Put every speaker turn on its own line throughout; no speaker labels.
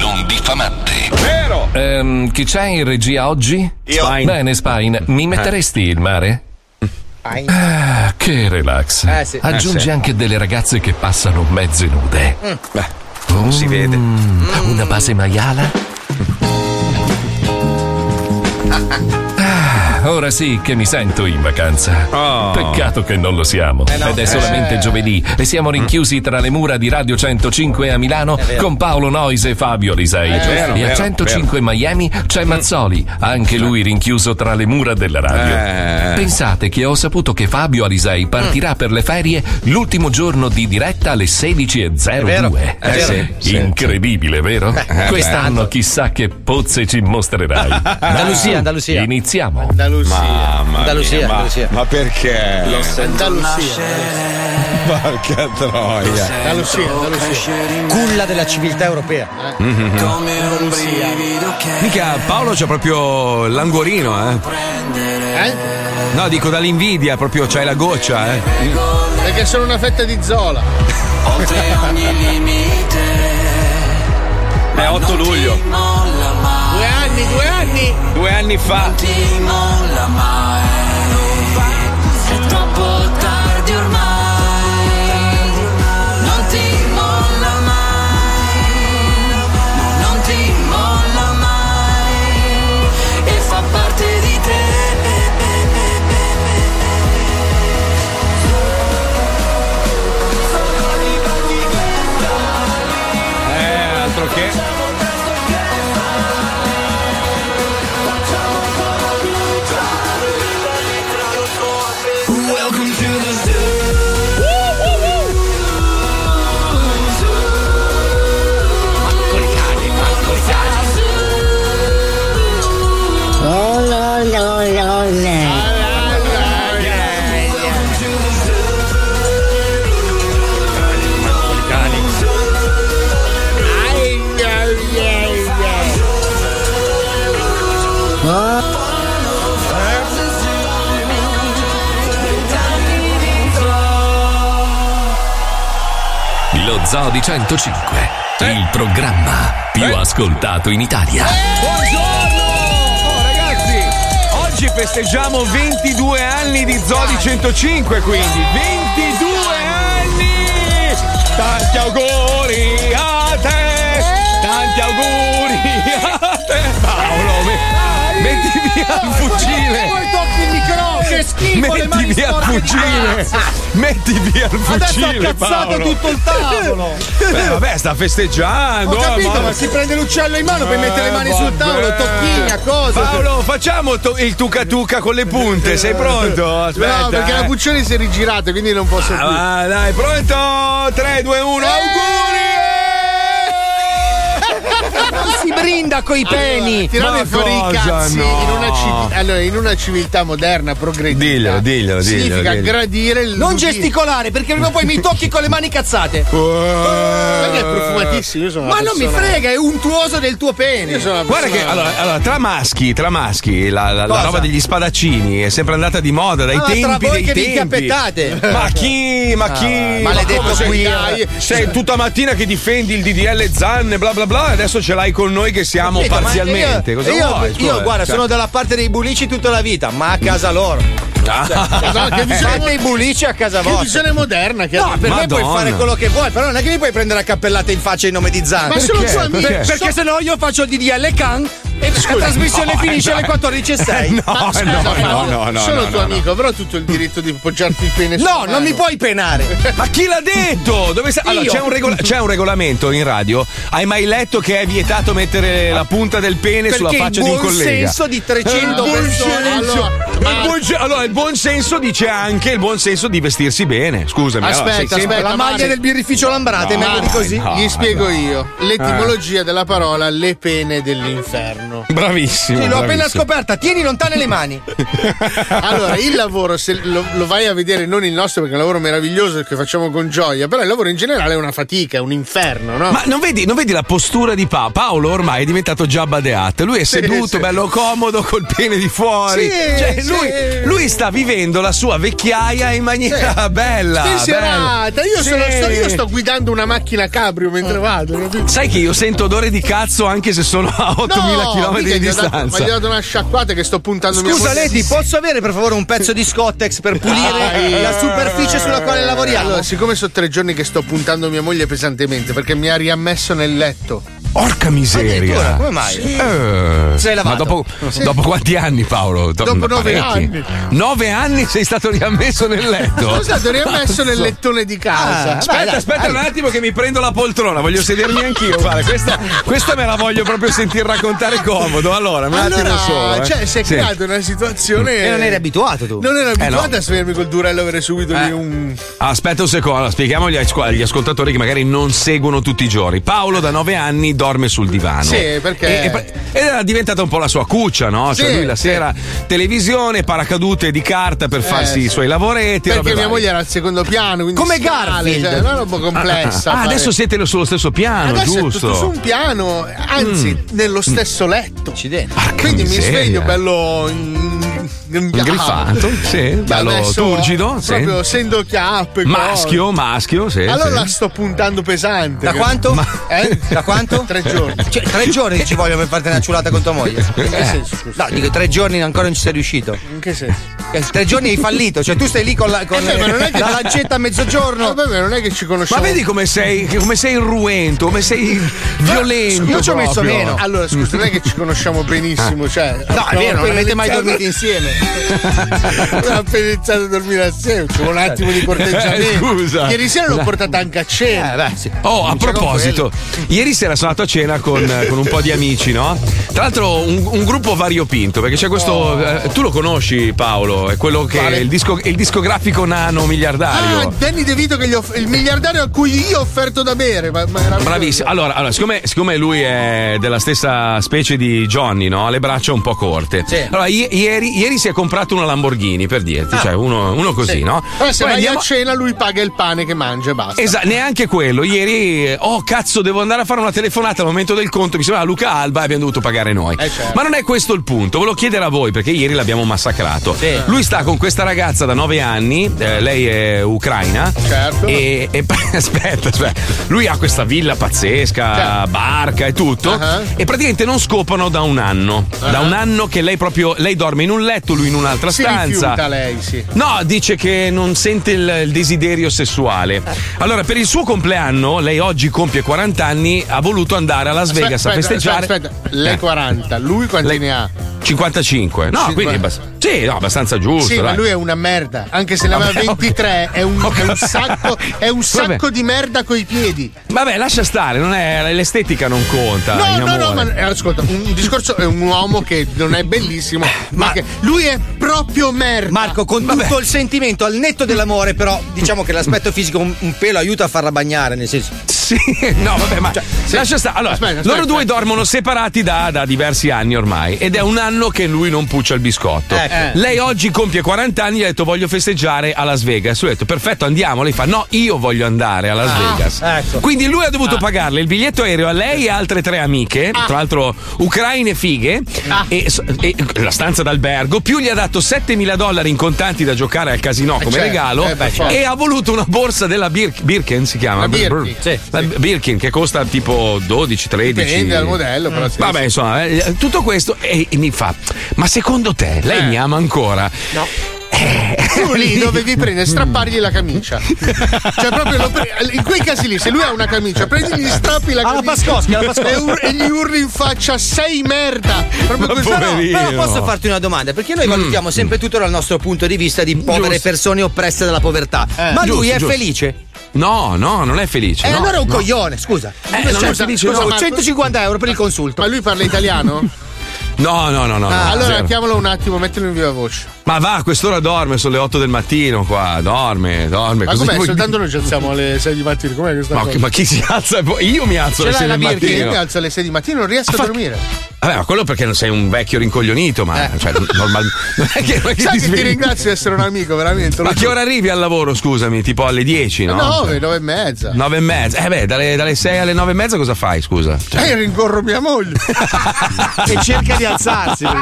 non diffamante. Vero! Ehm, chi c'è in regia oggi?
Io. Spine.
Bene, Spine, mi metteresti il mare? Ah, che relax.
Eh, sì.
Aggiungi
Eh, sì. Mm,
anche delle ragazze che passano mezze nude. Oh,
Beh,
non si vede. Mm. Una base maiala? Ah, Ora sì che mi sento in vacanza. Peccato che non lo siamo.
Oh. Eh, no.
Ed
Eh.
è solamente giovedì e siamo rinchiusi tra le mura di Radio 105 a Milano
vero.
con Paolo Nois e Fabio Lisei.
Eh, vero,
e a
vero, Mm.
105 Miami c'è Mazzoli, anche lui rinchiuso tra le mura della
Eh.
radio. Pensate che ho saputo che Fabio Alisei
Mm.
partirà per le ferie l'ultimo giorno di diretta alle 16.02.
È vero, è
Eh,
vero.
sì. Incredibile, vero?
Eh,
Quest'anno chissà che pozze ci mostrerai.
Andalusia, Andalusia.
Iniziamo.
Andalusia. Mamma Andalusia, mia, ma- Andalusia.
ma perché?
Lo sento Andalusia.
Porca troia.
Culla della civiltà europea.
Come un brivido che
Mica Paolo c'ha proprio l'angorino, eh.
Eh?
No, dico dall'invidia, proprio c'hai la goccia, eh.
Perché sono una fetta di zola.
oltre ogni limite
È 8 luglio.
molla mai. Due anni, due anni.
Due anni fa.
Non ti molla mai. È troppo tardi ormai. Non ti molla mai. Non ti molla mai. E fa parte di te.
Eh, altro che.
Welcome to the zoo.
Oh no no no no.
Lo Zoo di 105, il programma più ascoltato in Italia.
Buongiorno! Oh, ragazzi, oggi festeggiamo 22 anni di Zodi 105, quindi 22 anni! Tanti auguri a te! Tanti auguri a te! Paolo, me- metti via il fucile!
Poi tocchi il microfono, che schifo, le
Metti
mani
via il
sporche di
fucile!
cazzo.
Metti via il
Adesso
fucile!
ha cazzato
Paolo.
tutto il tavolo.
Beh, vabbè, sta festeggiando!
Ho capito,
eh,
ma si prende l'uccello in mano per
Eh,
mettere le mani sul
vabbè.
tavolo, tocchini a cosa?
Paolo, facciamo to- il tuca tuca con le punte, sei pronto? Aspetta.
no, perché
eh.
la Puccioni si è rigirata, quindi non posso più. Eh,
Ah, dai, pronto? 3, 2, 1,
Non
si brinda coi peni.
Tirare
Ma
fuori i
cosa,
cazzi
no.
in, una civi- allora, in una civiltà moderna, progredita.
Diglielo, diglielo, diglielo,
Significa
diglielo.
gradire il.
Non gesticolare, perché prima o poi mi tocchi con le mani cazzate.
Oh.
Perché
Eh,
è Eh, profumatissimo, io sono una
Ma non mi
persona-
frega, è untuoso del tuo pene.
Guarda che allora, allora, tra maschi, tra maschi, la, la- la
Cosa?
roba degli spadaccini è sempre andata di moda dai
Ah,
tempi
tra voi
dei
che vi
tempi.
chiappettate.
Ma chi? Ma chi?
vabbè.
Ma
Maledetto
come sei-
qui,
dai,
eh.
Sei tutta mattina che difendi il DDL Zanne, bla bla bla, e adesso ce l'hai con noi che siamo
Capito, ma
parzialmente.
io-
Cosa
io,
vuoi?
io,
Scusa,
guarda,
cioè-
sono dalla parte dei bulici tutta la vita, ma a casa loro.
Ah.
Cioè,
che visione-
fate i bulici a casa
Che
vostra.
visione moderna che
No,
ha.
per me puoi
Madonna.
fare quello che vuoi, però non è che mi puoi prendere a cappellate in faccia in nome di Zan.
Ma sono
Perché?
tuoi amici.
Perché?
so-
Perché sennò io faccio il DDL Can e la trasmissione
no,
finisce
eh,
alle 14.06.
No,
Ma scusa,
no,
però,
no, no, no,
sono
no,
tuo
no,
amico, però ho tutto il diritto di poggiarti il pene sulla
No,
mano.
non mi puoi penare.
Ma chi l'ha detto? Dove sta- Allora,
Io.
c'è un, regola- c'è un regolamento in radio. Hai mai letto che è vietato mettere
Ah.
la punta del pene sulla
Perché il
faccia di un
buon
collega? Eh,
senso di 300
Il buon
persone.
senso-
Allora,
il buon sen- allora, il buon senso dice anche il buon senso di vestirsi bene. Scusami, allora, sei
Aspetta,
sempre-
aspetta.
La maglia
Mari.
del birrificio Lambrate,
No,
meglio di così.
no. Eh.
Gli spiego io l'etimologia della parola le pene dell'inferno.
danno.
Bravissimo.
Sì, l'ho appena
bravissimo.
scoperta. Tieni lontane le mani.
Allora, il lavoro, se lo, lo vai a vedere, non il nostro, perché è un lavoro meraviglioso che facciamo con gioia, però il lavoro in generale è una fatica, è un inferno, no?
Ma non vedi, non vedi la postura di Pa? Paolo ormai è diventato già badeat. Lui è
Sì,
seduto,
sì.
bello comodo, col pene di fuori.
Sì,
cioè,
sì.
lui, lui sta vivendo la sua vecchiaia in maniera
Sì.
bella.
Sì, serata. Io, sono-
Sì. Eh.
sto, io sto guidando una macchina cabrio mentre vado. capito?
Sai che io sento odore di cazzo anche se sono a 8000
No,
km
mica
di
gli ho dato- Ma gli ho
distanza.
dato una sciacquata che sto puntando mia
Scusa,
moglie.
Leti, posso avere per favore un pezzo di Scottex per pulire
Dai.
la superficie sulla quale lavoriamo?
Eh. Allora, siccome sono tre giorni che sto puntando mia moglie pesantemente perché mi ha riammesso nel letto.
Porca miseria.
Addirittura, come mai?
Sì. Eh,
Sei
ma
lavato.
dopo,
Sì.
dopo quanti anni, Paolo? Do-
Dopo nove
parecchi.
anni.
Nove anni sei stato riammesso nel letto. Ah,
Sono stato Esatto, riammesso nel lettone di casa.
aspetta, aspetta un attimo che mi prendo la poltrona, voglio sedermi anch'io. Guarda, questa, questa me la voglio proprio sentir raccontare comodo. Allora, un attimo
Allora,
solo. eh.
cioè, si è
Sì.
creata una situazione.
E non eri abituato tu.
Non ero
Eh,
abituato
no.
a svegliarmi col durello e avere subito lì
Eh.
un.
Aspetta un secondo, spieghiamo agli, asco- agli ascoltatori che magari non seguono tutti i giorni. Paolo da nove anni dorme sul divano.
Sì, perché-
E- e pre- Ed era diventata un po' la sua cuccia, no? Cioè
Sì,
lui la
sì. Eh,
sera televisione, paracadute di carta per farsi
sì.
i suoi lavoretti. robe
Perché mia
varie.
moglie era al secondo piano, quindi
Come
scale,
Garfield.
cioè, è una roba complessa.
Ah, ah,
fare-
adesso siete sullo stesso piano,
Adesso è
giusto? Mm.
tutto su un piano, anzi, nello stesso letto. Quindi
miseria.
mi sveglio bello. in- ingabbiato.
Griffato, sì, bello
Adesso,
turgido, sì.
Proprio sendo chiappe. cose.
Maschio, maschio, sì.
allora
sì.
la sto puntando pesante.
Da quanto?
Eh?
Da quanto?
Tre giorni. Eh.
Cioè, tre giorni ci vogliono per farti una ciulata con tua moglie. In che senso? No, dico tre giorni ancora non ci sei riuscito.
In che senso?
Eh, Tre giorni hai fallito, cioè tu stai lì con la, con
Eh beh, ma non è che- Eh,
la lancetta a mezzogiorno.
Vabbè, non è che ci
Ma
conosciamo.
vedi come sei, come sei irruento, come sei violento.
Io ci ho messo
proprio. Eh.
meno.
Allora, scusa, non è che ci conosciamo benissimo, cioè.
No, è vero, non avete mai dormito insieme.
Non appena iniziato a dormire assieme, c'è un attimo di
Eh,
corteggiamento.
scusa.
Ieri sera l'ho portata anche a cena.
Oh, a proposito, ieri sera sono andato a cena con, eh, con un po' di amici, no? Tra l'altro un, un gruppo variopinto, perché c'è questo... eh, tu lo conosci Paolo, è quello che...
Oh. Quale?
Il, disco, il discografico nano miliardario.
Ah, Danny De Vito che gli ho- il miliardario a cui io ho offerto da bere. Ma, ma era-
Bravissimo. Allora, allora, siccome, siccome lui è della stessa specie di Johnny, no? Ha le braccia un po' corte.
Sì.
Allora, i- ieri, ieri si è comprato una Lamborghini, per dirti, cioè uno, uno così,
Ah. Sì.
no?
Però se
Poi
vai
andiamo-
a cena lui paga il pane che mangia e basta.
Esatto, neanche quello. Ieri, eh, oh cazzo, devo andare a fare una telefonata al momento del conto. Mi sembrava Luca Alba e abbiamo dovuto pagare noi.
Eh, certo.
Ma non è questo il punto. Ve lo chiedere a voi perché ieri l'abbiamo massacrato. Lui sta con questa ragazza da 9 anni. eh, lei è ucraina.
Certo.
E, e- aspetta, aspetta. Lui ha questa villa pazzesca,
Certo.
barca e tutto.
Ah.
E praticamente non scopano da un anno. Da un anno che lei proprio. Lei dorme in un letto, lui in un'altra
si
stanza.
rifiuta lei, sì.
No, dice che non sente il, il desiderio sessuale.
Eh.
Allora, per il suo compleanno, lei oggi compie 40 anni, ha voluto andare a Las
Aspetta,
Vegas a
aspetta,
festeggiare. Eh.
aspetta, aspetta. lei 40, lui quanti
Lei-
ne ha?
55. No,
50.
quindi abbas- sì, no, abbastanza giusto.
Sì, ma
dai.
lui è una merda. Anche se ne aveva
Vabbè, ok.
23, è un,
Ok.
è un sacco, è un
Vabbè.
sacco di merda coi piedi.
Vabbè, lascia stare, non è- l'estetica non conta.
No,
in
no, no,
amore.
ma eh, ascolta, un discorso è un uomo che non è bellissimo, ma, che lui è proprio merda.
Marco, con tutto il sentimento, al netto dell'amore, però diciamo che l'aspetto fisico un, un pelo aiuta a farla bagnare, nel senso. Cioè,
Sì, no, vabbè, ma lascia stare. Allora,
Aspetta, aspetta,
loro due
aspetta.
dormono separati da, da diversi anni ormai. Ed è un anno che lui non puccia il biscotto. Eh.
Ecco.
Lei oggi compie 40 anni e ha detto voglio festeggiare a Las Vegas. Lui ha detto perfetto, andiamo. Lei fa no, io voglio andare a
Ah,
Las Vegas.
ecco.
Quindi lui ha dovuto pagarle il biglietto aereo a lei e altre tre amiche,
Ah.
tra l'altro ucraine fighe, e, so- e la stanza d'albergo. Più gli ha dato 7.000 dollari in contanti da giocare al casino come
certo,
regalo.
eh, beh, certo.
e ha voluto una borsa della Bir- Birken, si chiama?
La Birkin,
Brr-
sì.
la Birkin che costa tipo 12, 13.
Dipende dal modello, però sì.
Vabbè, insomma, eh, tutto questo e, e mi fa, ma secondo te lei
Eh.
mi ama ancora? Mm. No.
Tu lì dovevi prendere e strappargli la camicia. Cioè, proprio lo pre- in quei casi lì, se lui ha una camicia, prendi gli strappi la
Alla
camicia.
Pascoschi, alla Pascoschi.
e, ur- e gli urli in faccia, sei merda. Proprio
Ma
così.
poverino.
No,
Però
Io.
posso farti una domanda, perché noi valutiamo sempre tutto dal nostro punto di vista di povere
Giusto. Eh,
persone oppresse dalla povertà.
Eh,
Ma lui
giusto,
è
giusto.
felice.
No, no, non è felice.
E
no,
allora è un
no.
coglione, scusa. Cioè,
Eh, non è felice,
scusa,
no.
ma- 150 euro per il consulto.
Ma lui parla italiano?
No, no, no, no.
Ah,
no,
allora
zero.
chiamalo un attimo, mettilo in viva voce.
Ma va, a quest'ora dorme, sono le 8 del mattino qua, dorme, dorme.
Ma
cosa
com'è?
vuoi
Soltanto noi ci alziamo alle 6 di mattina. Com'è questa
Ma,
cosa?
che- ma chi si alza? Io mi alzo
Ce
alle
l'hai
6
la
del
birra? Io mi
mattino.
alzo alle 6 di mattina, non riesco a dormire.
Vabbè, ma quello perché non sei un vecchio rincoglionito, ma cioè, normal- non è che, non è che
Eh. Sai
ti
che ti
svegli-
ringrazio di essere un amico, veramente.
Ma
lo
che ora arrivi al lavoro, scusami? Tipo alle 10, no? cioè.
giuro. 9, 9 e mezza.
9 e mezza. Eh beh, dalle, dalle 6 alle 9 e mezza cosa fai, scusa? Cioè-
E rincorro mia moglie.
Che cerca di alzarsi.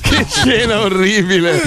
che scena orribile.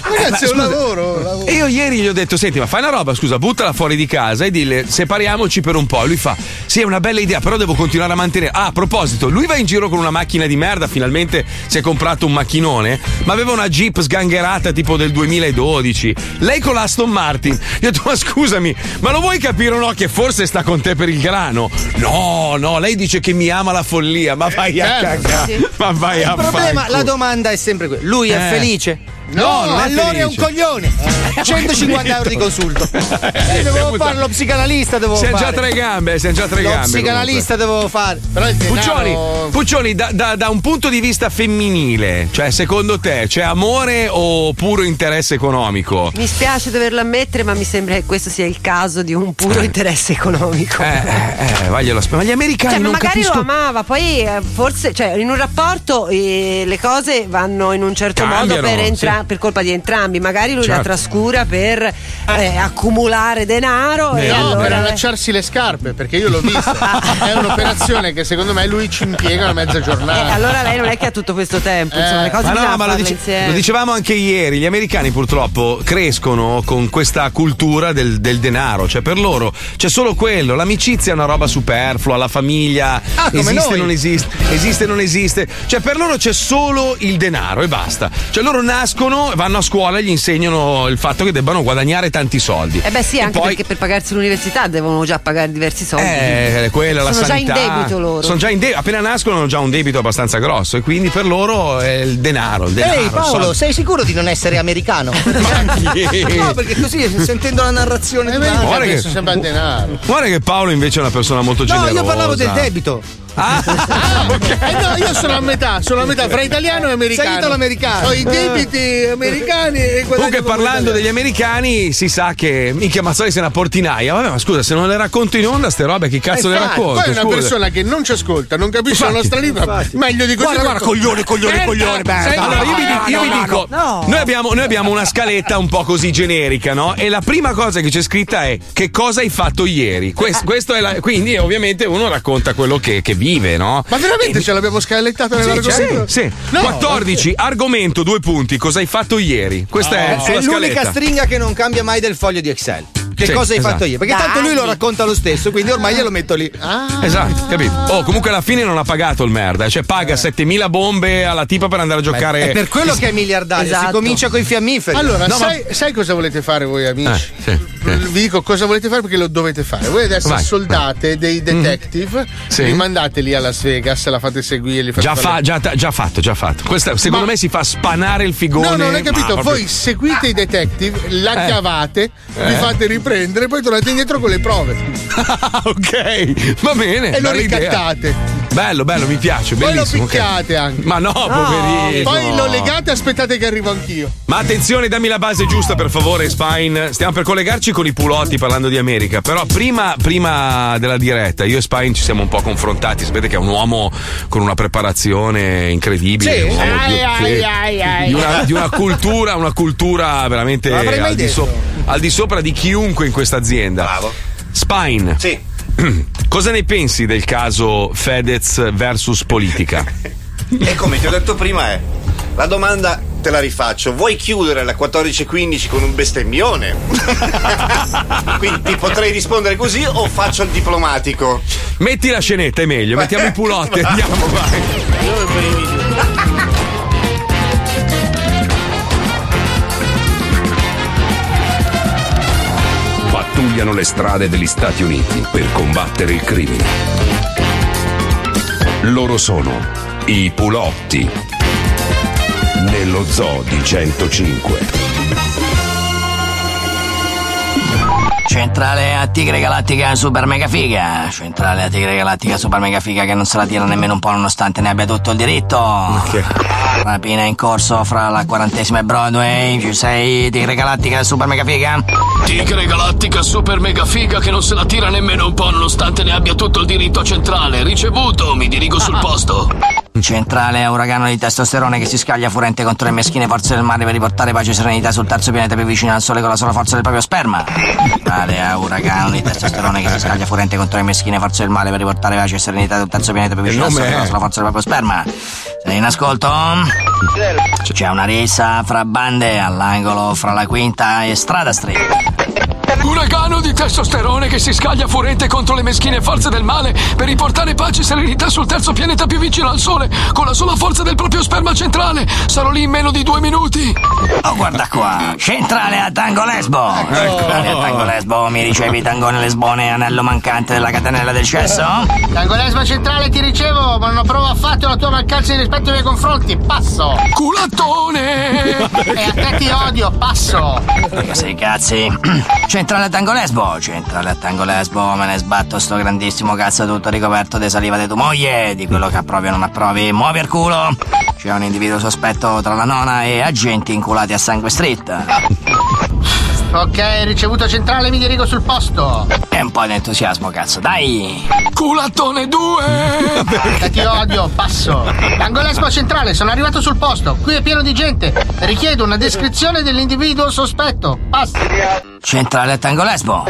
Ragazzi, è un lavoro, un lavoro.
E io ieri gli ho detto: Senti, ma fai una roba, scusa, buttala fuori di casa e dille separiamoci per un po'. E lui fa: Sì, è una bella idea, però devo continuare a mantenere. Ah, a proposito, lui va in giro con una macchina di merda. Finalmente si è comprato un macchinone, ma aveva una Jeep sgangherata tipo del 2012. Lei con la Aston Martin. Gli ho detto: Ma scusami, ma lo vuoi capire o no? Che forse sta con te per il grano? No, no, lei dice che mi ama la follia, ma vai a
certo.
cagare.
Sì.
Ma vai a
Il problema,
fare il
la
culo.
domanda è sempre quella. Lui è
Eh.
felice?
No, non è
allora è un
felice. Eh.
coglione. 150 euro di consulto. Eh,
siamo
dovevo
già-
fare lo psicanalista, dovevo
Siamo già
fare.
tre gambe, siamo già tre
lo
gambe.
psicanalista devo fare.
Però il
Puccioni,
denaro-
Puccioni, da, da- da un punto di vista femminile, cioè secondo te c'è amore o puro interesse economico?
Mi spiace doverlo ammettere, ma mi sembra che questo sia il caso di un puro interesse economico.
Eh, eh, eh, vaglielo a sp- Ma gli americani
Cioè, ma
non
magari
capiscono.
lo amava, poi eh, forse, cioè, in un rapporto eh, le cose vanno in un certo
Cambiano,
modo per, entra-
sì.
per colpa di entrambi. Magari lui
Certo.
la trascura per eh, accumulare denaro e
No, per
allora.
allacciarsi le scarpe, perché io l'ho vista. è un'operazione che secondo me lui ci impiega una mezza
Eh,
giornata.
allora lei non è che ha tutto questo tempo,
Eh.
insomma, le cose
Ma no, ma
bisogna
lo,
farle
dice-
insieme.
lo dicevamo anche ieri, gli americani purtroppo crescono con questa cultura del, del denaro, cioè per loro c'è solo quello, l'amicizia è una roba superflua, la famiglia
Ah, come
esiste,
noi.
non esiste, esiste, non esiste, cioè per loro c'è solo il denaro e basta, cioè loro nascono, vanno a scuola e gli insegnano il fatto che debbano guadagnare tanti soldi.
Eh beh sì,
E
anche
poi-
perché per pagarsi l'università devono già pagare diversi soldi.
eh, quella, la
Sono già in
sanità.
debito loro.
Sono già in debito. Appena nascono hanno già un debito abbastanza grosso e quindi per loro è il denaro. Il denaro
Ehi Paolo,
soldi.
sei sicuro di non essere americano? no, perché così sentendo la narrazione
Eh,
di
vedi,
Paolo-
guarda
penso
che-
sempre al denaro.
Guarda che Paolo invece è una persona molto
No,
generosa.
io parlavo del debito.
Ah, ok.
Eh no, io sono a metà, sono a metà fra italiano e americano.
Sei italo-americano.
Ho i debiti americani e guadagno
Comunque
come
parlando
italiano.
degli americani si sa che minchia Mazzoli se è una portinaia. Vabbè, ma scusa, se non le racconto in onda ste robe, chi cazzo le
Infatti,
racconto?
Esatto, Poi una
Scusa.
persona che non ci ascolta, non capisce la nostra lingua, meglio di così. Eh,
Guarda, guarda, coglione, coglione,
Merda.
coglione, merda.
Sai, allora, io vi,
No,
di- io
no,
vi
no,
dico, Noi, abbiamo, noi abbiamo una scaletta un po' così generica, no? E la prima cosa che c'è scritta è che cosa hai fatto ieri. Quest- questo è la- quindi eh, ovviamente uno racconta quello che, che vive, no?
Ma veramente ce l'abbiamo scalettato
Eh, Sì, certo.
nell'argomento?
sì, sì.
No,
14, argomento, due punti, cosa hai fatto ieri? Questa è, sulla
Ah, È l'unica
scaletta.
stringa che non cambia mai del foglio di Excel. Che
Sì,
cosa hai
esatto.
fatto io? Perché
Da
tanto lui lo
anni.
racconta lo stesso, quindi ormai glielo metto lì.
Esatto, capito? Oh, comunque alla fine non ha pagato il merda, cioè
Eh.
paga 7000 bombe alla tipa per andare a giocare.
È per quello che è miliardario, si
Esatto.
comincia con i fiammiferi.
Allora,
No, ma-
sai, sai cosa volete fare voi, amici?
Eh, sì, sì.
Vi dico cosa volete fare perché lo dovete fare. Voi adesso
Vai, Mm.
soldate dei detective,
Sì.
li mandate lì a Las Vegas, la fate seguire. Li fate
Già,
fare-
fa- già ta- già fatto, già fatto. Questa, secondo
Ma-
me si fa spanare il figone.
No, non hai
ma
capito.
proprio-
Voi seguite i detective, la
Eh.
chiavate, li fate riprendere, poi tornate indietro con le prove
Ah, ok, va bene.
e lo
bella idea.
ricattate.
Bello, bello, mi piace.
Poi lo
bellissimo, ok.
picchiate anche. Ah,
Ma no, poverino.
Poi lo legate e aspettate che arrivo anch'io.
Ma attenzione, dammi la base giusta, per favore, Spine. Stiamo per collegarci con i pulotti parlando di America. Però prima, prima della diretta, io e Spine ci siamo un po' confrontati. Sapete che è un uomo con una preparazione incredibile. un uomo di, sì, di una, di una cultura, una cultura veramente
l'avrei mai
al di, so- al di sopra di chiunque in questa azienda. Bravo. Spine.
Sì.
Cosa ne pensi del caso Fedez versus politica?
E come ti ho detto prima è la domanda te la rifaccio. Vuoi chiudere alla 14.15 con un bestemmione? Quindi ti potrei rispondere così o faccio il diplomatico?
Metti la scenetta, è meglio. Mettiamo i pulotti, andiamo, vai.
pattugliano le strade degli Stati Uniti per combattere il crimine. Loro sono i Pulotti nello zoo di 105.
Centrale a Tigre Galattica Super Mega Figa. Centrale a Tigre Galattica Super Mega Figa che non se la tira nemmeno un po' nonostante ne abbia tutto il diritto. Rapina in corso fra la quarantesima e Broadway. Ci sei Tigre Galattica Super Mega Figa?
Tigre Galattica super mega figa che non se la tira nemmeno un po' nonostante ne abbia tutto il diritto centrale. Ricevuto, mi dirigo
Ah,
sul posto.
Centrale a uragano di testosterone che si scaglia furente contro le meschine forze del mare per riportare pace e serenità sul terzo pianeta più vicino al sole con la sola forza del proprio sperma. Centrale a uragano di testosterone che si scaglia furente contro le meschine forze del mare per riportare pace e serenità sul terzo pianeta più vicino al
nome
sole con la
è?
sola forza del proprio sperma. Sei in ascolto? C'è una rissa fra bande all'angolo fra la quinta e Strada Street.
Uragano di testosterone che si scaglia furente contro le meschine forze del male per riportare pace e serenità sul terzo pianeta più vicino al Sole con la sola forza del proprio sperma centrale. Sarò lì in meno di due minuti.
Oh, guarda qua, centrale a Tango Lesbo.
Ecco.
Centrale a Tango Lesbo, mi ricevi tangone lesbone, anello mancante della catenella del cesso?
L'angolesma centrale ti ricevo, ma non approvo affatto la tua mancanza di rispetto nei miei confronti. Passo!
Culattone!
e a te ti odio, passo!
Che Sei cazzi. Centrale a Tango Lesbo, centrale a Tango Lesbo, me ne sbatto sto grandissimo cazzo tutto ricoperto di saliva di tua moglie, di quello che approvi o non approvi, muovi il culo. C'è un individuo sospetto tra la nonna e agenti inculati a sangue stretta.
Ok, ricevuto centrale, mi dirigo sul posto.
E un po' di entusiasmo, cazzo, dai!
Culattone 2!
Te ti odio, passo. L'angolesma centrale, sono arrivato sul posto. Qui è pieno di gente. Richiedo una descrizione dell'individuo sospetto. Passo.
Centrale a Tango Lesbo.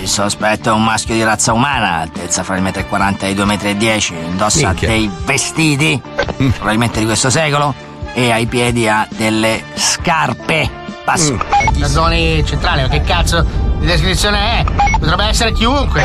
Il sospetto è un maschio di razza umana, altezza fra il 1,40 e i 2,10 m. Indossa
Minchia.
dei vestiti, probabilmente di questo secolo, e ai piedi ha delle scarpe. Passo.
Mm. Gazzoni centrale, ma che cazzo di descrizione è? Potrebbe essere chiunque.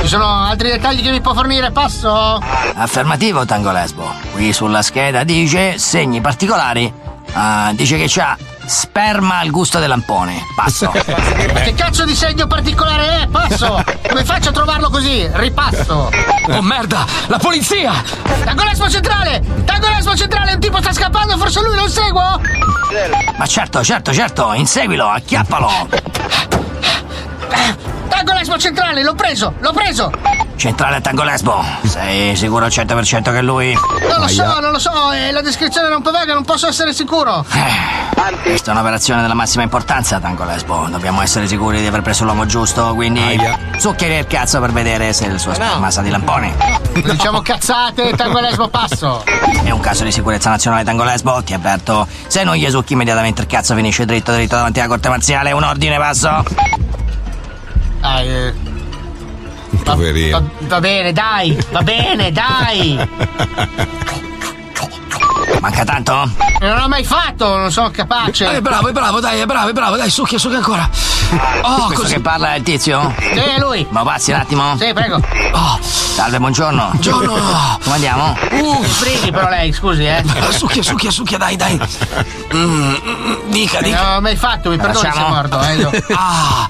Ci sono altri dettagli che mi può fornire, passo?
Affermativo Tango Lesbo. Qui sulla scheda dice segni particolari. Ah, dice che c'ha sperma al gusto del lampone. Passo.
Ma che cazzo di segno particolare è? Passo! Come faccio a trovarlo così? Ripasso!
Oh merda, la polizia!
Tangolasmo centrale! Tangolasmo centrale! Un tipo sta scappando, forse lui lo seguo!
Ma certo, certo, certo, inseguilo, acchiappalo.
Tangolasmo centrale, l'ho preso! L'ho preso!
Centrale a Tango Lesbo. Sei sicuro al 100% che è lui?
Non lo so, non lo so, eh, la descrizione era un po' vaga, non posso essere sicuro!
Questa è un'operazione della massima importanza, Tango Lesbo. Dobbiamo essere sicuri di aver presso l'uomo giusto, quindi. Zuccheri il cazzo per vedere se il suo sperma sa di lampone.
Non Diciamo cazzate, Tangolasmo passo!
È un caso di sicurezza nazionale, Tango Lesbo, ti avverto. Se non gli esucchi immediatamente il cazzo finisce dritto dritto davanti alla corte marziale, un ordine passo.
Ah, eh, va,
Poverino.
va bene, dai! Va bene, dai!
Manca tanto?
Non l'ho mai fatto, non sono capace!
Eh, bravo, è bravo, dai, è bravo, è bravo, dai, succhia, succhia ancora. Oh,
Ah, Questo
così.
che parla è il tizio?
Sì, è lui.
Ma passi un attimo? Oh.
Sì, prego.
Salve, buongiorno.
Buongiorno.
Come andiamo?
Mi frighi Uh, però lei, scusi, eh!
Succhia, succhia, succhia, dai, dai. Mm, mm, dica, dica.
No, mai fatto, mi perdoni
Facciamo?
se mordo, eh, io.
Ah.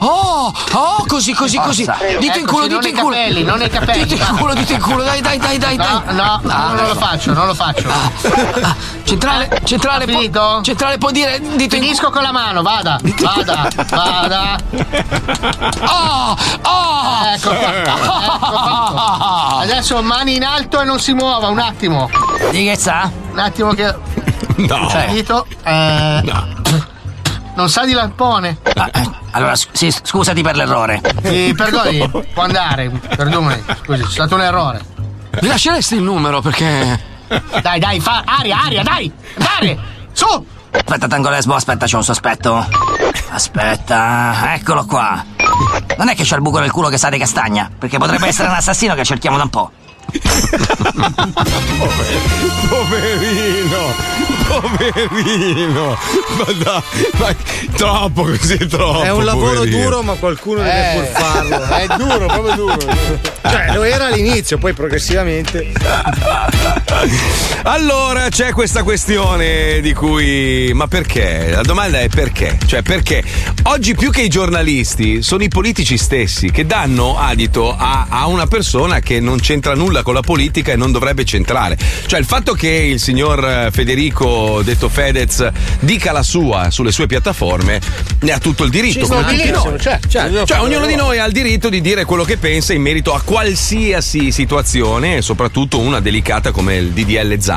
Oh, oh, così, così, così.
Forza. Eh,
Dito
Eccoci,
in culo,
non
dito
nei
in culo.
capelli, non nei capelli.
Dito in culo, dito in culo, dai, dai, dai, dai.
No,
dai.
no,
Ah,
non lo faccio, non lo faccio. Ah,
Centrale, centrale, può- centrale può dire dito in
Finisco con la mano, vada, vada, vada.
Oh, oh!
Ecco qua, ecco
Ah.
fatto. Adesso mani in alto e non si muova, un attimo.
Di che sa?
Un attimo che...
No.
Cioè, dito, eh, Non sa di lampone.
Allora, s- sì, scusati per l'errore.
Mi perdoni, può andare, perdoni, eh, scusi, c'è stato un errore.
Mi lasceresti il numero perché.
Dai, dai, fa aria, aria, dai! Dai! Su!
Aspetta, Tango Lesbo, aspetta, c'è un sospetto. Aspetta, eccolo qua. Non è che c'è il buco nel culo che sa di castagna, perché potrebbe essere un assassino che cerchiamo da un po'.
Poverino, poverino, ma dai, ma troppo così troppo.
È un lavoro
poverino.
duro, ma qualcuno deve
Eh.
pur farlo. È duro, proprio duro. Cioè, lo era all'inizio, poi progressivamente.
Allora c'è questa questione di cui. Ma perché? La domanda è perché? Cioè, perché oggi più che i giornalisti sono i politici stessi che danno adito a, a una persona che non c'entra nulla nulla con la politica e non dovrebbe centrare. Cioè il fatto che il signor eh, Federico, detto Fedez, dica la sua sulle sue piattaforme, ne ha tutto il diritto.
Ci
come
sta
tutti
benissimo,
noi.
certo, certo.
Cioè, ognuno di noi ha il diritto di dire quello che pensa in merito a qualsiasi situazione, e soprattutto una delicata come il DDL Zan.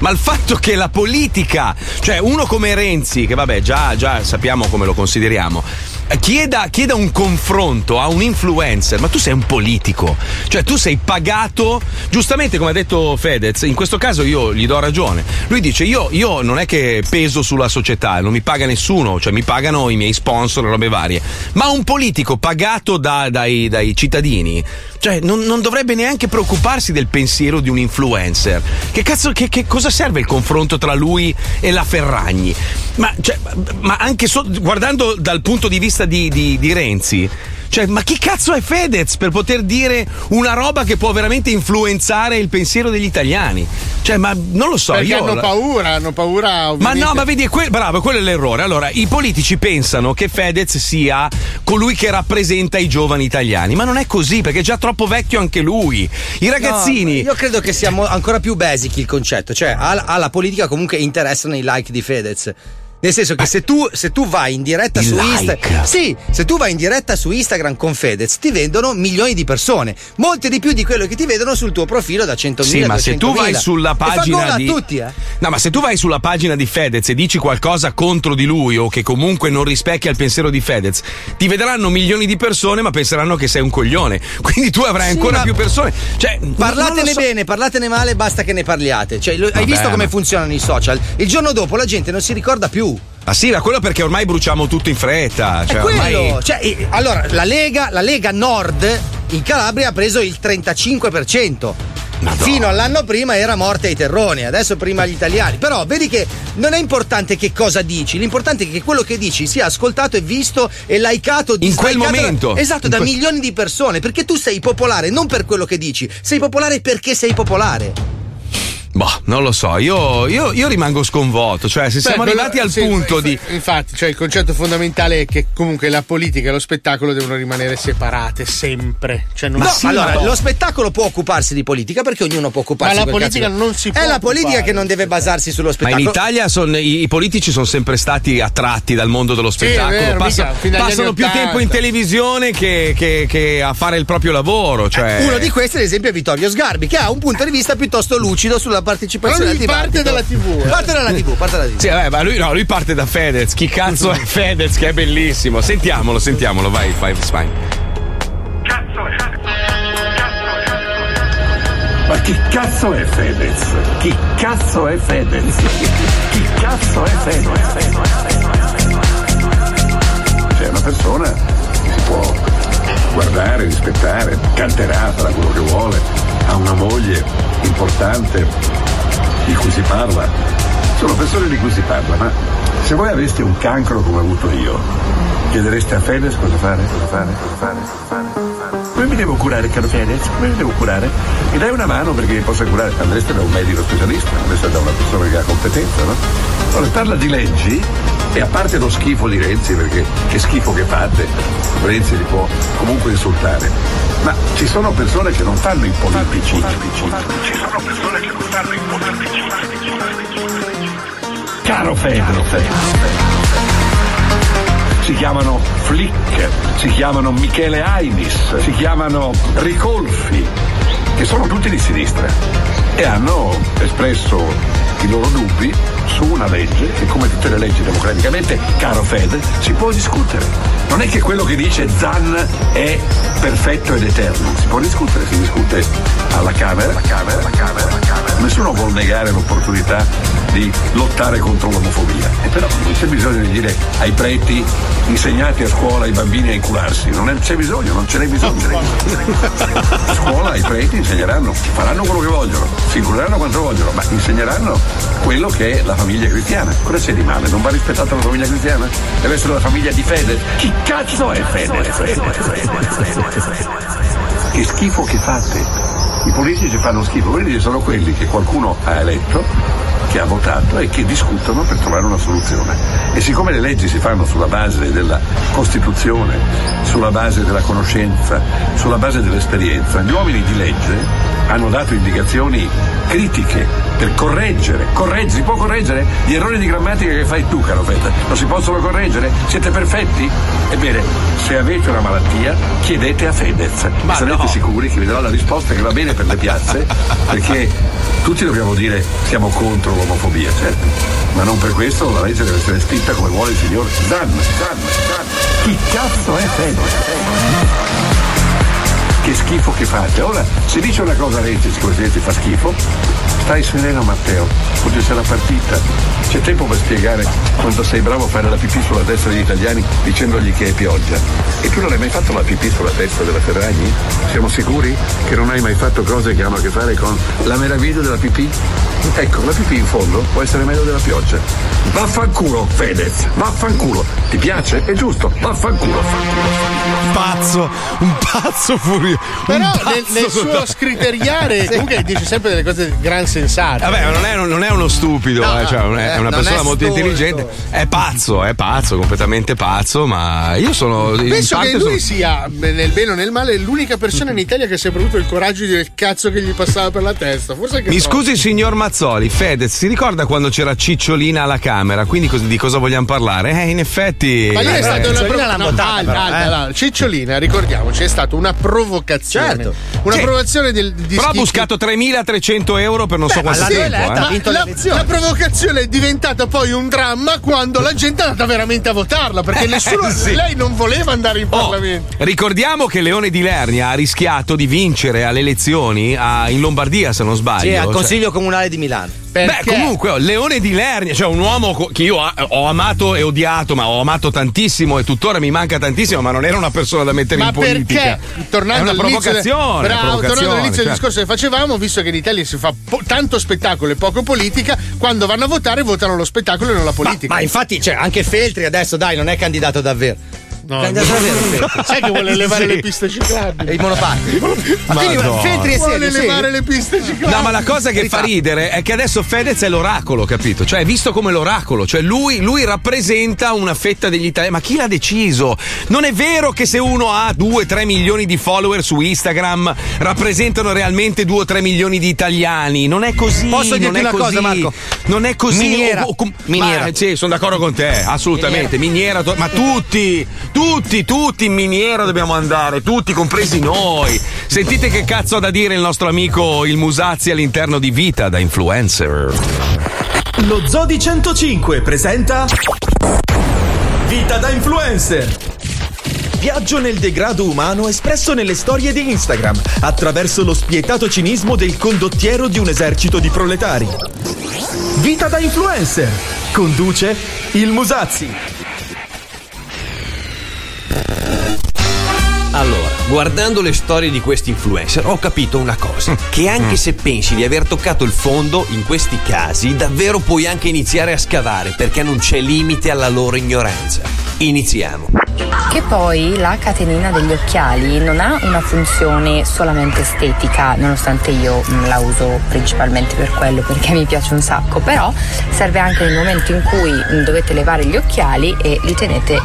Ma il fatto che la politica, cioè uno come Renzi, che vabbè già, già sappiamo come lo consideriamo, eh, chieda, chieda un confronto a un influencer, ma tu sei un politico, cioè tu sei pagato, giustamente come ha detto Fedez, in questo caso io gli do ragione. Lui dice io, io non è che peso sulla società, non mi paga nessuno, cioè mi pagano i miei sponsor, robe varie, ma un politico pagato da- dai, dai cittadini, cioè non, non dovrebbe neanche preoccuparsi del pensiero di un influencer. Che cazzo, che, che cosa serve il confronto tra lui e la Ferragni? Ma, cioè, ma anche so- guardando dal punto di vista di, di- di Renzi, cioè, ma chi cazzo è Fedez per poter dire una roba che può veramente influenzare il pensiero degli italiani? Cioè, ma non lo so,
Perché
io.
hanno paura, hanno paura
Ma
ovviamente.
no, ma vedi, è que- bravo, quello è l'errore. Allora, i politici pensano che Fedez sia colui che rappresenta i giovani italiani, ma non è così, perché è già troppo vecchio anche lui. I ragazzini.
No, io credo che sia mo- ancora più basic il concetto. Cioè, alla, alla politica comunque interessano i like di Fedez. Nel senso che se tu, se tu vai in diretta su Instagram. Sì, se tu vai in diretta su Instagram con Fedez, ti vendono milioni di persone. Molte di più di quello che ti vedono sul tuo profilo da 100.000
Sì, ma se tu
200.000.
vai sulla
E fa gol
pagina
a
di
tutti, eh.
No, ma se tu vai sulla pagina di Fedez e dici qualcosa contro di lui o che comunque non rispecchia il pensiero di Fedez, ti vedranno milioni di persone, ma penseranno che sei un coglione. Quindi tu avrai
Sì,
ancora
ma-
più persone. Cioè, non
Parlatene
lo so-
bene, parlatene male, basta che ne parliate. Cioè, lo-
Vabbè,
hai visto come
ma-
funzionano i social? Il giorno dopo la gente non si ricorda più.
Ah sì, ma quello perché ormai bruciamo tutto in fretta. Cioè,
è quello.
ormai-
Cioè, eh, allora, la Lega, la Lega Nord in Calabria ha preso il 35%. Fino all'anno prima era morte ai terroni, adesso prima agli italiani. Però vedi che non è importante che cosa dici, l'importante è che quello che dici sia ascoltato e visto e likeato
In quel
dislikeato da-
momento.
Esatto,
In
da
que-
milioni di persone, perché tu sei popolare non per quello che dici, sei popolare perché sei popolare.
Boh, non lo so, io, io- io rimango sconvolto. Cioè, se
Beh,
siamo
quello-
arrivati al
sì,
punto
inf-
di.
Infatti, cioè, il concetto fondamentale è che comunque la politica e lo spettacolo devono rimanere separate sempre. Cioè, non
No,
si
allora,
può.
lo spettacolo può occuparsi di politica perché ognuno può occuparsi
Ma la
di quel
politica
cazzo.
non si può
È la
occupare
politica che non deve basarsi sullo
Ma
spettacolo.
in Italia son- i, i politici sono sempre stati attratti dal mondo dello
è
spettacolo.
vero,
Passa-
mica, fin dagli
passano
anni
più
80.
tempo in televisione che, che- che a fare il proprio lavoro. Cioè...
Uno di questi, ad esempio, è Vittorio Sgarbi, che ha un punto di vista piuttosto lucido sulla partecipazione
Però
al
lui parte
dibattito.
dalla TV, eh.
Parte dalla TV, parte dalla TV.
Sì, vabbè, ma lui, no, lui parte da Fedez. Chi cazzo è Fedez? Che è bellissimo. Sentiamolo, sentiamolo. Vai, vai, vai.
Ma chi cazzo è Fedez? Chi cazzo è Fedez? Chi cazzo è Fedez? C'è una persona che si può guardare, rispettare, canterà, farà quello che vuole, ha una moglie importante di cui si parla. Sono persone di cui si parla, ma se voi aveste un cancro come ho avuto io, chiedereste a Fedez cosa fare, cosa fare, cosa fare, cosa fare. Come mi devo curare, caro Fedez? Come mi devo curare? Mi dai una mano perché mi possa curare? Andreste da un medico specialista, andreste da una persona che ha competenza, no? Allora parla di leggi e a parte lo schifo di Renzi, perché che schifo che fate, Renzi li può comunque insultare. Ma ci sono persone che non fanno i politici. Ci sono persone che non fanno i politici. Caro Fedez. Si chiamano Flick, si chiamano Michele Ainis, si chiamano Ricolfi, che sono tutti di sinistra e hanno espresso i loro dubbi su una legge che come tutte le leggi democraticamente, caro Fed, si può discutere. Non è che quello che dice Zan è perfetto ed eterno, si può discutere, si discute alla Camera, la Camera, la Camera, la Camera. Nessuno vuol negare l'opportunità di lottare contro l'omofobia. E però non c'è bisogno di dire ai preti insegnate a scuola ai bambini a incularsi, non è- c'è bisogno, non ce n'è bisogno. ce n'è bisogno. A scuola i preti insegneranno, faranno quello che vogliono, si inculeranno quanto vogliono, ma insegneranno quello che è la famiglia cristiana. Cosa c'è di male? Non va rispettata la famiglia cristiana? Deve essere la famiglia di Fede. Chi cazzo è Fede? Che schifo che fate. I politici fanno schifo, politici sono quelli che qualcuno ha eletto, che ha votato e che discutono per trovare una soluzione. E siccome le leggi si fanno sulla base della Costituzione, sulla base della conoscenza, sulla base dell'esperienza, gli uomini di legge hanno dato indicazioni critiche per correggere. Correggi, si può correggere? Gli errori di grammatica che fai tu, caro Fetta, non si possono correggere? Siete perfetti? Ebbene, se avete una malattia, chiedete a Fedez.
Ma
Sarete
no.
sicuri che vi darà la risposta che va bene per le piazze, perché tutti dobbiamo dire siamo contro l'omofobia, certo. Ma non per questo la legge deve essere scritta come vuole il signor Zan. Zan, Zan. Chi cazzo è Fedez? che schifo che fate. Ora, se dice una cosa a Renzi, siccome Renzi fa schifo, stai sereno Matteo, oggi c'è la partita. C'è tempo per spiegare quanto sei bravo a fare la pipì sulla testa degli italiani dicendogli che è pioggia. E tu non hai mai fatto la pipì sulla testa della Ferragni? Siamo sicuri che non hai mai fatto cose che hanno a che fare con la meraviglia della pipì? Ecco, la pipì in fondo può essere meglio della pioggia. Vaffanculo, Fedez, vaffanculo. Ti piace? È giusto, vaffanculo.
Pazzo, un pazzo furioso.
Però
un
nel,
pazzo
nel suo
totale.
scriteriare, comunque dice sempre delle cose di gran sensato.
Vabbè, ma non è, non è uno stupido,
No,
eh, cioè, non è,
eh,
è una
non
persona
è
molto
stolto.
intelligente. È pazzo, è pazzo, completamente pazzo, ma io sono. in
Penso che
parte
lui
sono-
sia, beh, nel bene o nel male, l'unica persona in Italia che si è avuto il coraggio di dire il cazzo che gli passava per la testa. Forse anche
Mi
troppo.
scusi signor Mazzoli, Fedez, si ricorda quando c'era Cicciolina alla Camera? Quindi cos- di cosa vogliamo parlare? Eh, in effetti.
Ma lì
eh,
è stata una
Cicciolina
provocazione.
l'ha votata, però, eh.
Cicciolina, ricordiamoci, è stata una provocazione.
Certo.
Una
Sì.
provocazione del, di
Però ha
schicchi.
buscato 3.300 euro per non so
Beh, ma
quanto
sì,
tempo. eh.
la- la, la provocazione è diventata poi un dramma quando la gente è andata veramente a votarla perché
Eh,
nessuno,
sì. Oh,
lei non voleva andare in Parlamento.
Ricordiamo che Leone di Lernia ha rischiato di vincere alle elezioni a- in Lombardia, se non sbaglio.
Sì, al
Cioè-
Consiglio Comunale di Milano.
Beh, comunque, oh, Leone di Lernia, cioè un uomo co- che io a- eh, ho amato e odiato, ma ho amato tantissimo e tuttora mi manca tantissimo, ma non era una persona da mettere
Ma
in politica.
perché? Tornando
è una
all'inizio del-
provocazione.
Bravo,
una
tornando
provocazione,
all'inizio del
certo.
discorso che facevamo, visto che in Italia si fa po- tanto spettacolo e poco politica, quando vanno a votare votano lo spettacolo e non la politica.
Ma infatti, cioè, anche Feltri adesso, dai, non è candidato davvero. candidato davvero. Feltri.
Sai che vuole levare
Sì.
le piste ciclabili.
E i monopatti.
Ma
quindi
no.
Feltri è
vuole
serio, sì?
levare le piste ciclabili.
Esatto.
No, ma la cosa che fa ridere è che adesso Fedez è l'oracolo, capito? Cioè, è visto come l'oracolo, cioè lui, lui rappresenta una fetta degli italiani. Ma chi l'ha deciso? Non è vero che se uno ha 2-3 milioni di follower su Instagram rappresentano realmente 2-3 milioni di italiani. Non è così.
Posso dirti
non è
una
così.
cosa, Marco?
Non è così.
Miniera.
com-
Miniera.
Ma, Eh, sì, sono d'accordo con te, assolutamente. Miniera, to- ma tutti, tutti, tutti in miniera dobbiamo andare, tutti, compresi noi. Sentite che cazzo ha da dire il nostro amico il Musazzi all'interno di Vita da influencer.
Lo Zodi 105 presenta Vita da influencer. Viaggio nel degrado umano espresso nelle storie di Instagram, attraverso lo spietato cinismo del condottiero di un esercito di proletari. Vita da influencer. Conduce il Musazzi.
Allora, guardando le storie di questi influencer, ho capito una cosa: che anche se pensi di aver toccato il fondo, in questi casi davvero puoi anche iniziare a scavare perché non c'è limite alla loro ignoranza. Iniziamo.
Che poi la catenina degli occhiali non ha una funzione solamente estetica, nonostante io mh, la uso principalmente per quello perché mi piace un sacco, però serve anche nel momento in cui mh, dovete levare gli occhiali e li tenete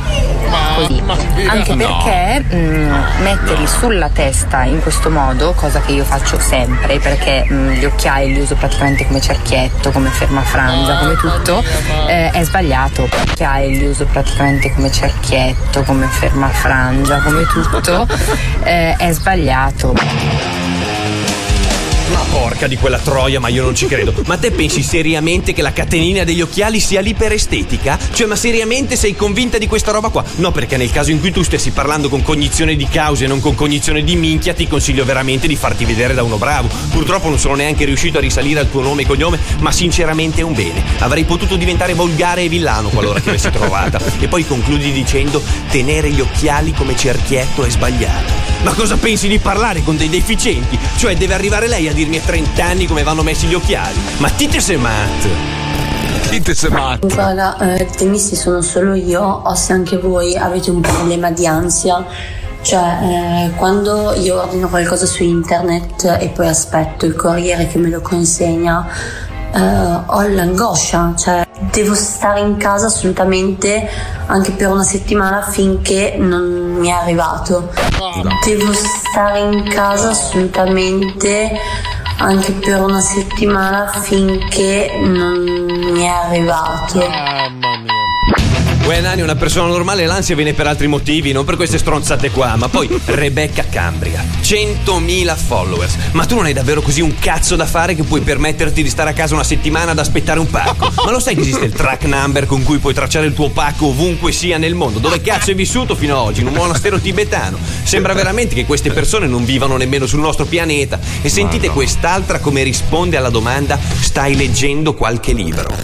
così. Anche
No.
perché mh, metterli sulla testa in questo modo, cosa che io faccio sempre perché mh, gli occhiali li uso praticamente come cerchietto, come fermafrangia, come tutto, eh, è sbagliato. Gli occhiali li uso praticamente come cerchietto, come fermafrangia, come tutto, eh, è sbagliato.
Ma porca di quella troia, ma io non ci credo. Ma te pensi seriamente che la catenina degli occhiali sia lì per estetica? Cioè, ma seriamente sei convinta di questa roba qua? No, perché nel caso in cui tu stessi parlando con cognizione di causa e non con cognizione di minchia, ti consiglio veramente di farti vedere da uno bravo. Purtroppo non sono neanche riuscito a risalire al tuo nome e cognome, ma sinceramente è un bene. Avrei potuto diventare volgare e villano qualora ti avessi trovata. E poi concludi dicendo: tenere gli occhiali come cerchietto è sbagliato. Ma cosa pensi di parlare con dei deficienti? Cioè, deve arrivare lei a dirmi a 30 anni come vanno messi gli occhiali. Ma tite se mat!
Tite se mat!
Guarda, eh, temisti sono solo io o se anche voi avete un problema di ansia. Cioè, eh, quando io ordino qualcosa su internet e poi aspetto il corriere che me lo consegna, eh, ho l'angoscia, cioè devo stare in casa assolutamente anche per una settimana finché non mi è arrivato. Devo stare in casa assolutamente anche per una settimana finché non mi è arrivato.
Uè Nani, una persona normale l'ansia viene per altri motivi, non per queste stronzate qua. Ma poi Rebecca Cambria, 100.000 followers. Ma tu non hai davvero così un cazzo da fare che puoi permetterti di stare a casa una settimana ad aspettare un pacco? Ma lo sai che esiste il track number con cui puoi tracciare il tuo pacco ovunque sia nel mondo? Dove cazzo hai vissuto fino ad oggi? In un monastero tibetano? Sembra veramente che queste persone non vivano nemmeno sul nostro pianeta. E sentite
no.
quest'altra come risponde alla domanda: stai leggendo qualche libro?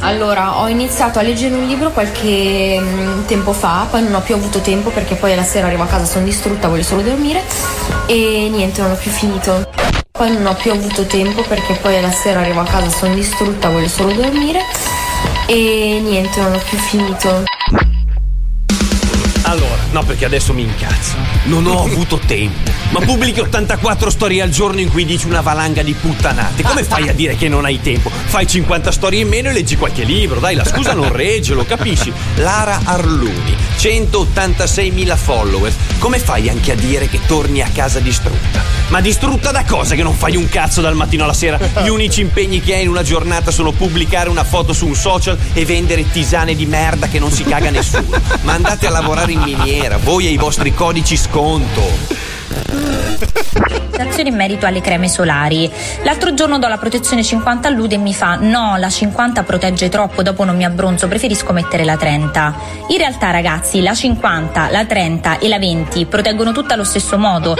Allora, ho iniziato a leggere un libro qualche mm, tempo fa, poi non ho più avuto tempo perché poi la sera arrivo a casa, sono distrutta, voglio solo dormire e niente, non ho più finito. Poi non ho più avuto tempo perché poi la sera arrivo a casa, sono distrutta, voglio solo dormire e niente, non ho più finito.
Allora, no perché adesso mi incazzo. Non ho avuto tempo. Ma pubblichi 84 storie al giorno in cui dici una valanga di puttanate. Come fai a dire che non hai tempo? Fai 50 storie in meno e leggi qualche libro. Dai, la scusa non regge, lo capisci? Lara Arluni, 186.000 follower. Come fai anche a dire che torni a casa distrutta? Ma distrutta da cosa che non fai un cazzo dal mattino alla sera? Gli unici impegni che hai in una giornata sono pubblicare una foto su un social e vendere tisane di merda che non si caga nessuno. Ma andate a lavorare in miniera, voi e i vostri codici sconto.
Azione in merito alle creme solari. L'altro giorno do la protezione 50 all'ude e mi fa: No, la 50 protegge troppo, dopo non mi abbronzo, preferisco mettere la 30. In realtà, ragazzi, la 50, la 30 e la 20 proteggono tutta allo stesso modo.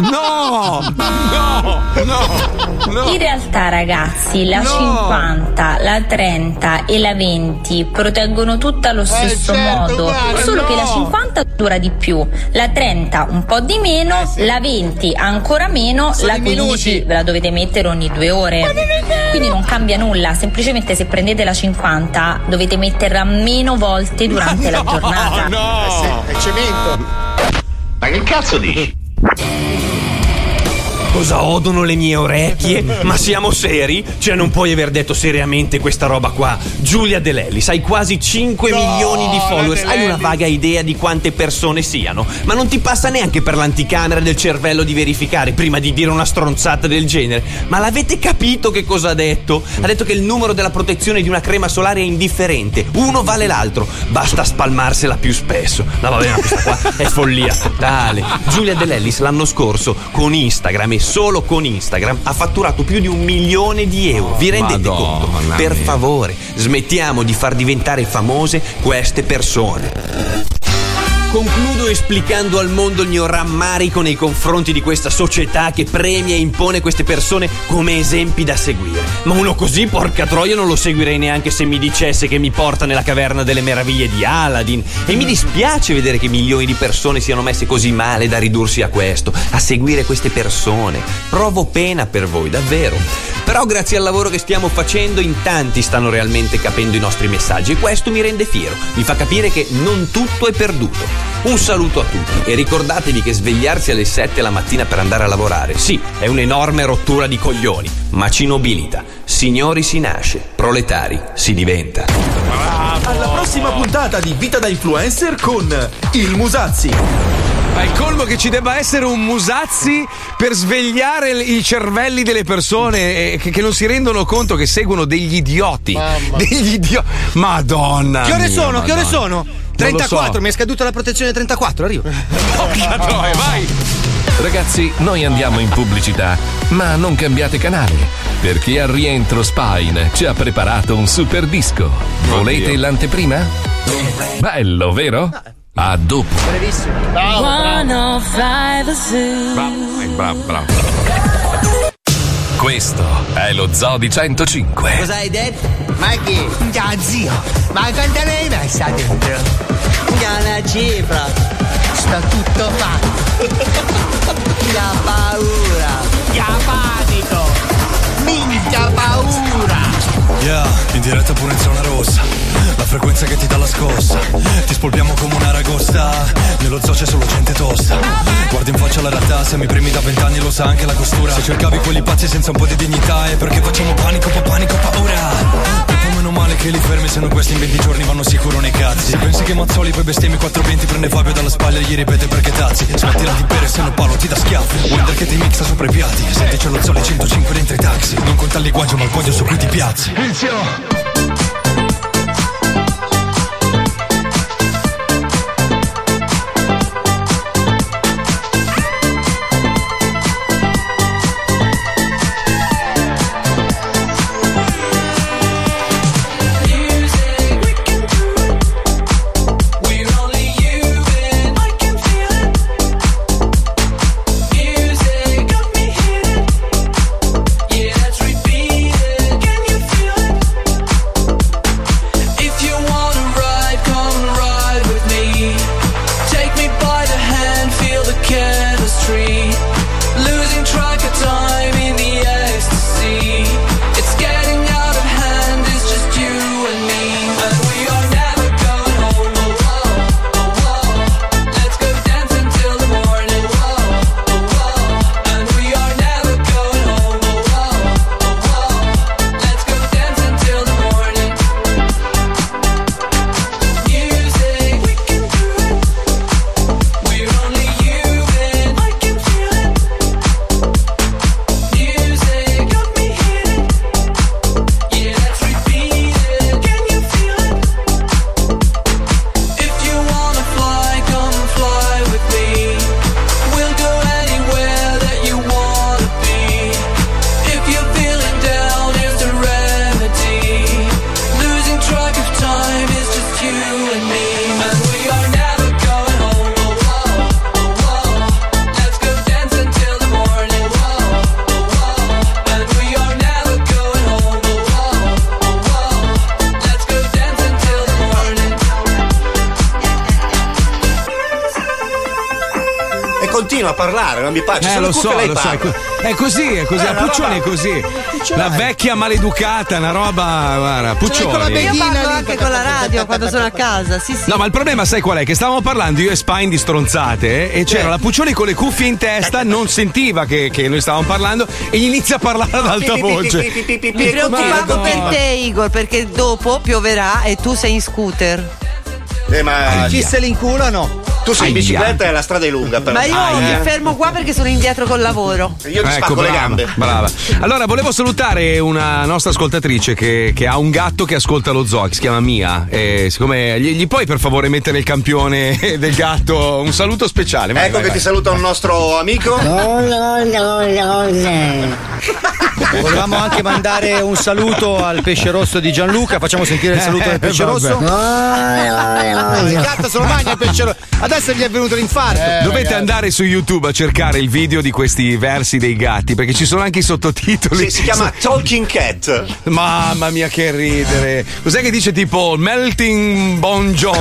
No! No! No! No!
In realtà, ragazzi, la
No!
50, la 30 e la 20 proteggono tutta allo stesso
certo,
modo,
guarda,
solo che la
no!
50 dura di più, la 30 un po' di meno, la 20 ancora meno,
Sono
la
i
15 ve la dovete mettere ogni due ore. Quindi non cambia nulla, semplicemente se prendete la 50 dovete metterla meno volte durante la giornata.
No! È cemento.
Ma che cazzo dici? Cosa odono le mie orecchie? Ma siamo seri? Cioè, non puoi aver detto seriamente questa roba qua. Giulia De Lellis, hai quasi 5 milioni di followers. Hai una vaga idea di quante persone siano, ma non ti passa neanche per l'anticamera del cervello di verificare prima di dire una stronzata del genere. Ma l'avete capito che cosa ha detto? Ha detto che il numero della protezione di una crema solare è indifferente. Uno vale l'altro. Basta spalmarsela più spesso. No, vabbè, no, questa qua è follia totale. Giulia De Lellis l'anno scorso con Instagram e solo con Instagram ha fatturato più di un milione di euro. Vi rendete
Madonna
conto?
mia.
Per favore, smettiamo di far diventare famose queste persone. Concludo esplicando al mondo il mio rammarico nei confronti di questa società che premia e impone queste persone come esempi da seguire. Ma uno così, porca troia, non lo seguirei neanche se mi dicesse che mi porta nella caverna delle meraviglie di Aladdin. E mi dispiace vedere che milioni di persone siano messe così male da ridursi a questo, a seguire queste persone. Provo pena per voi, davvero. Però grazie al lavoro che stiamo facendo in tanti stanno realmente capendo i nostri messaggi e questo mi rende fiero, mi fa capire che non tutto è perduto. Un saluto a tutti e ricordatevi che svegliarsi alle 7 la mattina per andare a lavorare, sì, è un'enorme rottura di coglioni, ma ci nobilita. Signori si nasce, proletari si diventa.
Alla prossima puntata di Vita da Influencer con il Musazzi.
Ma è colmo che ci debba essere un Musazzi per svegliare l- i cervelli delle persone eh, che, che non si rendono conto che seguono degli idioti. Degli idioti. Madonna.
Che ore
mia,
sono? Che ore
Ah, Madonna.
sono?
Non lo so.
34, mi è scaduta la protezione 34, arrivo.
Porca
troia, vai! Ragazzi, noi andiamo in pubblicità, ma non cambiate canale, perché al rientro Spine ci ha preparato un super disco. Volete l'anteprima? Bello, vero?
Ah.
A dopo.
Brevissimo.
105 Zoo.
Bravo, bravo. Questo è lo Zoo di 105.
Cosa hai detto? Ma che? Da zio, ma quanta leva sta dentro? Da una cifra, sta tutto fatto. Da paura, da panico, minchia paura.
Yeah, in diretta pure in zona rossa. La frequenza che ti dà la scossa. Ti spolpiamo come una ragosta. Nello zoo c'è solo gente tosta. Guardi in faccia la realtà, se mi premi da vent'anni lo sa anche la costura. Se cercavi quelli pazzi senza un po' di dignità è perché facciamo panico, po' panico, paura. Tipo meno male che che li fermi se non questi in 20 giorni vanno sicuro nei cazzi Se pensi che Mazzoli poi bestemmi 420 prende Fabio dalla spalla e gli ripete perché tazzi Smettila di bere se non parlo ti dà schiaffi Wonder che ti mixa sopra i piatti Senti c'è lo Zoli 105 dentro i taxi Non conta il linguaggio ma il podio su cui ti piazzi
If you wanna ride, come ride with me. Take me by the hand, feel the chemistry. Losing track of time in the ecstasy. It's getting out of hand, it's just you and me. And we are never going home. Oh, whoa, oh, whoa. Let's go dancing till the morning. Whoa, oh, whoa. And we are never going home. Oh, whoa, oh, whoa. Let's go dancing till the morning. Music, we can do it. We're only you and I can feel it. Music got me hidden. Yeah, let's repeat it. Can you feel it? If you wanna fly, come and fly with me. We'll go anywhere that you wanna be. If you're feeling down, here's the remedy. Losing track of time is just you and me. And we are never going home. Oh, whoa, oh, whoa. Let's go dance until the morning. Whoa, oh, whoa. And we are never going home. Oh, whoa, oh, whoa. Let's go dance until the morning.
E continua a parlare, non mi piace.
Eh,
Sono
lo
tu
so,
che lei
lo so.
parla.
È, co- è così, è così.
Eh,
la
una
Puccioni è
roba-
così.
Puccioni.
La vecchia maleducata, una roba.
Cioè,
Guarda,
Io
Puccioni.
parlo anche con la radio quando sono a casa. Sì, sì.
No, ma il problema sai qual è? Che stavamo parlando io e Spine di stronzate eh, e c'era la Puccioni con le cuffie in testa, non sentiva che, che noi stavamo parlando e gli inizia a parlare ad alta voce.
Mi preoccupavo per te, Igor, perché dopo pioverà e tu sei in scooter.
Eh, ma
Chi se
li incula no?
Tu sei in
Aia.
bicicletta e la strada è lunga per
Ma io mi
Aia.
fermo qua perché sono indietro col lavoro.
Io
Ecco,
ti spacco le
brava,
gambe.
Brava. Allora, volevo salutare una nostra ascoltatrice che, che ha un gatto che ascolta lo zoo, che si chiama Mia. E siccome gli, gli puoi per favore mettere il campione del gatto, un saluto speciale. vai,
Ecco
vai,
che
vai.
ti saluta un nostro amico.
Volevamo anche mandare un saluto al pesce rosso di Gianluca. Facciamo sentire il saluto del pesce
Eh, vabbè.
rosso. Il gatto se lo mangia il pesce rosso. Adesso gli è venuto l'infarto.
Eh,
Dovete andare su YouTube a cercare il video di questi versi dei gatti, perché ci sono anche i sottotitoli.
Si, si chiama Talking Cat.
Mamma mia, che ridere! Cos'è che dice tipo Melting Bon John?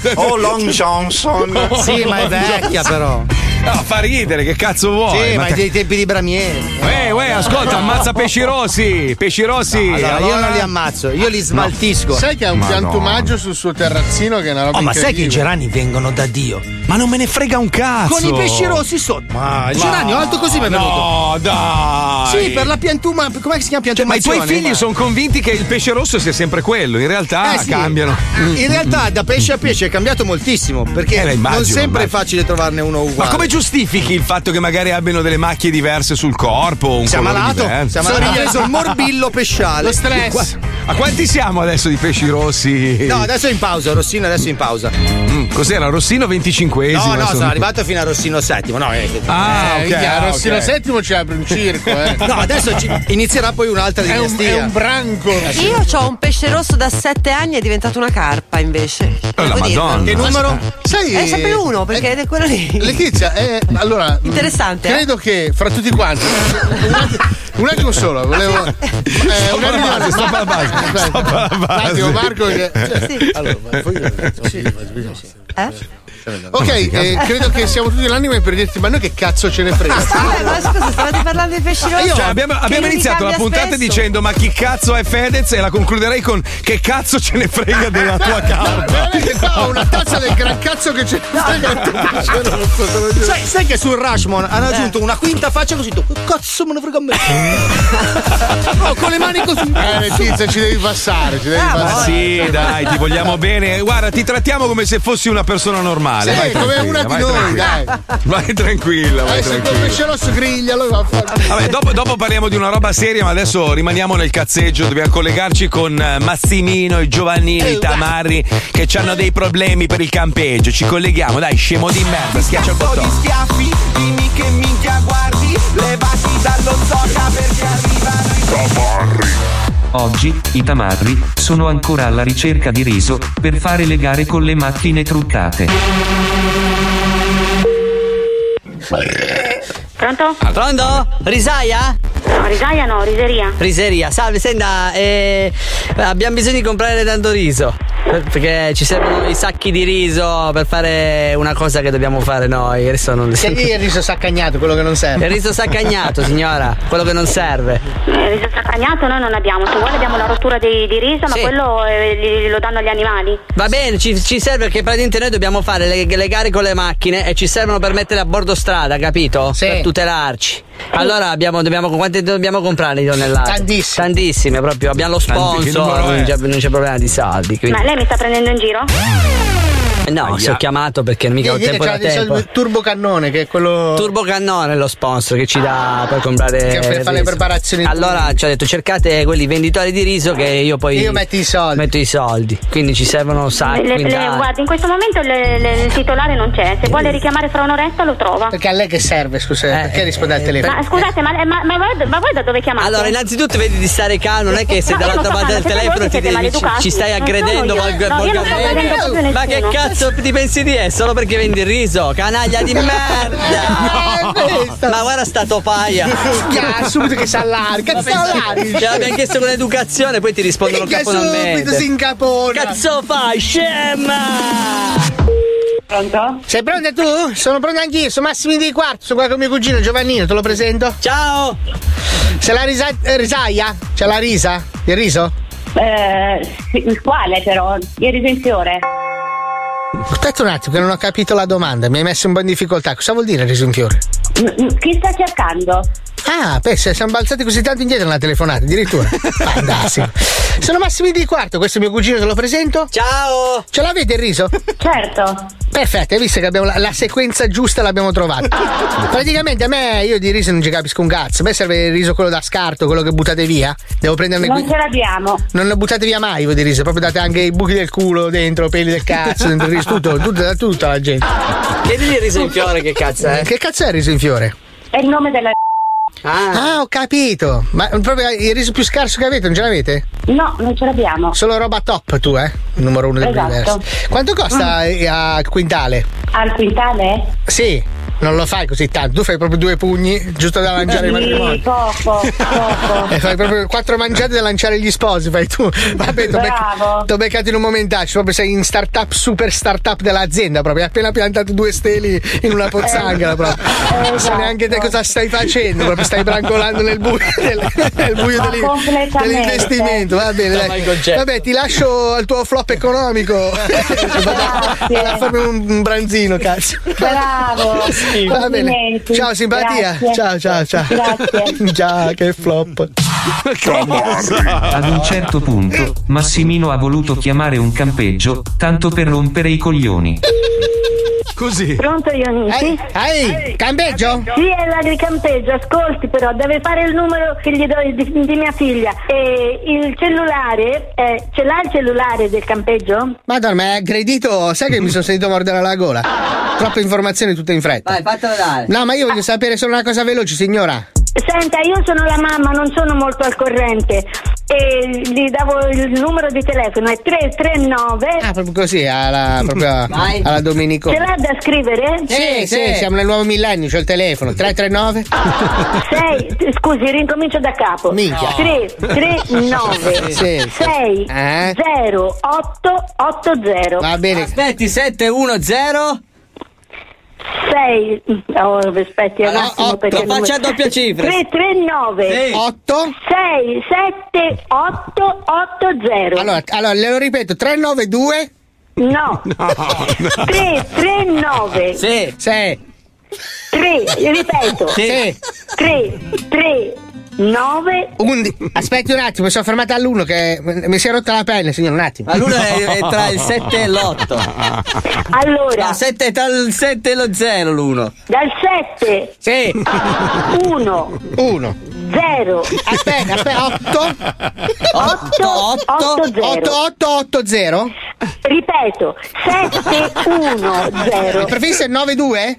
Oh, Long Johnson.
Sì, ma è vecchia, però.
No, fa ridere, che cazzo vuoi?
Sì, ma è
che-
dei tempi di Bramieri.
Eh, uè, ascolta, ammazza pesci rossi! Pesci rossi!
Allora, io non li ammazzo, io li smaltisco.
Sai che ha un
Madonna.
piantumaggio sul suo terrazzino che è una roba
Oh, ma sai che i
incredibile.
gerani vengono da Dio? Ma non me ne frega un cazzo! Con i pesci rossi sotto. Ma il
Ma-
geranio alto così mi è venuto.
No, dai!
Sì, per la piantuma. Com'è che si chiama
Cioè, ma i
piantumazione?
tuoi figli sono convinti che il pesce rosso sia sempre quello, in realtà
Eh, sì.
cambiano.
In realtà da pesce a pesce è cambiato moltissimo perché
Eh, beh, immagino,
non sempre
immagino.
è facile trovarne uno
Ma
uguale.
come giustifichi il fatto che magari abbiano delle macchie diverse sul corpo? Un
Siamo
colore eh?
malato,
diverso?
siamo malato. Ha preso il morbillo pesciale.
Lo stress. A quanti siamo adesso di pesci rossi?
No, adesso è in pausa, Rossino adesso è in pausa.
Mm, Cos'era? Rossino 25
No, no, sono arrivato fino a Rossino VII. No, eh.
Ah,
Eh,
ok,
minchia,
ah,
Rossino
VII.
Settimo ci apre un circo, eh.
No, adesso ci- inizierà poi un'altra
È un-
eh.
dinastia.
è un branco.
Io ho un pesce rosso da 7 anni, è diventato una carpa invece.
Oh,
Devo dirlo.
Che numero? Sai,
È sempre uno, perché è quello lì.
Letizia, eh, allora.
Interessante, eh?
Credo che fra tutti quanti. Un attimo, un attimo solo, volevo. Eh, una riunione.
sto
Ma- Aspetta, Un attimo, Marco. che- cioè, allora, Ok, eh, credo che siamo tutti l'anima per dirti, ma noi che cazzo ce ne frega?
Ah, Vabbè, ma scusa, stavate parlando di pesci rossi?
Cioè, abbiamo,
Che
abbiamo
li
iniziato la
ricambia
puntata
spesso?
dicendo ma chi cazzo è Fedez e la concluderei con che cazzo ce ne frega della tua carta.
Guarda che qua ho una tazza del gran cazzo che c'è.
Sai, sai che sul Rushmon hanno aggiunto una quinta faccia così tu, che cazzo me ne frega a me?
Oh, con le mani così. Eh, Letizia, ci devi passare, ci devi
Ma
passare.
sì, dai, ti vogliamo bene. Guarda, ti trattiamo come se fossi una persona normale.
Sì,
vai
come
tranquilla,
una di
vai
noi,
tranquilla.
dai.
Vai tranquilla, vai
Eh, se
tranquilla.
col pesce su griglia, allora va a fare.
Vabbè, dopo, dopo parliamo di una roba seria, ma adesso rimaniamo nel cazzeggio. Dobbiamo collegarci con eh, Massimino e Giovannino,
Eh,
i Tamarri, che hanno dei problemi per il campeggio. Ci colleghiamo, dai, scemo di merda, schiaccia il
Di
bottone.
schiaffi, dimmi che minchia guardi, levati dallo zocca perché arrivano i
Oggi i tamarri sono ancora alla ricerca di riso per fare le gare con le macchine truccate.
Pronto?
Ah,
Pronto? Risaia? No, risaia no, riseria.
Riseria, salve, senta, eh, abbiamo bisogno di comprare tanto riso. per- Perché ci servono i sacchi di riso per fare una cosa che dobbiamo fare noi. Adesso non
Sì,
il riso saccagnato, quello che non serve.
Il riso saccagnato, signora, quello che non serve.
Eh, riso saccagnato noi non abbiamo, se vuole abbiamo la rottura di, di riso, ma quello eh, li- lo danno agli animali.
Va bene, ci, ci serve perché praticamente noi dobbiamo fare le, le gare con le macchine e ci servono per mettere a bordo strada, capito? Per tutelarti. Allora abbiamo, dobbiamo, quante dobbiamo comprare di tonnellate? Tantissime. Tantissime proprio, abbiamo lo
Tanti- che
sponsor,
numero è?
non c'è, non c'è problema di saldi. Quindi...
Ma lei mi sta prendendo in giro?
Eh, No, se ho chiamato perché mica ho
Vieni,
tempo da
c'è- c'è
tempo.
il turbocannone che è quello.
Turbo Cannone è lo sponsor che ci dà per comprare.
Che fa- fa
riso.
le preparazioni
Eh, Allora
tu.
ci ha detto cercate quelli venditori di riso che io poi.
Io metto
i soldi. Metto i soldi. Quindi ci servono
Le-
sacchi.
Eh, le-
quindi
le-
ah,
guardi, in questo momento le- le- il titolare non c'è, se vuole richiamare fra un'oretta lo trova.
Perché a lei che serve, scusa,
Eh.
Eh, perché risponde al telefono?
Ma scusate, ma, ma- ma voi, ma voi da dove chiamate?
Allora, innanzitutto vedi di stare calmo, Ah, non è che se
No, io
dall'altra
non sto
parte del
calma, siete
telefono
voi che
ti
siete
devi ci,
maleducati.
ci stai
Non sono
aggredendo
io,
volga-
no, io non sto
volgarmente.
aggredendo proprio
Ma che
nessuno.
cazzo ti pensi di essere? Solo perché vendi il riso, canaglia di merda! Ma guarda sta topaia!
Schia, subito che si allarga,
Ma
si
pensa-
allarga.
Ce l'abbiamo chiesto con l'educazione, poi ti rispondono
Minchia,
caponalmente.
subito si incapona.
Cazzo fai, scema!
Pronto? Sei pronta tu? Sono pronta anch'io, sono Massimo di quarto, sono qua con mio cugino Giovannino, te lo presento?
Ciao!
C'è la risa- eh, risaia? C'è la risa? Il riso?
Eh, il quale però? Il risenziore?
Aspetta un attimo che non ho capito la domanda, mi hai messo un po' in difficoltà. Cosa vuol dire riso in fiore?
Chi sta cercando?
Ah, pensa, siamo balzati così tanto indietro nella telefonata, addirittura. Fantastico. Sono Massimo di Quarto, questo è mio cugino, te lo presento.
Ciao!
Ce l'avete il riso?
Certo.
Perfetto, hai visto che abbiamo la, la sequenza giusta l'abbiamo trovata. Praticamente a me, io di riso non ci capisco un cazzo. A me serve il riso quello da scarto, quello che buttate via. Devo prenderne
Non
qui-
ce l'abbiamo.
Non ne buttate via mai voi di riso, proprio date anche i buchi del culo dentro, peli del cazzo, dentro il riso, tutto, tutto, da tutta la gente.
Chiedili il riso in fiore, che cazzo eh. è?
Che cazzo è il riso in fiore?
È il nome della.
Ah. ho capito. Ma proprio il riso più scarso che avete, non ce l'avete?
No, non ce l'abbiamo.
Solo roba top tu, eh? Numero uno del
Esatto. Mm.
universo. Quanto costa eh, a quintale?
Al quintale?
Sì, non lo fai così tanto. Tu fai proprio due pugni, giusto da lanciare
Sì,
i matrimoni.
poco, poco.
E fai proprio quattro mangiate da lanciare gli sposi, fai tu. Vabbè, t'ho bec- t'ho beccato in un momentaccio, proprio sei in startup, super startup dell'azienda proprio. Hai appena piantato due steli in una pozzanghera proprio.
Eh,
Non sai neanche te cosa stai facendo, proprio stai brancolando nel buio, del- nel buio
Ma
dell'in-
completamente.
dell'investimento. Va bene,
Stava in
dai.
concetto.
Vabbè, ti lascio al tuo flop economico. Vado a farmi un, un branzino, cazzo.
Bravo.
Va bene.
Complimenti.
Ciao, simpatia.
Grazie.
Ciao, ciao, ciao.
Grazie.
Già, che flop.
Ad un certo punto, Massimino ha voluto chiamare un campeggio, tanto per rompere i coglioni.
Così.
Pronto Ionisi?
Ehi, campeggio?
Sì, è la di campeggio, ascolti però, deve fare il numero che gli do di, di mia figlia. E il cellulare, eh, ce l'ha il cellulare del campeggio?
Madonna, ma è aggredito. Sai che mi sono sentito mordere la gola? Troppe informazioni tutte in fretta.
Vai, fatelo dare.
No, ma io voglio sapere solo una cosa veloce, signora.
Senta, io sono la mamma, non sono molto al corrente. E gli davo il numero di telefono, è 339.
Ah, proprio così, alla, proprio
Vai.
alla Domenico.
Ce l'ha da scrivere?
Eh, Sì, sì, siamo nel nuovo millennio, c'ho il telefono. 339?
6, scusi, rincomincio da capo.
Minchia.
3, 3, 9,
Sì, sì.
6, 0, 8, 8, 0.
Va bene.
Aspetti, 710?
6, oh, aspetti un
Ah,
attimo perché...
faccia a doppia cifra.
3, 3, 9,
Sì. Otto?
6, 7, 8, 8, 0.
Allora, allora le lo ripeto, 392?
No. 3, 3, 9.
Sì.
Sì.
3, ripeto.
Sì.
3, 3, 9
Aspetti un attimo, mi sono fermata all'1 che mi si è rotta la pelle, signore, un attimo.
All'uno è, è tra il 7 e l'8.
Allora.
No, 7 tra il 7 e lo 0 l'uno.
Dal 7.
Sì.
1.
1.
0.
Aspetta, aspetta, 8.
8 8
8 8 0.
Ripeto, 7 1 0.
Il prefisso è 9 2?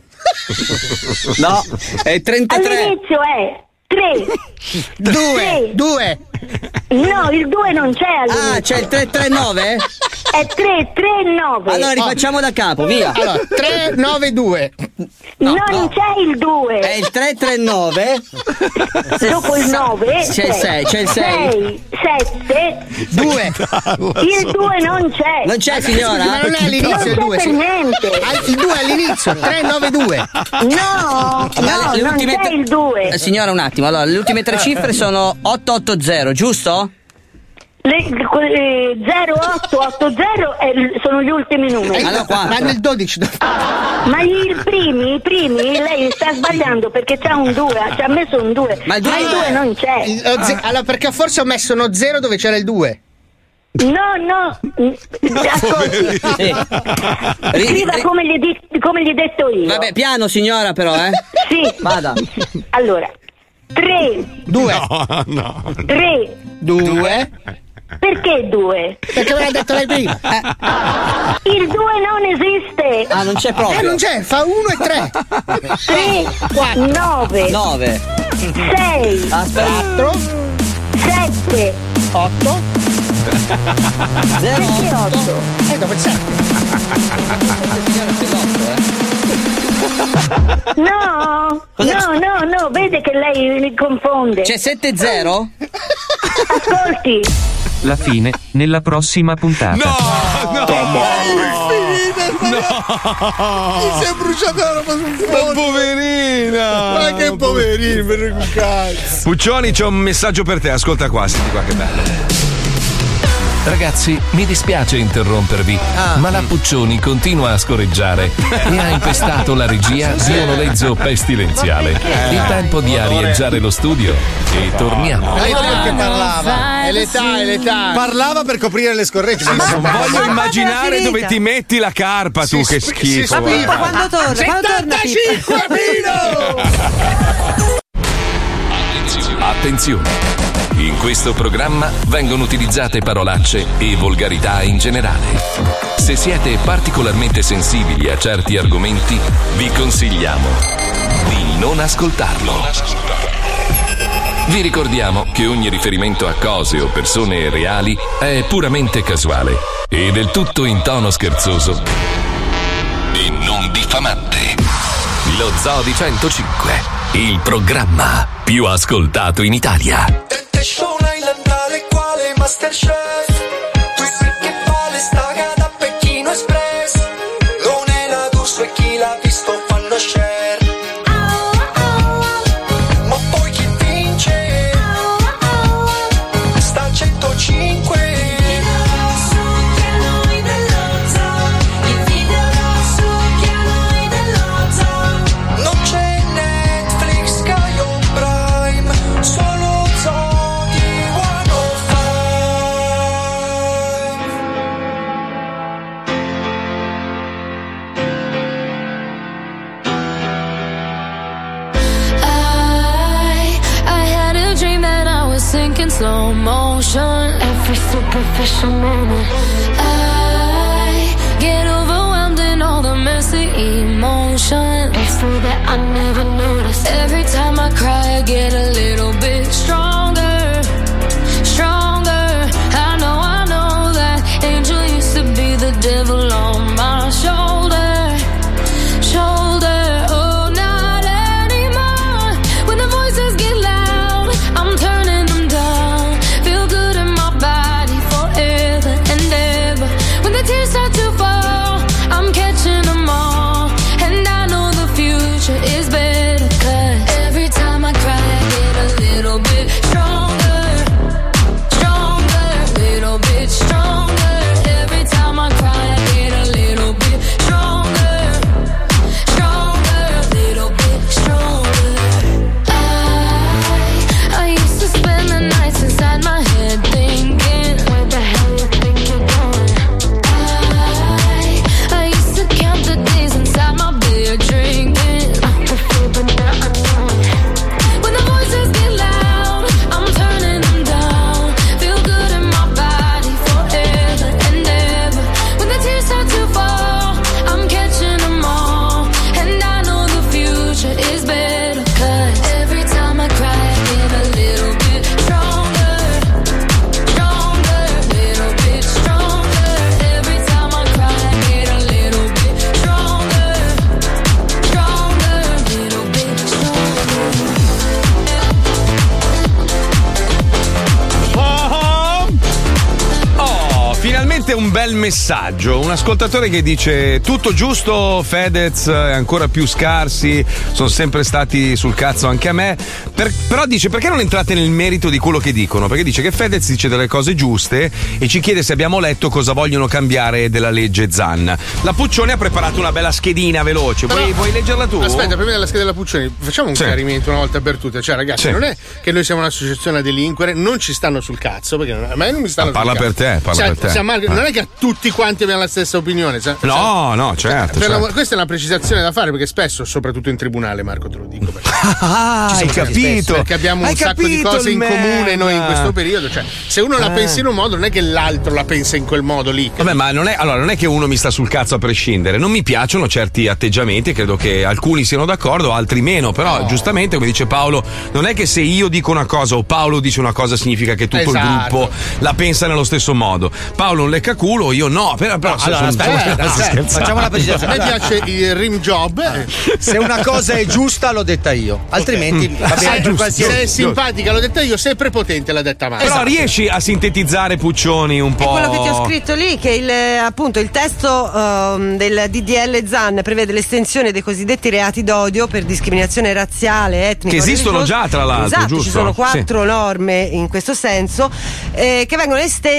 No, è 33.
All'inizio è 3.
2 2
No, il 2 non c'è all'inizio.
Ah, c'è il 339?
È 3 3 9.
Oh.
Allora rifacciamo da capo, via.
Allora, 3 9 2.
non c'è il 2.
È il 339.
Dopo il 9
C'è il sei, c'è il sei.
7
2.
Il 2 non c'è.
Non c'è, signora? Ah,
Ma non è all'inizio il
Non
2.
c'è per niente.
Il 2 è all'inizio, 3 9 2.
No,
Ma
no,
le- le
non
ultime
c'è
tre-
il 2.
Eh, Signora, un attimo, allora le ultime tre cifre sono 880, giusto?
Le, eh, 0880 è il- sono gli ultimi numeri.
Ma nel 12 dove-
Ma i primi, i primi, lei sta sbagliando perché c'è un 2, ci ha messo un 2. Ma il 2 non c'è.
Il- lo ze- Allora, perché forse ho messo uno 0 dove c'era il 2.
No, no, ascolti.
Ri-
Scriva
ri-
come gli, di- come gli ho detto io.
Vabbè, piano signora però, eh.
Sì.
Vada.
Allora, 3,
2.
No, no.
3.
2.
Perché 2?
Perché me l'ha detto lei prima.
Eh. Il 2 non esiste.
Ah, non c'è proprio.
Eh, non c'è, fa 1 e 3.
3, 9,
9.
6,
4,
7,
8.
Perché
8?
E Eh, dopo il 7.
No, no, no, no, vede che lei mi confonde.
C'è 7-0?
Ascolti.
La fine, nella prossima puntata.
No!
Mi si è bruciata la roba sul
Ma poverina!
Ma che poverino, per cazzo!
Puccioni, c'è un messaggio per te, ascolta qua, senti qua che bello.
Ragazzi, mi dispiace interrompervi, ma la Puccioni continua a scoreggiare e ha impestato la regia di un Lezzo pestilenziale. Il tempo di arieggiare lo studio e torniamo.
Eh,
l'età che parlava. È l'età, è l'età.
Parlava
per coprire le scorregge.
Non voglio immaginare
finita.
dove ti metti la carpa, tu, che schifo.
Ma
guarda.
Pippo,
Ah,
quando torna? Quando torna Pippo?
75 Pino!
Attenzione! In questo programma vengono utilizzate parolacce e volgarità in generale. Se siete particolarmente sensibili a certi argomenti, vi consigliamo di non ascoltarlo. Vi ricordiamo che ogni riferimento a cose o persone reali è puramente casuale e del tutto in tono scherzoso e non diffamante. Lo Zodi 105, il programma più ascoltato in Italia.
Dette show nailandale quale Masterchef Tu si che vale sta da Pechino Express Non è la d'uso e chi l'ha visto fanno share Ma poi chi vince Sta a 105 Non c'è Netflix, Sky o Prime, solo Zodi 105.
I I had a dream that I was sinking slow motion. Every superficial moment. I get overwhelmed in all the messy emotion. It's so that I never noticed. Every time I cry, I get a little bit stronger. Stronger. I know, I know that angel used to be the devil on my shoulder shoulder. Oh, not anymore. When the voices get loud, I'm turning them down. Feel good in my body forever and ever. When the tears start to fall, I'm catching them all. And I know the future is better. Cause every time I cry, I get a little.
Oh, bel messaggio. Un ascoltatore che dice: Tutto giusto, Fedez eh, è ancora più scarsi. Sono sempre stati sul cazzo anche a me. Per- però dice: Perché non entrate nel merito di quello che dicono? Perché dice che Fedez dice delle cose giuste e ci chiede se abbiamo letto cosa vogliono cambiare della legge Zan. La Puccione ha preparato una bella schedina veloce. Vuoi,
Però-
vuoi leggerla tu?
Aspetta, prima della scheda della Puccioni, facciamo un
Sì.
chiarimento una volta per tutte. Cioè, ragazzi,
Sì.
non è che noi siamo un'associazione a delinquere, non ci stanno sul cazzo, perché non- a me non mi stanno
Ah, parla
sul cazzo.
per te, parla
Cioè,
per te.
siamo anche-
Eh.
Non è che a tutti quanti abbiamo la stessa opinione. sa- sa-
No, no, certo.
cioè, per la-
certo.
questa è una precisazione da fare perché spesso, soprattutto in tribunale, Marco, te lo dico. perché-
Ah,
Ci sono
hai
casi
capito.
spesso, Perché abbiamo
Hai
un sacco di
capito
cose
il
in comune
meme.
noi in questo periodo. Cioè, se uno
Eh.
la pensa in un modo, non è che l'altro la pensa in quel modo lì.
Vabbè, ma non è, allora, non è che uno mi sta sul cazzo a prescindere. Non mi piacciono certi atteggiamenti, credo che alcuni siano d'accordo, altri meno. Però, giustamente, come dice Paolo, non è che se io dico una cosa o Paolo dice una cosa significa che tutto il
Esatto.
gruppo la pensa nello stesso modo. Paolo un leccaculo, io no. Però, però
No,
se
allora,
sono-
aspetta,
sto
aspetta,
scherzando.
facciamo la precisazione.
A me
Allora.
piace il rim job. eh.
Se una cosa è giusta, l'ho detta io. Altrimenti,
Mm.
Ok.
va
se,
bene, per qualsiasi- Esatto.
se è simpatica, l'ho detta io, se è prepotente, l'ha detta Marco.
Però riesci a sintetizzare Puccioni un po'.
Quello che ti ho scritto lì, che il, appunto il testo ehm, del DDL Zan prevede l'estensione dei cosiddetti reati d'odio per discriminazione razziale, etnica.
Che esistono già, tra l'altro,
Esatto,
giusto?
ci sono
Sì.
quattro norme in questo senso eh, che vengono estese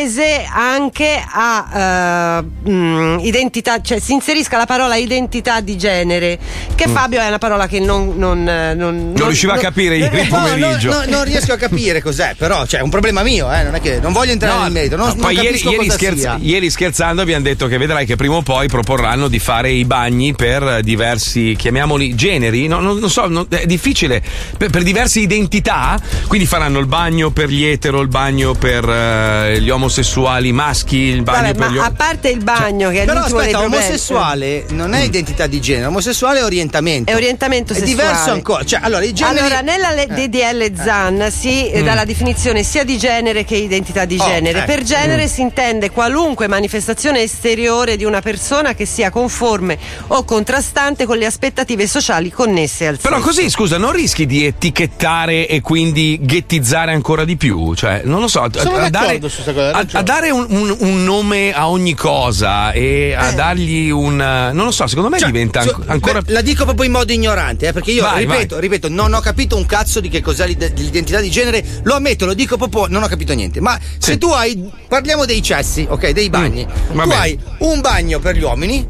anche a eh, mh, identità, cioè si inserisca la parola identità di genere, che
Mm.
Fabio è una parola che non... Non, eh, non-
Non riusciva a capire ieri
Eh, No, no,
pomeriggio.
no, non riesco a capire cos'è, però cioè, è un problema mio, eh, non è che non voglio entrare nel merito, non,
No,
non
Ah, poi ieri,
capisco
ieri
cosa
scherz-
sia.
ieri scherzando abbiamo detto che vedrai che prima o poi proporranno di fare i bagni per eh, diversi, chiamiamoli generi, no, non, non so, non- è difficile, per, per diverse identità, quindi faranno il bagno per gli etero, il bagno per eh, gli omosessuali maschi, il bagno per
Vabbè,
gli
ma a
omosessuali.
parte il bagno che
Cioè,
è
Però
l'ultimo dei
aspetta,
problemi- Mm.
omosessuale non è identità di genere, omosessuale è orientamento.
È orientamento
È
sessuale.
diverso ancora. Cioè, allora, i generi-
Allora, nella le-
Eh.
DDL Zan si eh,
Mm.
dà la definizione sia di genere che identità di
Oh,
genere.
eh.
Per genere
Mm.
si intende qualunque manifestazione esteriore di una persona che sia conforme o contrastante con le aspettative sociali connesse al
Però
sesso.
così, scusa, non rischi di etichettare e quindi ghettizzare ancora di più? Cioè, non lo so, a-
Sono
a, dare,
d'accordo su questa cosa, hai
a- a dare un, un- un nome a ogni cosa e a dargli un... eh, Non lo so, secondo me diventa
so-
anco- ancora...
Cioè, beh, la dico proprio in modo ignorante, eh, perché io
Vai,
ripeto,
vai.
ripeto, non ho capito un cazzo di che cos'è l'ide- l'identità di genere, lo ammetto, lo dico proprio, non ho capito niente. Ma se tu hai, parliamo dei cessi, ok, dei bagni,
Mm,
va
tu
bene.
hai un bagno per gli uomini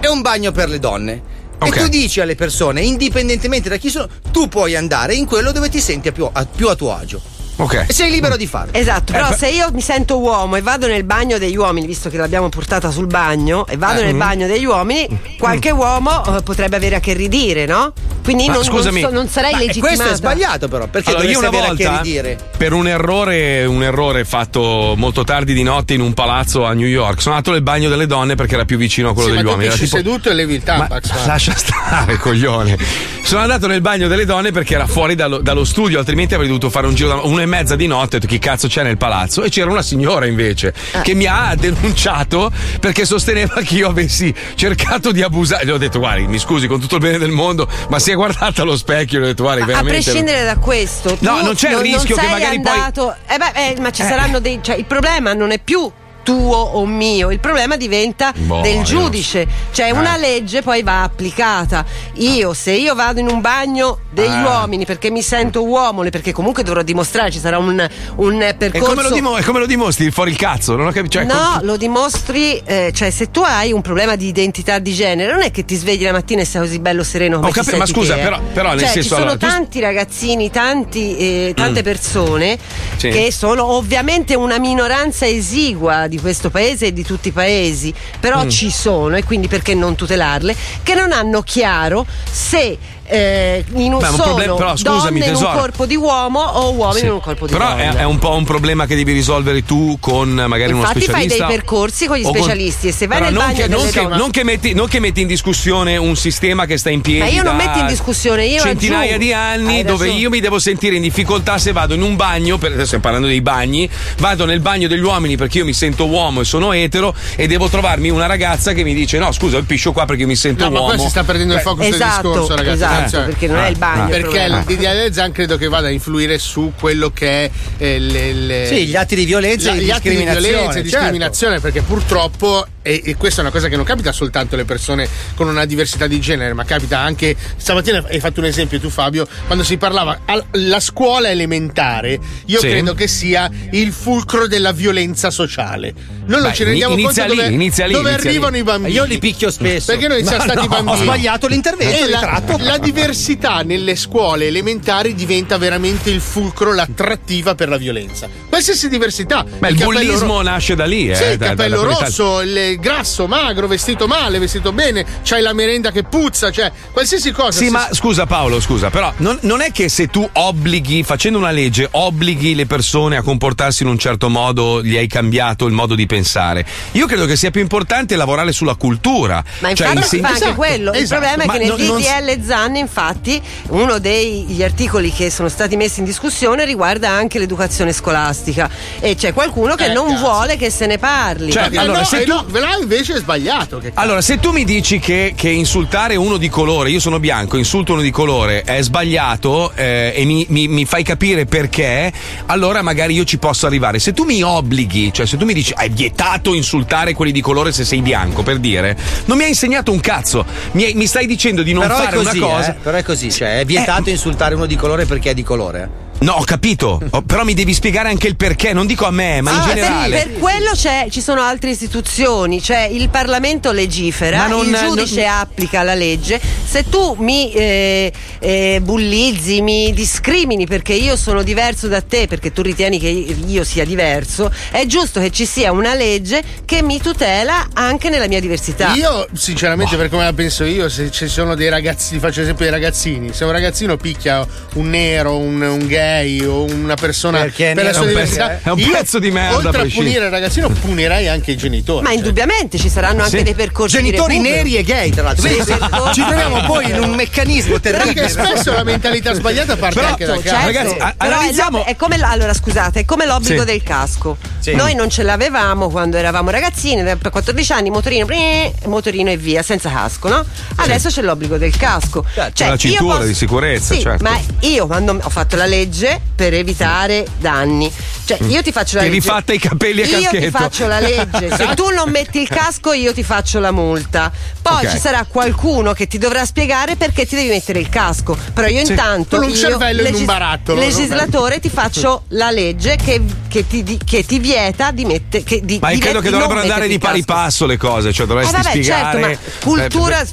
e un bagno per le donne. E tu dici alle persone, indipendentemente da chi sono, tu puoi andare in quello dove ti senti a più a, più a tuo agio.
Ok.
E sei libero di farlo.
Esatto, però
Eh,
se io mi sento uomo e vado nel bagno degli uomini, visto che l'abbiamo portata sul bagno, e vado
Eh.
nel
Mm.
bagno degli
Mm.
uomini, qualche uomo eh, potrebbe avere a che ridire, no? Quindi
Ma
non,
scusami.
non so- non sarei
Ma
legittimata.
questo è sbagliato però, perché
Allora, io
dovresti
una
avere a
volta,
che ridire.
per un errore, un errore fatto molto tardi di notte in un palazzo a New York, sono andato nel bagno delle donne perché era più vicino a quello
Sì, ma
degli
tu
uomini.
ti
Era
ci
tipo-
seduto e levi il tampax. va.
Lascia stare, coglione. Sono andato nel bagno delle donne perché era fuori dallo, dallo studio, altrimenti avrei dovuto fare un giro da una e mezza di notte. Ho detto, Chi cazzo c'è nel palazzo? E c'era una signora invece
Ah.
che mi ha denunciato perché sosteneva che io avessi cercato di abusare. Le ho detto, guardi, mi scusi con tutto il bene del mondo, ma si è guardata allo specchio. Le ho detto, guardi,
A
veramente.
prescindere da questo,
No,
tu
non c'è il
non
rischio che
sei
magari poi-
andato... Eh beh, eh, ma ci saranno dei. Cioè, il problema non è più tuo o mio, il problema diventa
Boh, io
del
non so.
giudice. Cioè,
Eh.
una legge poi va applicata. Io, se io vado in un bagno degli
Ah.
uomini perché mi sento uomo, perché comunque dovrò dimostrare, ci sarà un, un, eh,
E
percorso.
come, lo dimo- e come lo dimostri? Fuori il cazzo? Non ho capito. Cioè,
no,
con-
lo dimostri, eh, cioè se tu hai un problema di identità di genere, non è che ti svegli la mattina e sei così bello sereno come
Ho
ti
capito, ma
senti
scusa,
te, eh.
però- però nel
Cioè,
senso,
ci sono
allora, tu-
tanti ragazzini, tanti, eh, tante
Mm.
persone
Sì.
che sono ovviamente una minoranza esigua di questo paese e di tutti i paesi, però
Mm.
ci sono e quindi perché non tutelarle, che non hanno chiaro se eh, in un,
Beh, ma un
sono
problema- però, scusami,
donne in un
tesoro.
corpo di uomo o uomini
Sì.
in un corpo di
Però
donna.
è, è un po' un problema che devi risolvere tu con eh, magari uno
Infatti fai
specialista.
dei percorsi con gli
o
specialisti e se vai
Però
nel
non
bagno
che, non,
delle
che,
donne-
non che metti, non che metti in discussione un sistema che sta in piedi
Ma io non
da
metto in discussione, io
centinaia
raggiungo.
di anni
Hai
dove
ragione.
io mi devo sentire in difficoltà se vado in un bagno per, adesso stiamo parlando dei bagni vado nel bagno degli uomini perché io mi sento sento uomo e sono etero e devo trovarmi una ragazza che mi dice no scusa il piscio qua perché mi sento
No, ma
uomo.
qua si sta perdendo
Beh,
il
esatto,
focus del discorso, ragazzi. attenzione. Perché il DDA del Zan credo che vada a influire su quello che è eh, le- le-
Sì, gli atti di violenza e di
gli atti di
discriminazione,
violenza e
certo.
discriminazione, perché purtroppo, e, e questa è una cosa che non capita soltanto alle persone con una diversità di genere, ma capita anche. Stamattina hai fatto un esempio tu, Fabio, quando si parlava al- la scuola elementare, io
Sì.
credo che sia il fulcro della violenza sociale. Noi non
Beh,
ci rendiamo
inizia
conto
lì,
dove,
inizia lì,
dove
inizia
arrivano
lì.
i bambini.
Io li picchio spesso.
Perché noi siamo
Ma no,
stati bambini.
ho sbagliato l'intervento,
E
li
la,
tratto.
la diversità nelle scuole elementari diventa veramente il fulcro, l'attrattiva per la violenza. Qualsiasi diversità.
Ma il
cappello
bullismo
ro-
nasce da lì, eh,
Sì,
da-
il
da-
cappello
da- da-
rosso, il grasso, magro, vestito male, vestito bene, c'hai la merenda che puzza, cioè qualsiasi cosa.
Sì,
Se-
ma scusa Paolo, scusa, però non, non è che se tu obblighi, facendo una legge, obblighi le persone a comportarsi in un certo modo, gli hai cambiato il modo di pensare. Io credo che sia più importante lavorare sulla cultura.
Ma
Cioè,
infatti si
inse-
fa anche quello. Il
Esatto.
problema è
Ma
che nel
non- non-
DDL Zan, infatti, uno degli articoli che sono stati messi in discussione riguarda anche l'educazione scolastica. E c'è qualcuno che
Eh,
non
cazzo.
vuole che se ne parli.
Cioè,
Eh
allora,
no,
se
eh
tu-
no, ve l'ha invece sbagliato. Che
Allora, se tu mi dici che, che insultare uno di colore, io sono bianco, insulto uno di colore, è sbagliato eh, e mi, mi- mi fai capire perché, allora magari io ci posso arrivare. Se tu mi obblighi, cioè se tu mi dici hai vietato insultare quelli di colore se sei bianco, per dire, non mi hai insegnato un cazzo. Mi, hai- mi stai dicendo di non
però
fare
è così,
una cosa.
eh, però è così, cioè è vietato insultare uno di colore perché è di colore.
No, ho capito, Oh, però mi devi spiegare anche il perché, non dico a me, ma in
per-
generale.
Ah, Per, quello c'è- ci sono altre istituzioni, cioè il Parlamento legifera,
Ma non-
il giudice applica la legge. Se tu mi eh, eh, bullizzi, mi discrimini perché io sono diverso da te, perché tu ritieni che io sia diverso, è giusto che ci sia una legge che mi tutela anche nella mia diversità.
Io, sinceramente, per come la penso io, se ci sono dei ragazzi, faccio esempio dei ragazzini. Se un ragazzino picchia un nero, un, un gay o una persona
Perché è
per la
nero,
sua
un pezzo-
diversità,
è un
io,
pezzo di merda, a
Oltre a
prescindere.
punire il ragazzino, punirei anche i genitori.
Ma
cioè.
indubbiamente ci saranno anche
Sì.
dei percorsi.
Genitori
di recupero.
neri e gay, tra l'altro.
Sì,
Vedi,
percorsi-
ci troviamo poi in un meccanismo terribile. Perché spesso la mentalità sbagliata parte
Certo,
anche da casa.
certo.
Ragazzi, a-
Però è
analizziamo-
l'ob- È, come l- allora, scusate, è come l'obbligo
Sì.
del casco.
Sì.
Noi non ce l'avevamo quando eravamo ragazzini, per 14 anni, motorino, bleh, motorino e via, senza casco, no? Adesso c'è l'obbligo del casco.
Certo.
Cioè,
C'è la
io
cintura
posso-
di sicurezza,
Sì,
certo.
Ma io quando ho fatto la legge per evitare danni. Cioè, io ti faccio la
Mm. Ti
legge.
rifatta i capelli a
Io ti
caschetto.
faccio la legge. Se tu non metti il casco, io ti faccio la multa. Poi
Ok.
ci sarà qualcuno che ti dovrà spiegare perché ti devi mettere il casco. Però io
Sì.
intanto.
Con un
io,
cervello in un barattolo,
Legislatore, ti faccio la legge che, che ti, di- che ti vieta di mettere. Che, di,
Ma
di
io credo
met-
che
non
dovrebbero andare
metterti
di
il
pari
casco.
passo le cose, cioè
Eh,
dovresti
vabbè, certo,
spiegare. Eh,
ma cultura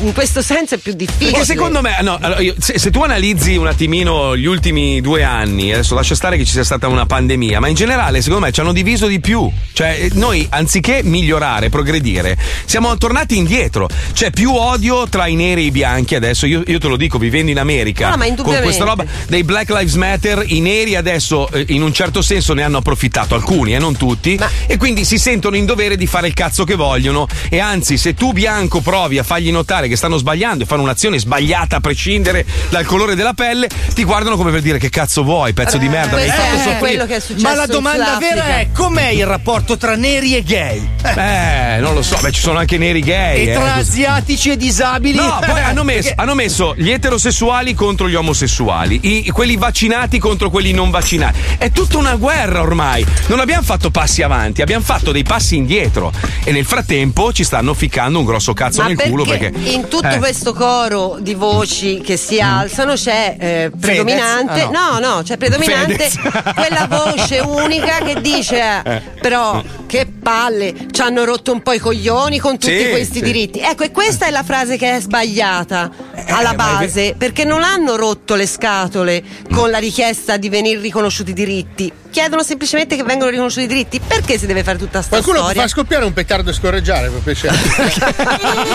in questo senso è più difficile.
Perché secondo me, no, allora io- se, se tu analizzi un attimino gli ultimi due anni, adesso lascia stare che ci sia stata una pandemia, ma in generale secondo me ci hanno diviso di più. Cioè eh, noi anziché migliorare, progredire, siamo tornati indietro. C'è più odio tra i neri e i bianchi adesso, io, io te lo dico vivendo in America,
No, ma
con
indubbiamente.
questa roba dei Black Lives Matter, i neri adesso eh, in un certo senso ne hanno approfittato alcuni e non tutti e quindi si sentono in dovere di fare il cazzo che vogliono e anzi se tu bianco provi a fargli notare che stanno sbagliando e fanno un'azione sbagliata a prescindere dal colore della pelle, ti guardano come per dire che cazzo vuoi, pezzo
Eh,
di merda, mi hai
questo
fatto
è
soffrire.
quello che è successo
Ma la
in
domanda
Sudafrica.
vera è com'è il rapporto tra neri e gay?
Eh, non lo so, beh, ci sono anche neri gay.
e
eh.
tra asiatici e disabili?
No, poi hanno messo,
Perché-
hanno messo gli eterosessuali contro gli omosessuali, i- quelli vaccinati contro quelli non vaccinati. È tutta una guerra ormai. Non abbiamo fatto passi avanti, abbiamo fatto dei passi indietro. E nel frattempo ci stanno ficcando un grosso cazzo
Ma
nel
perché
culo perché.
in tutto
eh.
questo coro di voci che si alzano c'è eh, predominante,
Ah,
no. no, c'è predominante quella voce unica che dice eh, però che palle, ci hanno rotto un po' i coglioni con tutti
Sì,
questi
sì.
diritti. Ecco, e questa è la frase che è sbagliata alla
ma è ve-
base, perché non hanno rotto le scatole con la richiesta di venire riconosciuti i diritti. Chiedono semplicemente che vengano riconosciuti i diritti. Perché si deve fare tutta sta
Qualcuno
storia?
fa scoppiare un petardo e scorreggiare per piacere.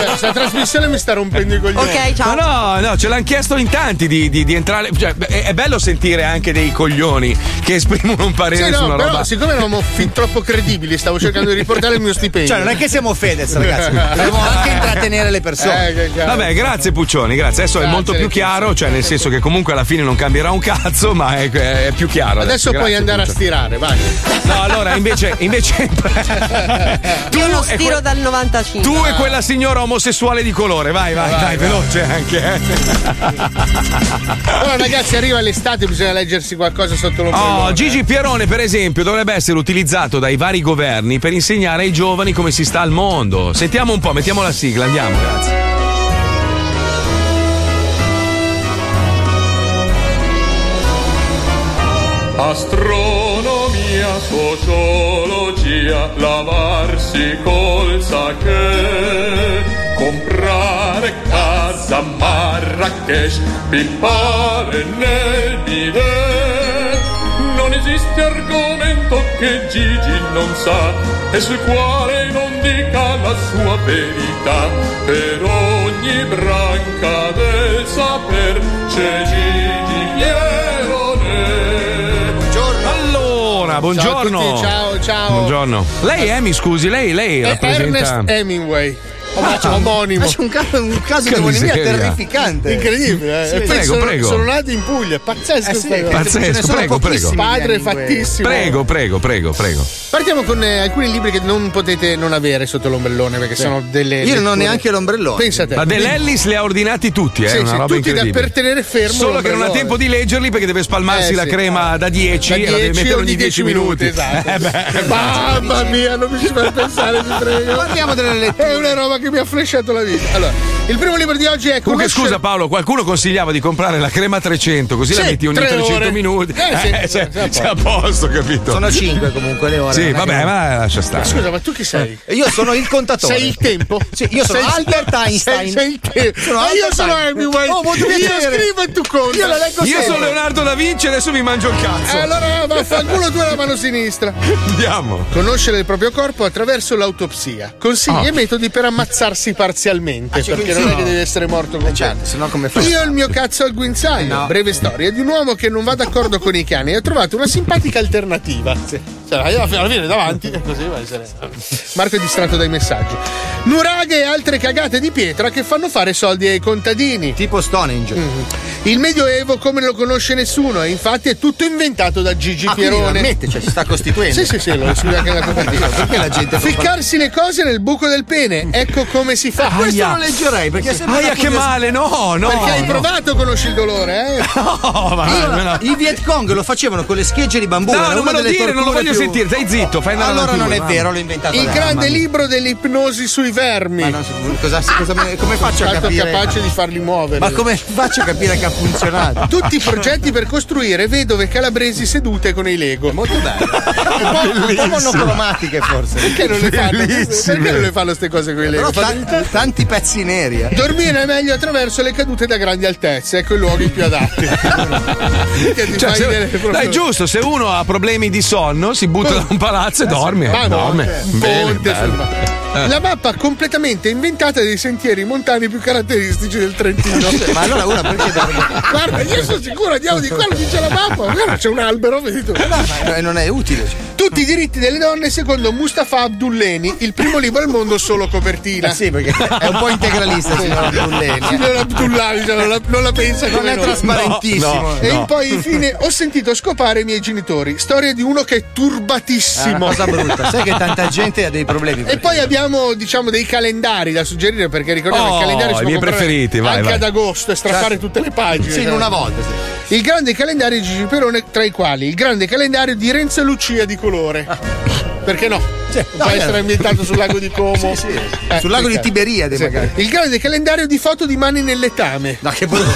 Questa trasmissione mi sta rompendo i coglioni.
Ok, ciao.
Ma no, no, ce l'hanno chiesto in tanti di, di- di entrare. cioè, beh, è è bello sentire anche dei coglioni che esprimono un parere
Sì,
su
no,
una
però
roba.
siccome eravamo fin troppo credibili, stavo cercando di riportare il mio stipendio.
Cioè, non è che siamo Fedez, ragazzi.
Dobbiamo
anche intrattenere le persone.
Eh, che cazzo.
Vabbè, grazie Puccioni, grazie. Adesso è molto più chiaro, cioè nel senso che comunque alla fine non cambierà un cazzo, ma è, è più chiaro.
Adesso puoi
Grazie,
andare a stirare, vai.
No, allora invece, invece
Io lo
e
stiro
que-
dal 95.
tu
Ah.
e quella signora omosessuale di colore, vai, vai, dai, veloce anche. eh.
Allora, ragazzi, arriva l'estate, bisogna leggersi qualcosa sotto lo
Oh, Gigi Pierone, per esempio, dovrebbe essere utilizzato dai vari governi per insegnare ai giovani come si sta al mondo. Sentiamo un po', mettiamo la sigla, andiamo, grazie.
Astronomia, sociologia, lavarsi col sake, comprare casa a Marrakesh, pippare nel bidet. Non esiste argomento che Gigi non sa e sul quale non dica la sua verità. Per ogni branca del saper c'è Gigi Pierone. Buongiorno.
Allora, buongiorno.
tutti, ciao, ciao.
Buongiorno. Lei è, mi scusi, lei, lei
È
rappresenta...
Ernest Hemingway.
Ah.
omonimo.
Faccio
un caso, un
caso di Che omonimia miseria. terrificante.
Incredibile. eh.
Sì.
E poi
Prego,
sono,
prego.
sono nati in Puglia. Pazzesco.
Eh sì,
sta cosa.
pazzesco, prego, prego.
Padre fattissimo.
Prego, prego, prego, prego.
Partiamo con eh, alcuni libri che non potete non avere sotto l'ombrellone perché
Sì.
sono delle.
Io non ho
letture-
neanche
l'ombrellone.
Pensa a te.
Ma dell'Ellis li ha ordinati tutti, eh?
Sì,
una
sì,
roba
tutti da
incredibile.
per tenere fermo.
Solo che non ha
l'ombrellone.
tempo di leggerli perché deve spalmarsi
Eh,
la
sì.
crema da 10
Da
e la deve
10
mettere
ogni
ogni 10 minuti.
esatto.
Eh, beh,
Mamma mia, non mi ci fai pensare, ti prego.
Parliamo delle
letture. È una roba che mi ha flashato la vita. Allora, il primo libro di oggi è
Comunque
Conoscere-
scusa Paolo, qualcuno consigliava di comprare la crema 300 così la
Sì,
metti ogni
tre
300
ore.
minuti.
Eh, sì,
Eh, se-
sei a
sei a
posto.
posto, capito?
Sono cinque comunque le ore.
Sì,
non è
vabbè,
che-
ma lascia stare.
Scusa, ma tu
eh,
chi sei?
Io sono il contatore.
Sei il tempo?
Sì, io sono
Sei-
Albert Einstein.
Sei, sei il tempo.
Sono
Ma io
Albert
sono
Einstein.
Hemingway.
Oh, molto
io
piacere.
scrivo e tu conti.
Io la leggo
Io sono Leonardo da Vinci e adesso vi mangio il
E
cazzo.
Eh, allora vaffanculo tu la mano sinistra.
Andiamo.
Conoscere il proprio corpo attraverso l'autopsia. Consigli
Ah.
e metodi per ammazzarsi parzialmente.
Ah, cioè,
perché
quindi
non è
no.
che devi essere morto con
Se no come fai?
Io il mio cazzo al guinzaglio. Breve storia di un uomo che non va d'accordo con i cani e ha trovato una simpatica alternativa. Cioè, io alla fine davanti, così vai sereno. Marco è distratto dai messaggi. Nuraghe e altre cagate di pietra che fanno fare soldi ai contadini. Mhm.
Tipo Stonehenge.
Il Medioevo come non lo conosce nessuno e infatti è tutto inventato da Gigi
Ah, quindi lo
Pierone.
ammette, cioè si sta costituendo.
Sì, sì, sì, lo scrive anche la copertina.
Perché la gente non
Ficcarsi le cose nel buco del pene, ecco come si fa.
Questo non leggerei perché è sempre
Aia,
una
che
curiosità.
male,
no, no,
Perché hai
no.
provato, conosci il dolore, eh?
No, ma
Allora,
me la-
I Viet Cong lo facevano con le schegge di bambù.
No,
era
non
una
me lo
delle
dire, non lo
torture
voglio
più-
sentire. Stai zitto, fai andare
Allora
avanti
non
tu,
è
mamma.
vero, l'ho inventato.
Il
adesso.
grande
Mamma mia.
libro dell'ipnosi sui vermi. Ah,
Ma non- cosa- cosa me- come faccio a
Tanto
capire?
capace di farli muovere.
Ma come faccio a capire che ha funzionato?
Tutti i progetti per costruire vedove calabresi sedute con i Lego. Molto bello.
Un po' monocromatiche forse.
Perché non le fanno? Perché non le fanno queste cose con i Lego?
Però tan- tanti pezzi neri. eh.
Dormire è meglio attraverso le cadute da grandi altezze, ecco i luoghi più adatti. Perché ti
Cioè,
fai
se-
vedere proprio-
dai, giusto, se uno ha problemi di sonno, si butta da un palazzo e dorme.
Ma
eh,
no,
dorme.
cioè, un
Bene,
ponte
bello. Eh.
La mappa completamente inventata dei sentieri montani più caratteristici del Trentino.
Ma allora una perché dorme?
Guarda, io sono sicuro, andiamo di qua, lo dice la mappa. Guarda, c'è un albero, vedi tu.
E non è utile. cioè.
Tutti i diritti delle donne secondo Mustafa Abdulleni, il primo libro al mondo solo copertina.
Eh sì, perché è un po' integralista, signor Abdulleni. eh.
Signor Abdullahi, cioè, non la, non la pensa
Non
come
è
noi.
trasparentissimo. No, no,
e
no.
poi infine ho sentito scopare i miei genitori. Storia di uno che è
È una
turbatissimo.
cosa brutta. Sai che tanta gente ha dei problemi.
E poi abbiamo, diciamo, dei calendari da suggerire perché ricordiamo
Oh,
il calendario si
i
può
miei
comprare
preferiti, vai,
anche
vai.
ad agosto e strappare tutte le pagine.
Sì, in una volta,
Il grande calendario di Gigi Perone, tra i quali il grande calendario di Renzo Lucia di colore. Perché no?
no,
Può
è
essere
vero.
ambientato sul lago di Como. Eh,
Sì, sì. Sul lago di
ok.
Tiberiade, magari.
certo. Il grande calendario di foto di mani nell'etame.
No, che brutto.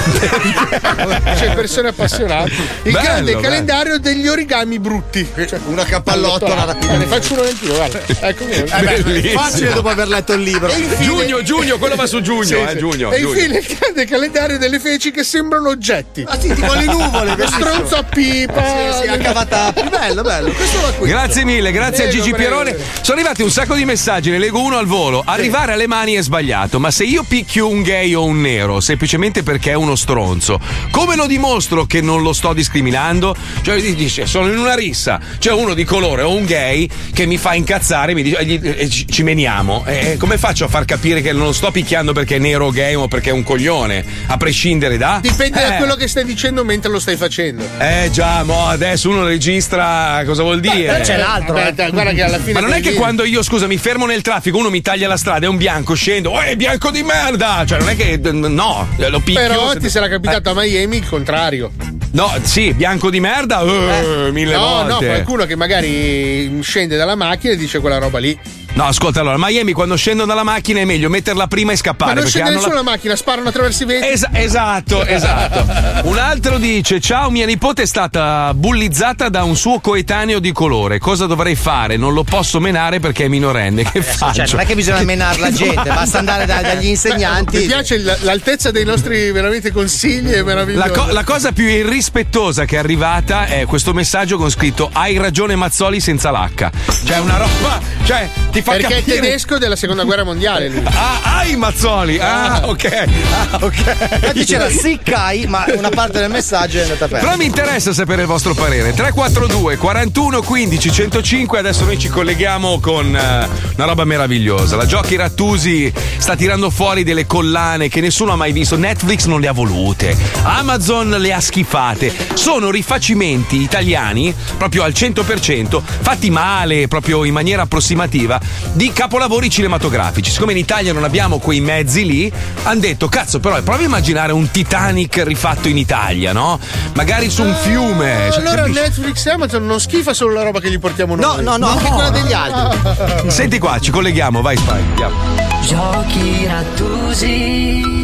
C'è persone appassionate. Il
Bello,
grande
bello.
calendario degli origami brutti. Cioè,
una cappallotta, una rapina.
eh, Ne faccio uno nel tiro, guarda. Ecco,
Eh beh,
Bellissimo.
facile dopo aver letto il libro.
E infine-
Giugno, giugno, quello va su giugno,
Sì,
eh,
sì.
giugno.
E
giugno.
infine il grande calendario delle feci che sembrano oggetti.
Ah, sì, tipo le nuvole,
Lo
bellissimo.
stronzo a pipa.
Sì, sì, a cavatappi. Bello, bello. Questo va qui.
Grazie mille, grazie a
Prego,
Gigi
prego.
Pierone. Sono arrivati un sacco di messaggi, ne leggo uno al volo. Arrivare alle mani è sbagliato, ma se io picchio un gay o un nero semplicemente perché è uno stronzo, come lo dimostro che non lo sto discriminando? Cioè, gli dice, sono in una rissa, c'è uno di colore o un gay che mi fa incazzare mi dice, e gli- e ci ci meniamo. E come faccio a far capire che non lo sto picchiando perché è nero o gay o perché è un coglione? A prescindere da...
Dipende da
Eh.
quello che stai dicendo mentre lo stai facendo.
Eh già, mo adesso uno registra cosa vuol dire.
però c'è l'altro, Aspetta, eh. guarda che alla fine
Ma non è
devi
che
dire-
quando io, scusa, mi fermo nel traffico, uno mi taglia la strada, è un bianco, scendo, oh, è bianco di merda! Cioè, non è che. No, lo picchio.
Però
se- Eh.
ti sarà capitato a Miami il contrario.
No, sì, bianco di merda, eh, mille
no, No,
volte.
qualcuno che magari scende dalla macchina e dice quella roba lì.
No, ascolta, allora, Miami, quando scendono dalla macchina è meglio metterla prima e scappare.
Ma non
perché
scende
hanno la-
nessuno la... macchina, sparano attraverso i Eh. vetri.
esatto, esatto. Un altro dice: Ciao, mia nipote è stata bullizzata da un suo coetaneo di colore. Cosa dovrei fare? Non lo posso menare perché è minorenne. Che faccio?
cioè, non è che bisogna menare la gente, basta andare da- dagli insegnanti.
Mi piace il- l'altezza dei nostri veramente consigli, è meraviglioso.
La, co- la cosa più irrispettosa che è arrivata è questo messaggio con scritto Hai ragione Mazzoli senza l'H. Cioè una roba, cioè ti fa
Perché
capire
è tedesco della seconda guerra mondiale lui.
Ah, ai Mazzoli. Ah, ok. Ah, ok.
Eh,
Infatti c'era Sikai, ma una parte del messaggio è andata persa.
Però mi interessa sapere il vostro parere. 342 41 15 105. Adesso noi ci colleghiamo con eh, una roba meravigliosa. La Giochi Rattusi sta tirando fuori delle collane che nessuno ha mai visto. Netflix non le ha volute, Amazon le ha schifate. Sono rifacimenti italiani, proprio al 100%, fatti male, proprio in maniera approssimativa, di capolavori cinematografici. Siccome in Italia non abbiamo quei mezzi lì, hanno detto: cazzo, però provi a immaginare un Titanic rifatto in Italia, no? Magari su un fiume. Cioè,
Allora Netflix e Amazon non schifa solo la roba che gli portiamo noi.
no, no,
anche
no.
quella degli altri.
Senti qua, ci colleghiamo, vai, vai, andiamo.
Giochi rattusi.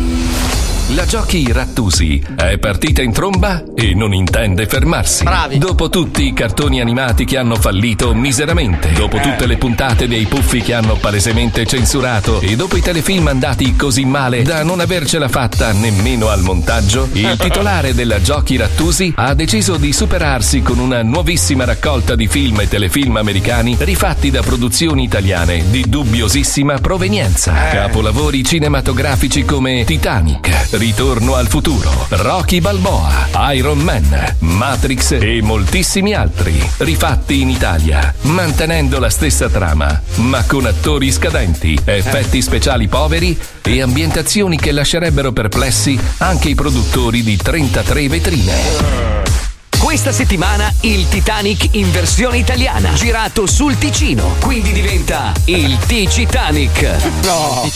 La Giochi Rattusi è partita in tromba e non intende fermarsi. Dopo tutti i cartoni animati che hanno fallito miseramente, dopo tutte le puntate dei puffi che hanno palesemente censurato e dopo i telefilm andati così male da non avercela fatta nemmeno al montaggio, il titolare della Giochi Rattusi ha deciso di superarsi con una nuovissima raccolta di film e telefilm americani rifatti da produzioni italiane di dubbiosissima provenienza. Capolavori cinematografici come Titanic, Ritorno al futuro, Rocky Balboa, Iron Man, Matrix e moltissimi altri, rifatti in Italia, mantenendo la stessa trama, ma con attori scadenti, effetti speciali poveri e ambientazioni che lascerebbero perplessi anche i produttori di 33 vetrine.
Questa settimana il Titanic in versione italiana, girato sul Ticino, quindi diventa il T-Titanic. No!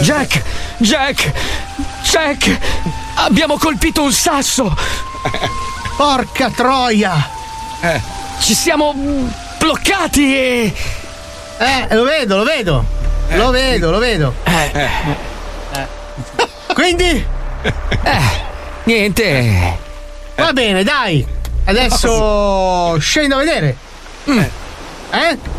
Jack, Jack, Jack, abbiamo colpito un sasso. Porca troia. Ci siamo bloccati e...
Eh, lo vedo, lo vedo. Lo vedo, lo vedo.
Eh.
Eh.
Quindi? Eh, niente.
Va bene, dai. Adesso scendo a vedere. Eh?
Oh. Mm.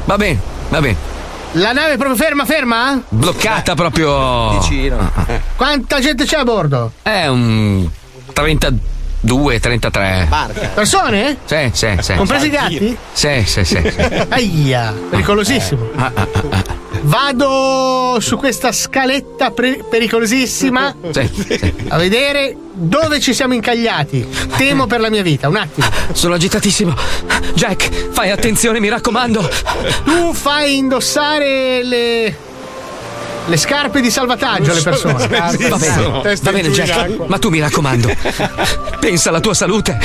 Va bene, va bene.
La nave è proprio ferma, ferma? Eh,
Bloccata proprio... Ticino.
Ah,
Quanta gente c'è a bordo?
È un 32, 33.
Persone?
Sì, sì, sì.
Compresi i gatti?
Sì, sì, sì. sì.
Aia, pericolosissimo.
Ah, ah, ah, ah.
Vado su questa scaletta pre- pericolosissima a vedere dove ci siamo incagliati. Temo per la mia vita, un attimo.
Sono agitatissimo. Jack, fai attenzione, mi raccomando.
Tu fai indossare le. le scarpe di salvataggio alle
Va
persone.
bene, va bene,
ecco.
Jack. Ma tu mi raccomando, pensa alla tua salute.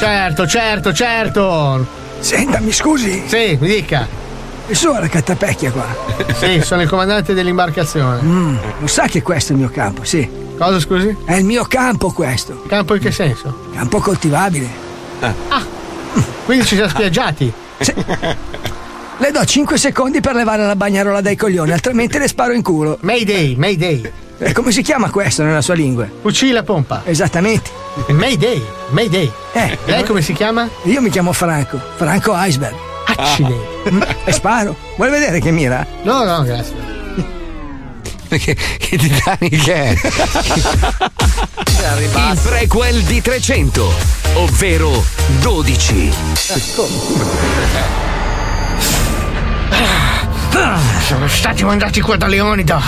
Certo, certo, certo.
Senta, mi scusi?
Sì, mi dica.
Io sono la cattapecchia qua. Mm,
Sì, sono il comandante dell'imbarcazione.
Lo sa che questo è il mio campo, sì.
Cosa scusi?
È il mio campo questo.
Campo in che senso?
Campo coltivabile.
Ah,
Ah.
Quindi ci siamo spiaggiati.
Ah. Le do 5 secondi per levare la bagnarola dai coglioni, altrimenti le sparo in culo.
Mayday, Mayday.
E come si chiama questo nella sua lingua?
Fucile pompa.
Esattamente.
Mayday, Mayday.
Eh,
Lei come si chiama?
Io mi chiamo Franco, Franco Iceberg.
Accidenti.
Mm, E sparo. Vuoi vedere che mira?
No, no, grazie.
Che, che Titanic è?
Il prequel di 300, ovvero 12.
Ah, Sono stati mandati qua da Leonida.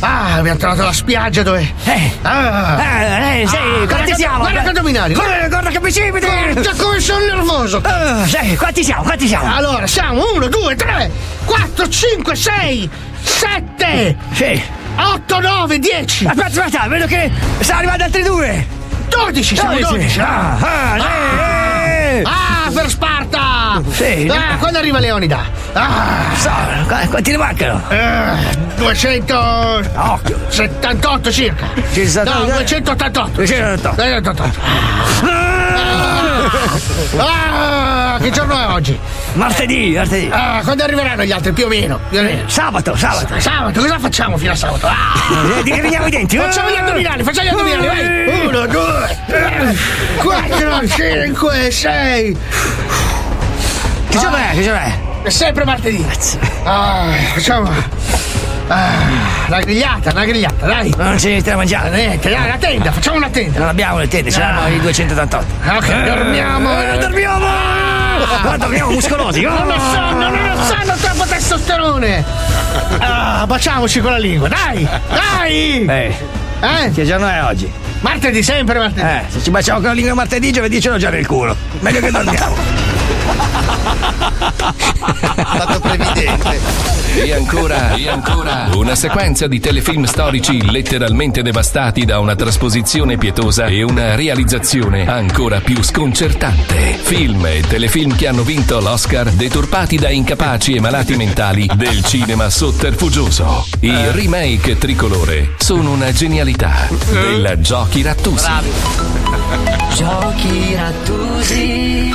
Ah, abbiamo trovato la spiaggia dove. Eh!
Eh, eh, sì, quanti
guarda-
siamo?
Guarda condominari!
Guarda- guarda che precipiti!
Guarda come sono nervoso!
Ah, sì, quanti siamo? Quanti siamo?
Allora, siamo 1, 2, 3, 4, 5, 6, 7! Sì! 8, 9, 10!
Aspetta, aspetta, vedo che sta arrivando altri due!
12, siamo 12!
12. Ah, ah, eh, eh.
Ah, per Sparta!
Sì.
Ah, quando arriva Leonida? Ah!
Qu- Quanti ne mancano?
Eh, 278 circa.
eh.
No, 288. 288. 288. Ah, che giorno è oggi?
Martedì, martedì. Eh,
Ah, quando arriveranno gli altri? Più o meno. più o meno.
Sabato, sabato.
Sabato, cosa facciamo fino a sabato? Ah.
Eh, ti grilliamo i denti.
Facciamo gli addominali, facciamo gli addominali,
Eh.
vai. Uno, due, tre, quattro, cinque, sei. Che giorno è? Che giorno è? È sempre martedì. Ah, facciamo. Ah, una grigliata, una grigliata, dai.
Ma non c'è niente da mangiare.
Niente, dai, la tenda, facciamo una tenda.
Non abbiamo le tende, ce
Diciamo
l'hanno i 288.
Ok, Ah, dormiamo.
Eh, dormiamo! Ma dormiamo muscolosi. Ah.
Non ho sonno, non ho sonno, troppo testosterone. Ah, baciamoci con la lingua, dai, dai.
Eh. Che giorno è oggi?
Martedì, sempre martedì.
Eh, se ci baciamo con la lingua martedì, giovedì ce l'ho già nel culo. Meglio che dormiamo.
Stato previdente.
E ancora, e ancora. Una sequenza di telefilm storici letteralmente devastati da una trasposizione pietosa e una realizzazione ancora più sconcertante. Film e telefilm che hanno vinto l'Oscar, deturpati da incapaci e malati mentali del cinema sotterfugioso.
Eh.
I remake tricolore sono una genialità
Eh.
della Giochi Rattusi.
Giochi rattusi.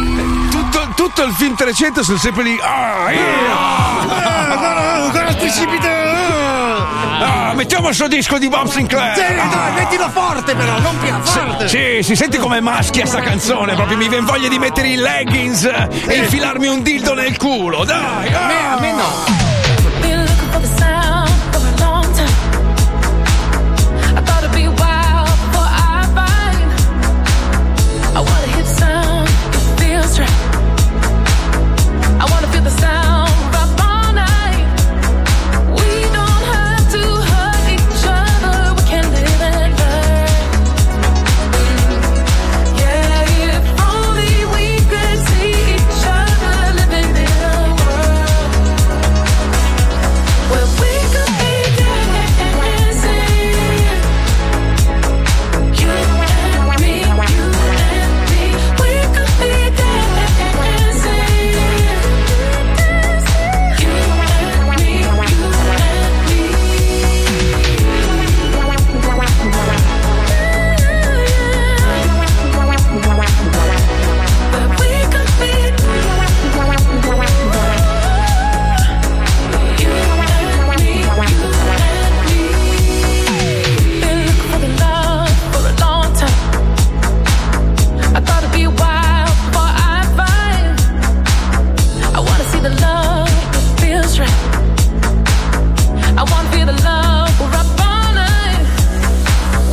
Tutto, tutto il film 300 sono sempre lì. Ah,
Ancora
Ah, mettiamo sto disco di Bob Sinclair.
Sì, dai,
Ah.
mettilo forte però, non più forte.
Sì, si sente come maschia sta canzone, proprio mi viene voglia di mettere i leggings e infilarmi un dildo nel culo, dai!
A me, a me no.
Been looking for the sound for a long time. I thought it'd be a while before I find. I want a hip sound that feels right. I wanna feel the sound of all night. We don't have to hurt each other. We can live and learn. Yeah, if only we could see each other living in a world. Where we could be dancing, you and me, you and me. We could be dancing, you and me, you and me. Where we could be, you and me, you and me. Been looking for the love for a long time. I thought it'd be a while before I find. I wanna see the love that feels right. I wanna feel the love we're up all night.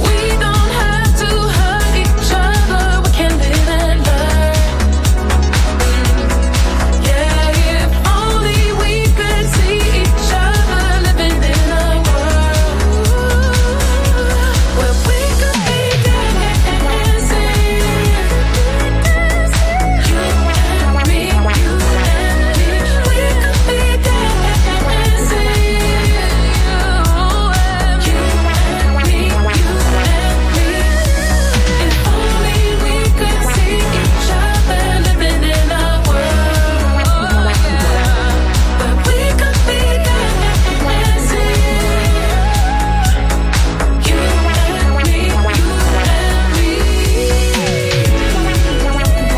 We don't have to hurt each other. We can live and learn. Yeah, if only we could see each other living in a world where we could be dancing, you and me, you and me. We could be dancing, you and me, you and me. If only we could see each other living in a world where we could be dancing. You and me, you and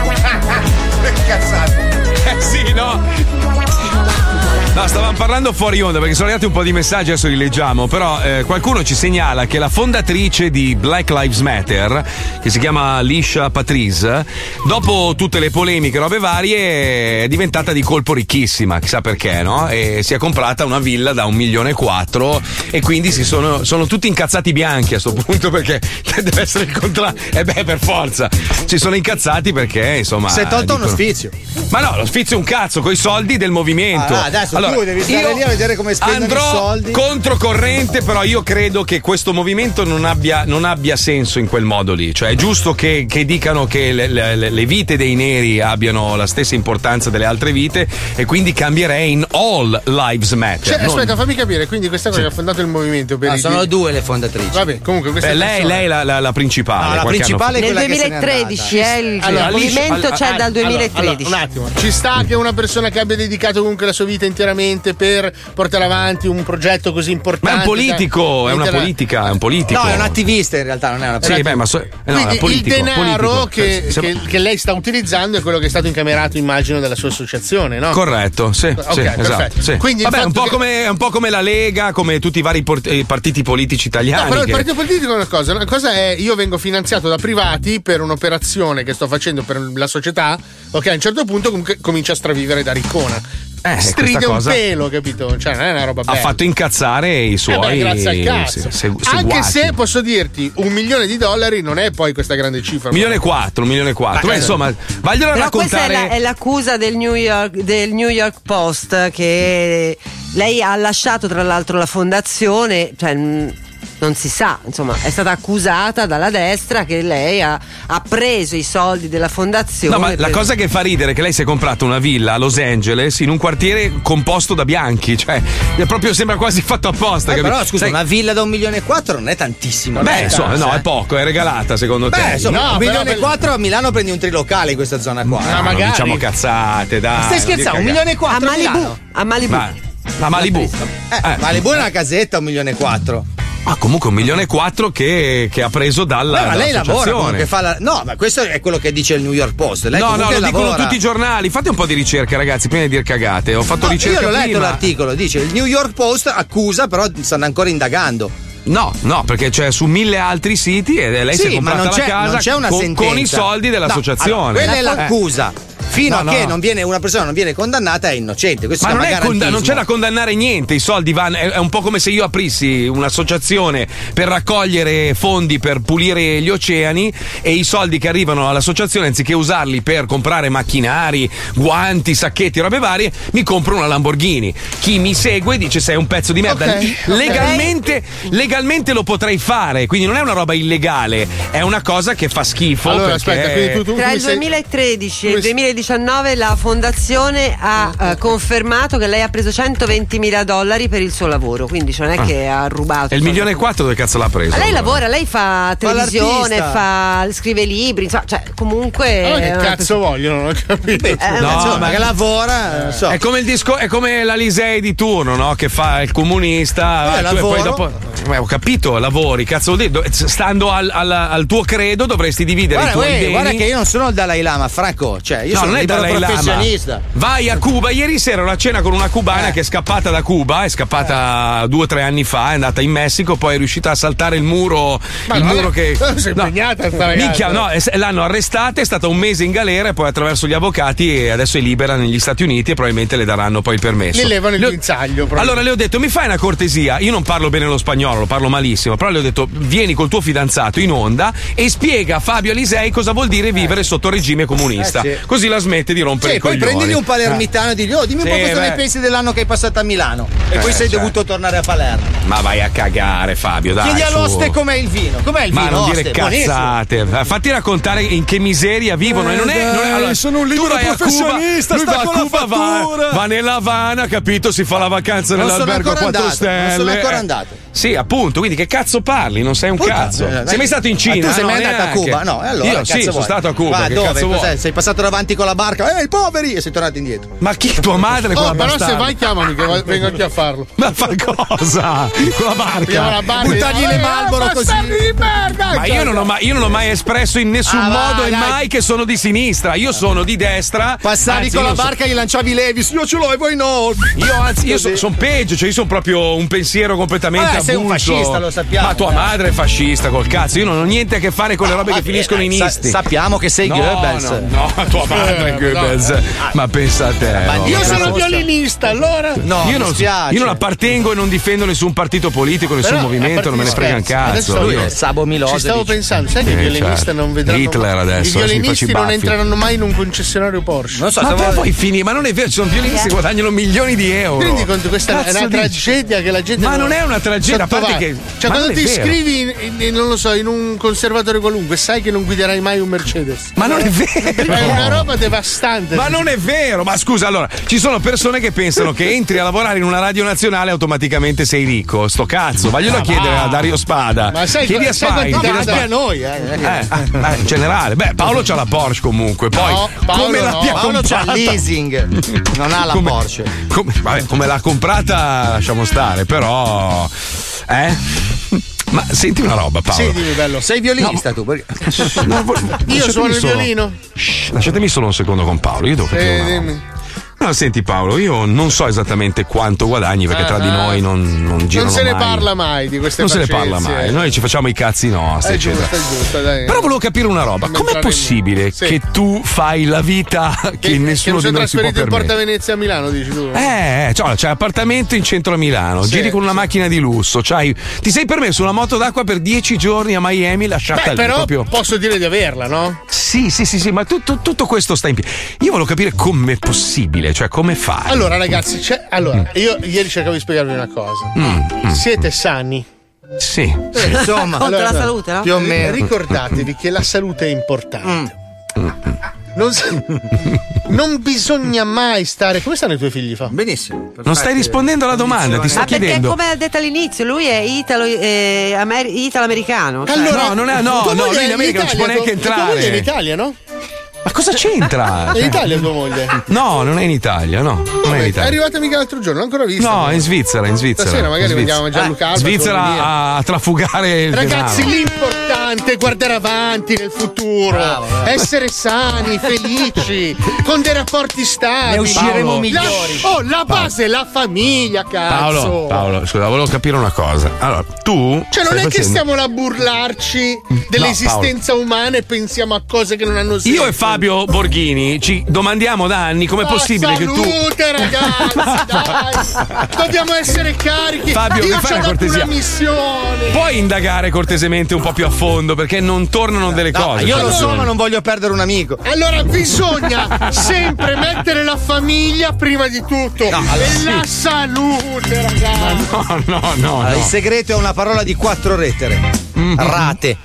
Che cazzate.
Eh sì, no! No, stavamo parlando fuori onda perché sono arrivati un po' di messaggi, adesso li leggiamo, però eh, qualcuno ci segnala che la fondatrice di Black Lives Matter, che si chiama Lisha Patrice, dopo tutte le polemiche, robe varie, è diventata di colpo ricchissima, chissà perché, no? E si è comprata una villa da un milione e quattro e quindi si sono, sono tutti incazzati bianchi a sto punto perché deve essere il contrario. E beh, per forza, ci sono incazzati perché, insomma...
Si è tolto uno
dicono-
sfizio.
ma no, lo sfizio è un cazzo, coi soldi del movimento.
Ah, adesso tu devi stare
io
stare lì a vedere come spendono
andrò
i soldi.
controcorrente, però io credo che questo movimento non abbia, non abbia senso in quel modo lì. Cioè, è giusto che, che dicano che le, le- le- le vite dei neri abbiano la stessa importanza delle altre vite, e quindi cambierei in All Lives Matter.
Cioè, Ah,
non-
aspetta, fammi capire, quindi questa cosa che ha fondato il movimento per
No,
i-
sono
Ah, due le fondatrici.
Vabbè, comunque questa
Beh, lei,
persona-
lei è la, la- la principale.
la
qualche anno fa.
principale è
Nel
quella che se n'è
2013
andata.
eh, il
Allora, lì-
movimento
allora,
c'è dal
allora,
2013.
allora, un attimo, ci sta che una persona che abbia dedicato comunque la sua vita interamente per portare avanti un progetto così
Ma è
importante. cioè,
un
cioè,
politico, è una
Intera-
politica, è un politico.
attivista in realtà, non è una
Sì, beh, ma so- eh, no, è
Quindi
un politico,
il denaro
politico.
Che,
Eh, se-
che- che lei sta utilizzando è quello che è stato incamerato, immagino, dalla sua associazione, no?
Corretto, sì,
Ah. Ok,
sì,
perfetto.
esatto. sì.
Quindi il
Vabbè, è un,
fatto
po
che-
come, è un po' come la Lega, come tutti i vari por- eh, partiti politici italiani.
No, però il
che-
partito politico è una cosa. Una cosa è io vengo finanziato da privati per un'operazione che sto facendo per la società, ok, a un certo punto comunque comincia a stravivere da riccona.
Eh, questa
Stride un
cosa-
pelo, capito? Cioè, non è una roba
ha
bella.
fatto incazzare i
Eh beh,
suoi
grazie al cazzo.
se- se-
Anche
seguaci.
se posso dirti, un milione di dollari non è poi questa grande cifra.
milione e quattro, un milione e quattro. Beh,
eh.
insomma, vaglielo a
Però questa è,
raccontare.
la- è l'accusa del New, York, del New York Post che lei ha lasciato tra l'altro la fondazione, cioè, mh, non si sa, insomma è stata accusata dalla destra che lei ha, ha preso i soldi della fondazione.
No, ma la
per-
cosa che fa ridere è che lei si è comprata una villa a Los Angeles in un quartiere composto da bianchi, cioè è proprio sembra quasi fatto apposta.
Eh,
capito?
però scusa,
Sai-
una villa da un milione e quattro non è tantissimo.
Beh,
Eh,
insomma,
eh.
no, eh, è poco, è regalata secondo te.
Beh, insomma, un milione e quattro a Milano prendi un trilocale in questa zona qua. Eh,
No, non diciamo cazzate, dai.
Stai scherzando, un milione e quattro
a Malibu,
Milano?
a Malibu.
Ma, ma Malibu.
Eh, Malibu è una casetta, un milione e quattro.
Ah, comunque un milione e quattro che, che ha preso dalla.
Beh, ma lei lavora
dall'associazione.
comunque fa la... No, ma questo è quello che dice il New York Post. Lei
no, no,
comunque
lo dicono
lavora.
tutti i giornali. Fate un po' di ricerca, ragazzi, prima di dire cagate. Ho fatto
No,
ricerca
Io l'ho letto
prima.
l'articolo, dice il New York Post accusa, però stanno ancora indagando.
No, no, perché c'è su mille altri siti e lei si è
Sì, ma
comprata
non
la
c'è,
casa
non c'è una
con,
sentenza.
con i soldi
No,
dell'associazione.
allora, quella è
Eh.
l'accusa. Fino
No,
a che
no.
non viene, una persona non viene condannata è innocente. Questo
Ma
si
non,
chiama
è conda- non
garantismo.
c'è da condannare niente, i soldi vanno. È, è un po' come se io aprissi un'associazione per raccogliere fondi per pulire gli oceani e i soldi che arrivano all'associazione, anziché usarli per comprare macchinari, guanti, sacchetti, robe varie, mi compro una Lamborghini. Chi mi segue dice sei un pezzo di merda.
Ok, ok.
Legalmente, legalmente lo potrei fare, quindi non è una roba illegale, è una cosa che fa schifo.
Allora,
perché-
aspetta, quindi tu-
Tra il 2013 e il 2019 la fondazione
Ah,
ha eh, confermato che lei ha preso 120 mila dollari per il suo lavoro, quindi cioè, non è
Ah.
che ha rubato.
E il milione e quattro dove cazzo l'ha preso?
Ma lei
allora?
lavora, lei fa televisione,
l'artista.
fa, scrive libri, insomma, cioè, comunque.
Eh,
Allora, che
è una
cazzo vogliono? Non ho capito.
ma che lavora, non so.
cioè, eh, È come il disco, è come l'Alisei di turno, no? Che fa il comunista.
Eh,
tu- e poi
lavoro.
dopo. Beh, ho capito, lavori, cazzo vuol dire? Do- Stando al, al- al tuo credo dovresti dividere
Guarda,
i tuoi
uè,
beni.
guarda che io non sono il Dalai Lama, Franco. Cioè, io
No,
sono
non
un
è
libero
Dalai Lama.
professionista. Eh.
Vai a Cuba. Ieri sera ero a cena con una cubana che è scappata da Cuba, è scappata due o tre anni fa, è andata in Messico, poi è riuscita a saltare il muro.
Ma
il
no,
muro che.
sei impegnata sta ragazza.
eh,
Minchia, no, es- l'hanno arrestata, è stata un mese in galera e poi attraverso gli avvocati e adesso è libera negli Stati Uniti e probabilmente le daranno poi il permesso.
Le levano il guinzaglio proprio.
Allora le ho detto, mi fai una cortesia? Io non parlo bene lo spagnolo, lo parlo malissimo, però le ho detto, vieni col tuo fidanzato in onda e spiega a Fabio Alisei cosa vuol dire vivere sotto regime comunista.
Eh, sì.
Così la smette di rompere
Sì,
i
poi
coglioni.
prendili un palermitano e digli, oh, dimmi un po'
Sì,
cosa
beh.
ne pensi dell'anno che hai passato a Milano. E
Eh,
poi sei
cioè.
dovuto tornare a Palermo.
Eh, Ma vai a cagare, Fabio, dai.
Chiedi
su.
all'oste com'è il vino. Com'è il
Ma
vino?
non dire
oste? Buonissimo.
cazzate, fatti raccontare in che miseria vivono.
Eh,
e non è, non è-
dai, sono un
tu
libero
vai a Cuba,
professionista,
lui
sta
va a
con la
Cuba, va,
fattura.
va nella Havana, capito? Si fa la vacanza
Non sono
nell'albergo a
ancora
4
andato,
stelle.
non sono ancora
eh.
andato.
Sì, appunto. Quindi che cazzo parli? Non sei un
Puttana,
cazzo.
eh, dai.
sei mai stato in
Ma
Cina?
tu sei
No,
mai andato a
neanche.
Cuba? No, e allora
Io
che
sì,
cazzo
sono
vuoi?
stato a Cuba.
Ma
che
dove?
cazzo vuoi?
Cos'è? Sei passato davanti con la barca, eh, i poveri! E sei tornato indietro.
Ma chi? Tua madre con
Oh,
la
però se
bastarda?
vai chiamami che va- vengo anche a farlo.
Ma fa cosa? Con Ah, la barca?
Andiamo alla barca.
Buttagli
Eh,
le Marlboro
eh,
così.
bastardi di merda!
Ma io non, ho mai, io non ho mai espresso in nessun
Ah,
modo
vai,
e
dai.
mai che sono di sinistra. Io sono di destra.
Passavi
Anzi,
con la
io so-
barca e gli lanciavi i levis, io ce l'ho e voi no.
Io anzi, io sono peggio, cioè io sono proprio un pensiero completamente
Eh, sei un
abuso insulto.
fascista, lo sappiamo,
Ma tua
dai.
madre è fascista, col cazzo. Io non ho niente a che fare con le robe che finiscono in
sa-
isti.
sappiamo che sei
No,
Goebbels.
No, no, tua madre è
Eh,
Goebbels.
no.
Ma pensa a te. oh. no.
Io sono violinista, allora.
io, non, io non appartengo e non difendo nessun partito politico, nessun
Però,
movimento,
a
non me ne frega un
parte gli scherzi,
cazzo.
adesso
Io-
io- Ci stavo pensando, sai che i
Sì,
violinisti
certo.
non vedranno
Hitler adesso, adesso mi
I
faccio
violinisti
i
non
baffi.
entreranno mai in un concessionario Porsche.
Non so, ma poi finì, ma non è vero, ci sono violinisti che guadagnano milioni di euro.
Ti rendi conto, questa è
Cazzo
una
dici?
tragedia che la gente.
Ma non è una tragedia, a parte
sottovaluta.
che-
Cioè,
ma
quando
non è
ti
vero.
iscrivi, in- in- non lo so, in un conservatorio qualunque, sai che non guiderai mai un Mercedes.
Ma non è vero.
È una roba devastante.
Ma non è vero, ma scusa, allora, ci sono persone che pensano che entri a lavorare in una radio nazionale e automaticamente sei ricco. Sto cazzo, vaglielo
Ma
chiedere
Ah, va.
a Dario Spada.
Ma sai,
chiedi a
sai
Spine,
quanti
chiedi a
dati
Spine.
a noi, eh? non è che-
Eh, ah, in generale, beh, Paolo c'ha la Porsche comunque. Poi,
No, Paolo
come
no.
l'abbia
Paolo c'ha il
comprata-
leasing,
non ha la
Come-
Porsche.
Come, vabbè, come l'ha comprata, lasciamo stare, però. Eh? Ma senti una roba, Paolo.
Sì, dimmi, bello.
Sei violinista tu? Perché...
No, vo-
Io
lasciatemi
suono il
solo.
violino.
Shh, lasciatemi solo un secondo con Paolo, io devo capire
Sì,
una roba.
dimmi.
No, senti Paolo, io non so esattamente quanto guadagni perché tra di
Ah,
noi non, non girano
Non se ne
mai.
parla mai di queste
Non se ne
facenze,
parla mai,
eh.
noi ci facciamo i cazzi nostri,
È
eccetera.
giusto, è giusto, dai.
Però volevo capire una roba, com'è
entrare in-
possibile
Sì.
che tu fai la vita che,
Che
nessuno
non si
di
è
noi si può
trasferito in Porta
permettere?
Venezia a Milano, dici tu?
Eh, eh, cioè, c'hai appartamento in centro a Milano,
Sì,
giri con una macchina di lusso, c'hai- ti sei permesso una moto d'acqua per dieci giorni a Miami, lasciata
Beh,
lì
però
proprio.
posso dire di averla, no?
Sì, sì, sì, sì, ma tutto, tutto questo sta in piedi. Io volevo capire com'è possibile, cioè come fai.
Allora, ragazzi, c'è-
Mm.
allora, io ieri cercavo di spiegarvi una cosa. Siete sani?
Sì.
Eh,
Contro la salute, no?
Più o meno.
Mm.
Ricordatevi che la salute è importante. Non, s- non bisogna mai stare. Come stanno i tuoi figli? Fa?
Benissimo.
Non stai rispondendo alla domanda, ti sto
Ah, perché
chiedendo.
come ha detto all'inizio, lui è italo, eh, amer- italo-americano. cioè-
no, non è, no,
Tua
no,
moglie
lui
è
in America non ci può
Italia,
neanche
tua- tua moglie è in
entrare.
Italia, no?
Ma cosa c'entra?
È in Italia tua moglie?
No, non è in Italia, no. Non è in
È
Italia.
arrivata mica l'altro giorno, l'ho ancora vista.
No, è in Svizzera, in Svizzera.
Stasera magari
in Svizzera.
vediamo Gianluca Alba,
Svizzera
torna
a, a trafugare il
Ragazzi,
denaro.
l'importante è guardare avanti nel futuro,
eh.
essere sani, felici, con dei rapporti stabili.
Ne usciremo
La-
migliori.
oh, la base è la famiglia, cazzo.
Paolo, Paolo, scusa, volevo capire una cosa. Allora, tu.
Cioè, non
stai
è che
facendo- Mm.
stiamo là a burlarci dell'esistenza umana e pensiamo a cose che non hanno senso.
Io e Fabio Borghini ci domandiamo da anni com'è
Ma
possibile che tu.
Salute, ragazzi, dai. Dobbiamo essere carichi.
Fabio, mi
Io
fai
c'ho
una
dato
cortesia?
una missione.
Puoi indagare cortesemente un po' più a fondo perché non tornano delle cose.
io lo
Cioè,
so, ma non voglio perdere un amico.
Allora bisogna sempre mettere la famiglia prima di tutto
allora,
e
sì.
la salute, ragazzi.
No, no, no. Mm.
Allora, Ah, Il segreto è una parola di quattro lettere. Rate.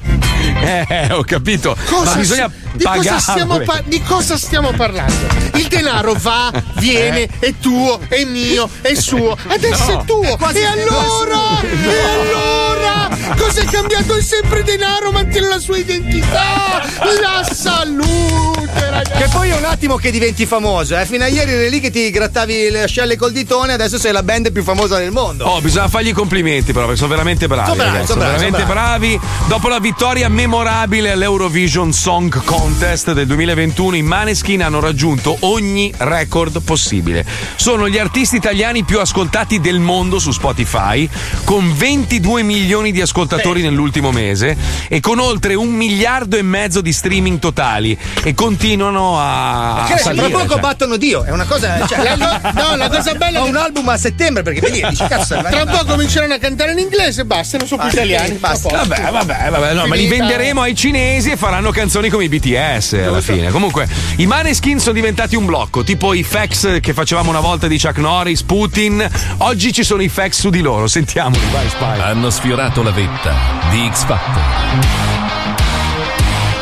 Eh, ho capito.
Cosa
ma bisogna eh.
si- di
pagare.
cosa, stiamo par- di cosa stiamo parlando? Il denaro va, viene, è tuo, è mio, è suo, adesso
No.
è tuo. e allora? E allora? Cosa è cambiato? È sempre denaro, mantiene la sua identità, la salute, ragazzi.
Che poi è un attimo che diventi famoso, eh. Fino a ieri eri lì che ti grattavi le ascelle col ditone, adesso sei la band più famosa del mondo.
Oh, bisogna fargli i complimenti, però, perché sono veramente bravi.
Sono bravi,
ragazzi,
sono bravi,
veramente
sono
bravi. Dopo la vittoria memorabile all'Eurovision Song Contest del 2021, i Maneskin hanno raggiunto ogni record possibile. Sono gli artisti italiani più ascoltati del mondo su Spotify, con 22 milioni di ascoltatori nell'ultimo mese e con oltre un miliardo e mezzo di streaming totali. E continuano a.
Perché
a
adesso tra
salire,
poco
cioè.
battono Dio, è una cosa. Cioè,
No.
la- no, la cosa bella. Ho un album a settembre perché vedi, dici, cazzo,
Tra poco cominceranno a cantare in inglese e basta, non sono più
Basta,
italiani.
basta.
A posto.
Vabbè, vabbè, vabbè, Eh, no, ma li
Finita.
venderemo ai cinesi e faranno canzoni come i BTS alla fine. Comunque, i Maneskin sono diventati un blocco, tipo i fax che facevamo una volta di Chuck Norris, Putin. Oggi ci sono i fax su di loro, sentiamoli. Vai, Spy.
Hanno sfiorato la vetta di X Factor.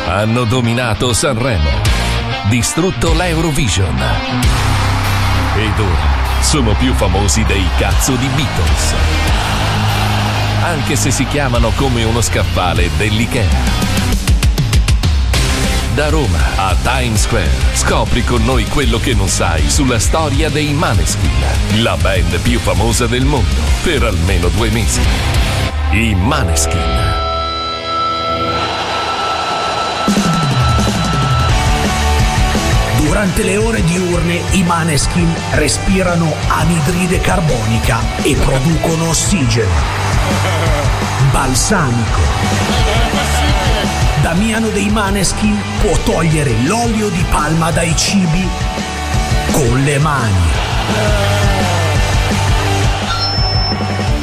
Hanno dominato Sanremo. Distrutto l'Eurovision. Ed ora sono più famosi dei cazzo di Beatles. Anche se si chiamano come uno scaffale dell'Ikea. Da Roma a Times Square scopri con noi quello che non sai sulla storia dei Maneskin, la band più famosa del mondo per almeno due mesi. I Maneskin.
Durante le ore diurne i maneskin respirano anidride carbonica e producono ossigeno. balsamico. Damiano dei Maneschi può togliere l'olio di palma dai cibi con le mani.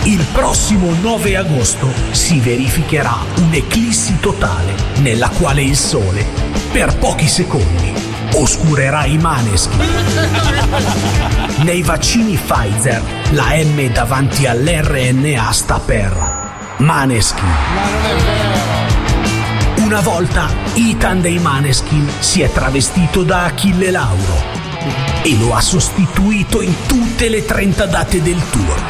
Il prossimo 9 agosto si verificherà un'eclissi totale nella quale il sole, per pochi secondi, oscurerà i maneschi. Nei vaccini Pfizer la M davanti all'RNA sta per Maneschi. Una volta Ethan dei Maneskin si è travestito da Achille Lauro e lo ha sostituito in tutte le 30 date del tour.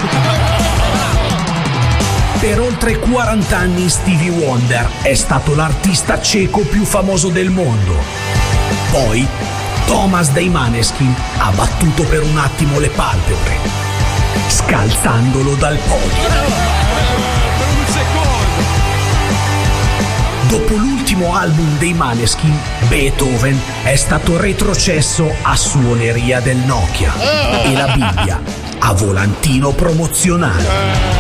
Per oltre 40 anni Stevie Wonder è stato l'artista cieco più famoso del mondo. Poi Thomas dei Maneskin ha battuto per un attimo le palpebre, scalzandolo dal podio. Dopo l'ultimo album dei Maneskin, Beethoven è stato retrocesso a suoneria del Nokia e la Bibbia a volantino promozionale.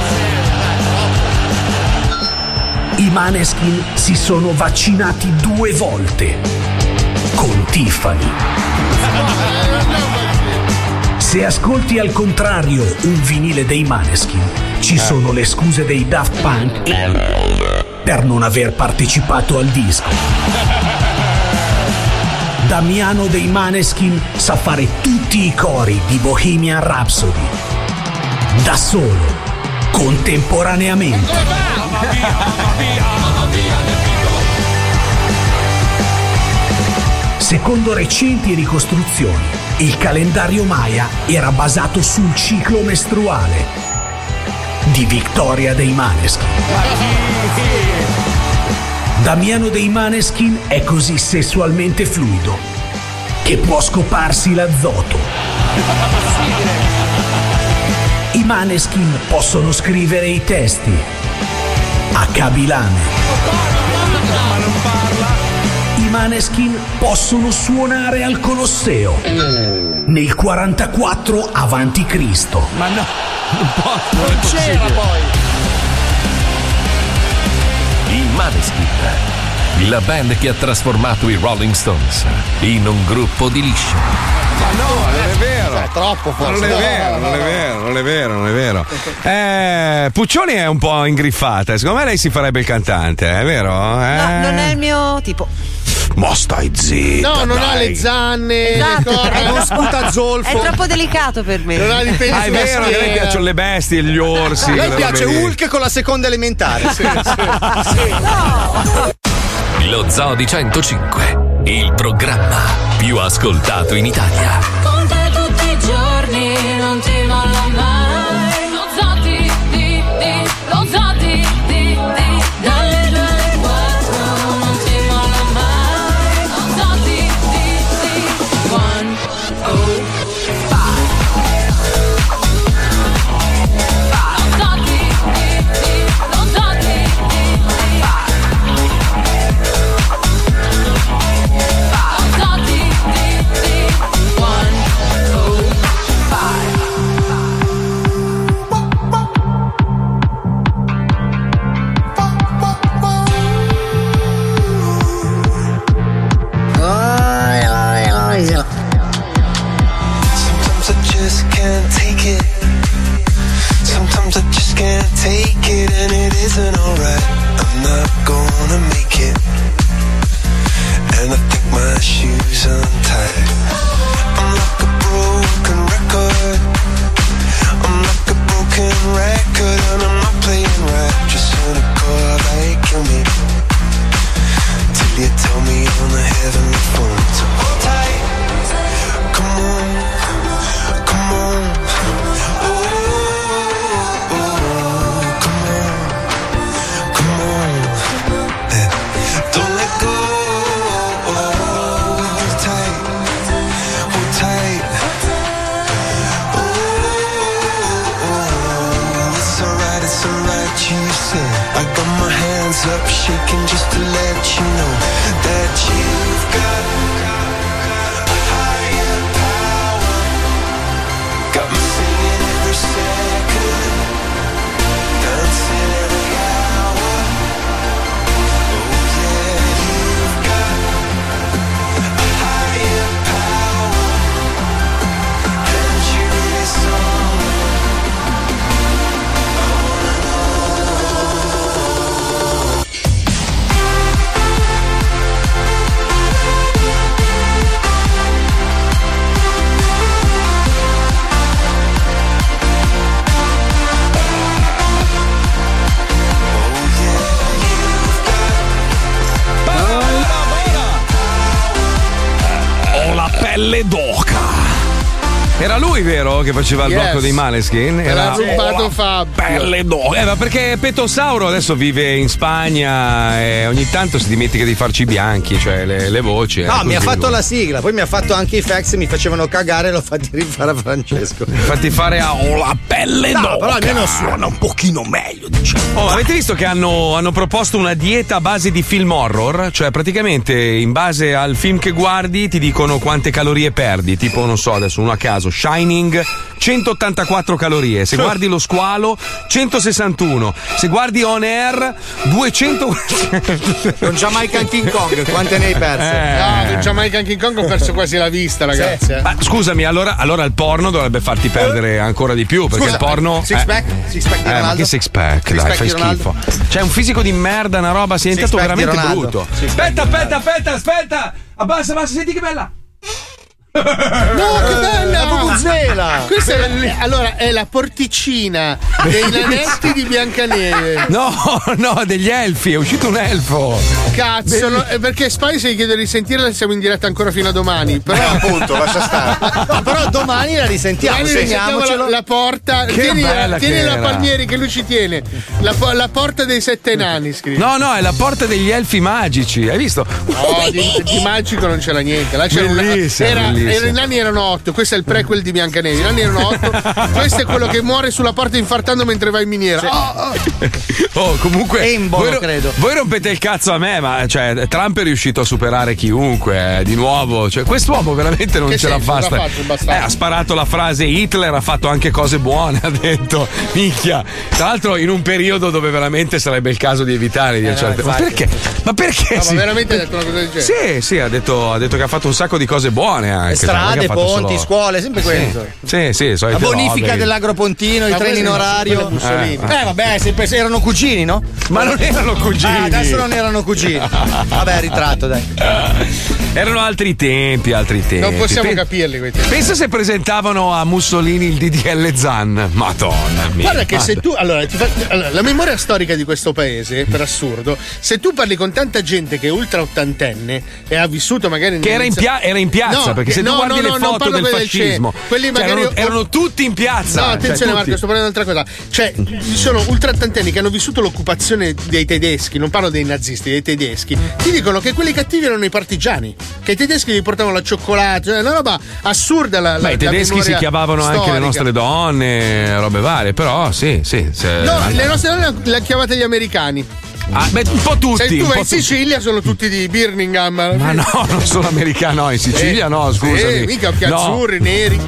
I Maneskin si sono vaccinati due volte con Tiffany. Se ascolti al contrario un vinile dei Maneskin, ci sono le scuse dei Daft Punk per non aver partecipato al disco. Damiano dei Maneskin sa fare tutti i cori di Bohemian Rhapsody. Da solo, contemporaneamente. Secondo recenti ricostruzioni, il calendario Maya era basato sul ciclo mestruale di Vittoria dei Maneskin. Damiano dei Maneskin è così sessualmente fluido che può scoparsi l'azoto. I Maneskin possono scrivere i testi a Cabilane. I Maneskin possono suonare al Colosseo nel 44 avanti Cristo. Ma no, non posso.
Non c'era poi. I Maneskin, la band che ha trasformato i Rolling Stones in un gruppo di lisci.
Ma no, non è vero.
troppo
Ma non è vero, non è vero, non è vero, non è vero. Eh, Puccioni è un po' ingriffata. Secondo me lei si farebbe il cantante, è vero? Eh?
No, non è il mio tipo.
Ma stai zitta.
No, non ha
dai. Eh,
le zanne,
Esatto,
le corna,
è troppo- È troppo delicato per me.
Non ha i peli
Ah, è
sulla
vero che a lei
schiena.
piacciono le bestie, gli orsi.
A lei
le
piace
robe lì.
Hulk con la seconda elementare.
Lo Zoo di 105, il programma più ascoltato in Italia.
Con te tutti i giorni non ti molla mai Lo zati di di, lo zati di di Dalle due alle quattro non ti molla mai Lo zati di di One, oh, five Lo zati di di, lo zati di di Lo zati di di One, oh, five
Sometimes I just can't take it. Sometimes I just can't take it, and it isn't alright. I'm not gonna make it. And I think my shoes untied. I'm like a broken record. I'm like a broken record, and I'm not playing right. Just wanna call like kill me. Till you tell me on the heavenly phone. So hold tight. Come on. Come on, oh, oh, come on, come on, Eh, don't let go. Hold tight, hold tight. Oh, oh, it's alright, it's alright. You said I got my hands up, shaking just to let you know that you've got a higher power. Got me singing every second, dancing every hour. Oh,
Valle d'Oca. Era lui, vero, che faceva il
Yes.
blocco dei Maleskin? Era
Era rubato
Oh,
Fabio.
Pelle d'oro. Eh, ma perché Petonsauro adesso vive in Spagna e ogni tanto si dimentica di farci i bianchi, cioè le, le voci. eh,
No, Ah, mi
così,
ha fatto
guarda.
la sigla, poi mi ha fatto anche i fax, mi facevano cagare, l'ho fatti rifare a Francesco.
Fatti fare a oh, la pelle
No,
d'oca.
però almeno
suona un pochino meglio, diciamo. Oh, ma avete visto che hanno, hanno proposto una dieta a base di film horror? Cioè, praticamente in base al film che guardi ti dicono quante calorie perdi. Tipo, non so, adesso uno a caso, Shining, 184 calorie. Se guardi lo squalo, 161. Se guardi On Air, 200.
Con Jamaican King Kong, quante ne hai perse?
Eh.
Ah,
No, in Jamaica anche in Kong ho perso quasi la vista, ragazzi. eh.
Ma scusami, allora, allora il porno dovrebbe farti perdere ancora di più perché
Scusa,
il porno.
six
eh,
pack? Six pack di
eh, ma
Ronaldo?
che six pack,
Six
dai,
pack
fai
di
schifo.
Ronaldo?
C'è un fisico di merda, una roba, sei diventato
Six pack di
veramente
Ronaldo.
brutto. Aspetta, aspetta, aspetta, aspetta! Abbassa, abbassa, senti che bella!
No,
Eh.
che bella!
La vuvuzela!
Questa è la, allora, è la porticina dei
Bellissimo.
nanetti di Biancaneve.
No, no, degli elfi, è uscito un elfo.
Cazzo, no, eh, perché Spy se gli chiedo di risentirla siamo in diretta ancora fino a domani. Però
appunto, lascia stare.
No, però
domani la risentiamo,
Domani risentiamo
segniamocelo.
la, la porta.
Che
tieni
bella
la,
che
tieni la
era.
Palmieri che lui ci tiene. La, po- la porta dei sette nani, scrive.
No, no, è la porta degli elfi magici, hai visto?
No, di, di magico non c'era niente. Là c'era una-
Bellissimo,
era-
bellissimo.
era- I nani erano otto. Questo è il prequel di Biancaneve. I nani erano otto. Questo è quello che muore sulla porta infartando mentre va in miniera. Oh, oh.
Oh, comunque.
Embolo,
ro-
credo.
voi rompete il cazzo a me, ma cioè, Trump è riuscito a superare chiunque, eh, di nuovo. Cioè, quest'uomo veramente non
Che
ce la
senso?
fa.
Cosa ha
sta-
fatto il bastardo?
Eh, ha sparato la frase Hitler, ha fatto anche cose buone, ha detto. Minchia. Tra l'altro, in un periodo dove veramente sarebbe il caso di evitare di
Eh, no,
certe- Ma
infatti.
perché? Ma perché?
No, ma
si-
veramente ha detto una cosa del
Sì,
genere.
sì, ha detto, ha detto che ha fatto un sacco di cose buone anche. cioè, non è
Strade,
che ha fatto
ponti,
solo-
scuole, sempre questo.
Sì, sì, solite robe.
La bonifica dell'agropontino, i
Ma
treni in
quello-
orario.
quello è Mussolini.
Eh, vabbè, se pe- se erano cugini, no?
Ma non erano cugini.
Ah, adesso non erano cugini. Vabbè, ritratto, dai.
Erano altri tempi, altri tempi.
Non possiamo
Pe-
capirli quei tempi.
Pensa se presentavano a Mussolini il DDL Zan. Madonna mia.
Guarda che se tu. Allora, ti fa- allora, la memoria storica di questo paese, eh, per assurdo, se tu parli con tanta gente che è ultra ottantenne e ha vissuto magari.
Che era in, pia- era in piazza,
No,
perché se
che-
tu
no,
guardi
no,
le
no, non
foto
parlo
del
quelli del C.
fascismo,
Quelli
cioè,
magari
erano,
o-
erano tutti in piazza.
No,
cioè,
attenzione
tutti.
Marco, sto parlando di un'altra cosa. Cioè, ci sono ultraottantenni che hanno vissuto l'occupazione dei tedeschi, non parlo dei nazisti, dei tedeschi. Ti dicono che quelli cattivi erano i partigiani, che i tedeschi gli portavano la cioccolata, cioè una roba assurda la,
Beh,
la
i
la
tedeschi si
memoria
chiamavano anche le
storica.
nostre donne, robe varie, però sì, sì. se-
No, le nostre donne le chiamate gli americani.
Eh, Ah, beh, un po' tutti.
Se tu
un po'
vai in
tutti.
Sicilia sono tutti di Birmingham.
Ma no, non sono americano, no, in Sicilia no, scusami.
Eh, mica occhi
No.
azzurri, neri.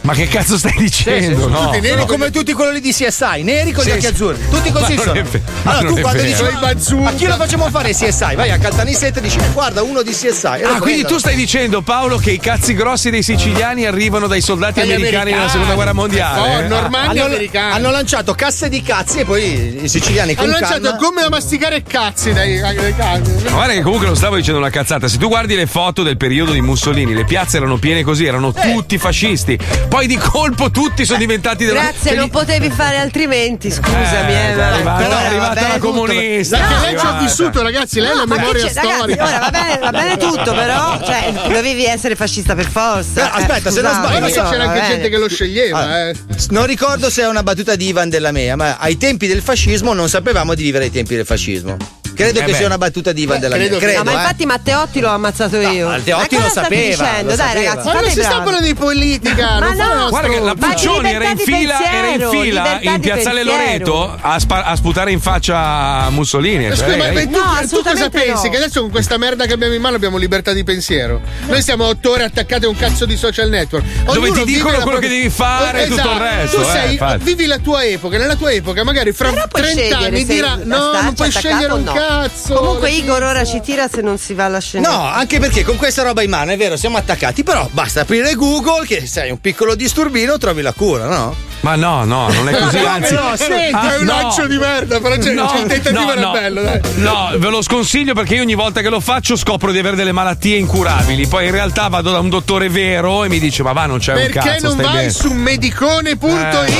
Ma che cazzo stai dicendo?
sono
no,
tutti neri
no.
come tutti quelli di CSI, neri con gli
Sì,
occhi
sì.
azzurri. Tutti così
Ma non
sono.
è vero, ma
Allora
non
tu
è
quando
vero.
dici
Sono i
ma chi lo facciamo fare CSI? Vai a Caltanissette e dici "Eh, guarda uno di CSI.
Ah, quindi tu stai dicendo, Paolo, che i cazzi grossi dei siciliani arrivano dai soldati
Dagli
americani nella seconda guerra mondiale? Eh,
Ah,
normali
hanno,
americani.
Hanno lanciato casse di cazzi e poi i siciliani con
Hanno lanciato
canna-
gomme da masticare e cazzi dai, dai cani.
Ma guarda che comunque non stavo dicendo una cazzata. Se tu guardi le foto del periodo di Mussolini, le piazze erano piene così, erano
Eh.
tutti fascisti. Poi di colpo tutti sono diventati della-
Grazie, non potevi fare altrimenti, scusami.
Eh,
eh,
è arrivata-
però-
è arrivata la comunista.
Perché
è
lei ci ha
arrivata.
vissuto, ragazzi, lei è
No,
la
ma che
memoria
c'è, ragazzi,
storica.
ora va bene, va bene tutto, però cioè, dovevi essere fascista per forza. eh,
Aspetta, se non
scusate.
sbaglio,
guarda che c'era anche gente che lo sceglieva, eh.
Allora, s- Non ricordo se è una battuta di Ivan della Mea, ma ai tempi del fascismo non sapevamo di vivere ai tempi del fascismo. Credo
Eh
che
beh.
sia una battuta di Ivan della Mea. Credo,
No, ma
eh.
infatti Matteotti l'ho ammazzato io.
Matteotti
Ma
lo
cosa state
sapeva,
dicendo?
lo
Dai,
sapeva.
ragazzi,
Ma
Ma
fate
non si
i
sta
bravi.
parlando di politica,
Ma
non fa
no.
nostro-
Guarda che la
Ma di
Puccioni era
libertà
in
di
fila,
pensiero,
era in fila
libertà
in
di
piazzale
pensiero.
Loreto a, spa- a sputare in faccia a Mussolini.
Ma
Cioè,
scusa, Eh, ma
lei-
tu, tu cosa
assolutamente
pensi?
no.
Che adesso con questa merda che abbiamo in mano abbiamo libertà di pensiero. Noi siamo otto ore attaccati a un cazzo di social network.
Dove
Ognuno
ti
vive
dicono
la
quello che devi fare e tutto
Esatto.
il resto,
Tu
eh,
sei-
infatti.
vivi la tua epoca, nella tua epoca magari fra
Però puoi
30
scegliere
anni
se
dirà no,
starci
non puoi
attaccato
scegliere
o
un
no."
cazzo.
Comunque Igor ora ci tira se non si va alla scena.
No, anche perché con questa roba in mano è vero, siamo attaccati, però basta aprire Google che sei un piccolo disturbino, trovi la cura, no?
Ma no, no, non è così. anzi,
no, senti,
Ah,
è un
no.
lancio di merda, però c'è, c'è il tentativo
no,
era
no.
bello, dai.
No, ve lo sconsiglio perché io ogni volta che lo faccio scopro di avere delle malattie incurabili. Poi in realtà vado da un dottore vero e mi dice: Ma va, non c'è un
Perché
cazzo.
non
stai
vai
bene." Eh,
su medicone.it?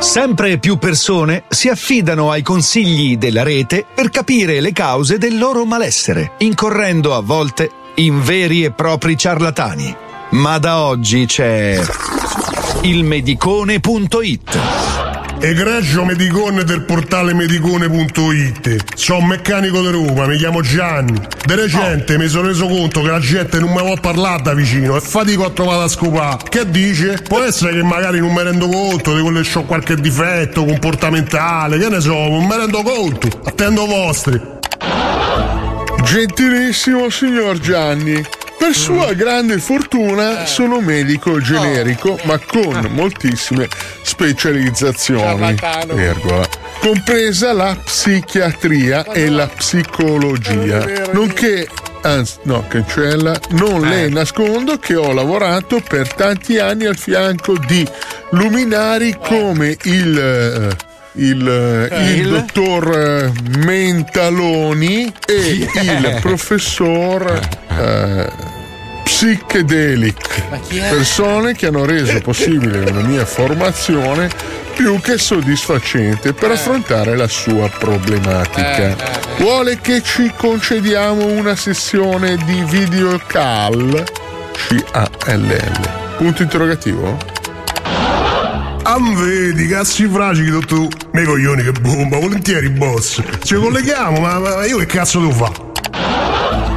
Sempre più persone si affidano ai consigli eh, della rete per capire le cause del loro malessere, incorrendo a volte in veri e propri ciarlatani. Ma da oggi c'è ilmedicone.it.
Egregio Medicone del portale medicone.it Sono un meccanico di Roma, mi chiamo Gianni. De recente mi sono reso conto che la gente non mi può parlare da vicino e fatico a trovare a scopare. Che dice? Può essere che magari non mi rendo conto di quello che ho qualche difetto comportamentale, che ne so, non mi rendo conto. Attendo vostri.
Gentilissimo signor Gianni, per
Mm.
sua grande
Eh.
fortuna sono
Oh.
medico generico, ma con moltissime specializzazioni, Eh,
Ciarlatano.
virgola, compresa la psichiatria e la psicologia, nonché Anzi, no, cancella, non le nascondo che ho lavorato per tanti anni al fianco di luminari come il, eh, il, eh, il
Il?
dottor eh, Mentaloni e
Yeah.
il professor eh, Psychedelic.
chi è?
Persone che hanno reso possibile una mia formazione più che soddisfacente per affrontare la sua problematica.
Eh, eh,
Vuole che ci concediamo una sessione di videocall? C-A-L-L. Punto interrogativo?
Am vedi, cazzi fragili, dottor. Me coglioni che bomba, volentieri boss. Ci colleghiamo, ma, ma io che cazzo devo fare?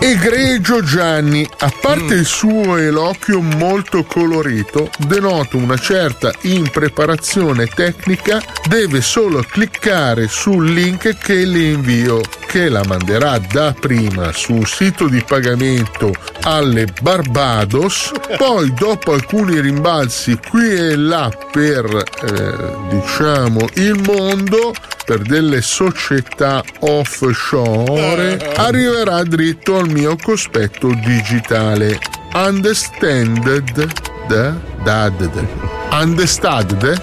Egregio Gianni, a parte il suo eloquio molto colorito, denoto una certa impreparazione tecnica, deve solo cliccare sul link che le invio, che la manderà dapprima sul sito di pagamento alle Barbados, poi dopo alcuni rimbalzi qui e là per, eh, diciamo, il mondo, per delle società offshore, arriverà dritto al mio cospetto digitale. Understanded? da- da- da- da- Understanded?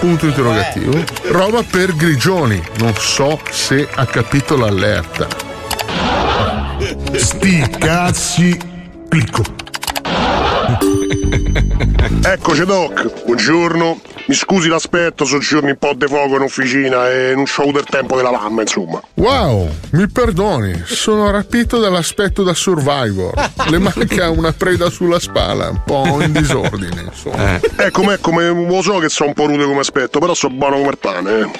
Punto interrogativo. Roba per grigioni. Non so se ha capito l'allerta.
Sti cazzi. Clicco. Eccoci Doc, buongiorno. Mi scusi l'aspetto, sono giorni un po' di fuoco in officina e non ho avuto il tempo della mamma, insomma.
Wow, mi perdoni, sono rapito dall'aspetto da Survivor. Le manca una preda sulla spalla, un po' in disordine, insomma.
Ecco, ma ecco, ma lo so che sono un po' rude come aspetto, però sono buono come il pane. eh.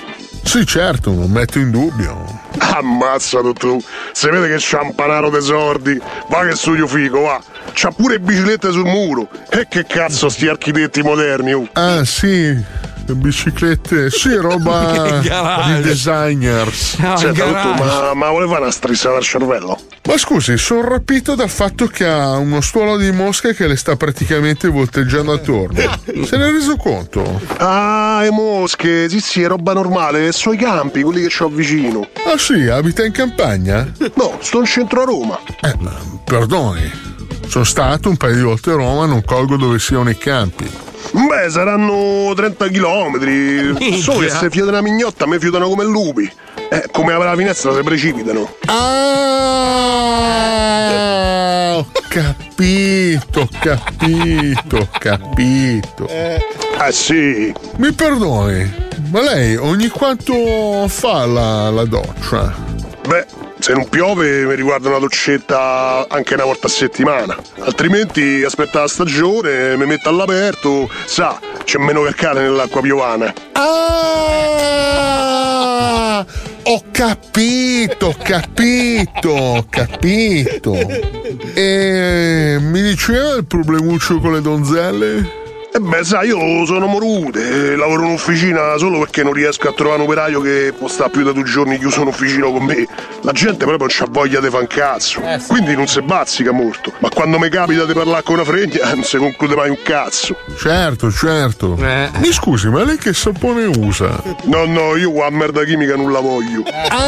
Sì, certo, non metto in dubbio.
Ammazza tu, se vede che c'ha un panaro dei sordi, va che studio figo, va. C'ha pure biciclette sul muro. E che cazzo sti architetti moderni, oh.
Ah, sì, biciclette, sì, roba
In garage.
di designers.
Senta, dottor, ma, ma voleva una strissata al cervello?
Ma scusi, sono rapito dal fatto che ha uno stuolo di mosche che le sta praticamente volteggiando attorno. Se ne è reso conto?
Ah, e mosche, sì sì, è roba normale, sono i campi, quelli che c'ho vicino.
Ah sì, abita in campagna?
No, sto in centro a Roma.
Eh, ma perdoni, sono stato un paio di volte a Roma, non colgo dove siano i campi.
Beh, saranno 30 km. Solo che
Minchia.
se fiuta una mignotta, me fiutano come lupi. Eh, come apre la finestra se precipitano.
Ah, ho capito, ho capito, ho capito.
Ah sì.
Mi perdoni, ma lei ogni quanto fa la, la doccia?
Beh, se non piove mi riguarda una doccetta anche una volta a settimana. Altrimenti aspetta la stagione, mi metto all'aperto, sa, c'è meno calcare nell'acqua piovana.
Ah, ho capito, ho capito, ho capito. E mi diceva il problemuccio con le donzelle?
E beh, sai, io sono morute, eh, lavoro in officina solo perché non riesco a trovare un operaio che può stare più da due giorni chiuso in officina con me. La gente proprio c'ha voglia di fan cazzo, quindi non si bazzica molto. Ma quando mi capita di parlare con una fregna, non si conclude mai un cazzo.
Certo, certo. Mi scusi, ma lei che sapone usa?
No, no, io qua a merda chimica non la voglio.
Ah,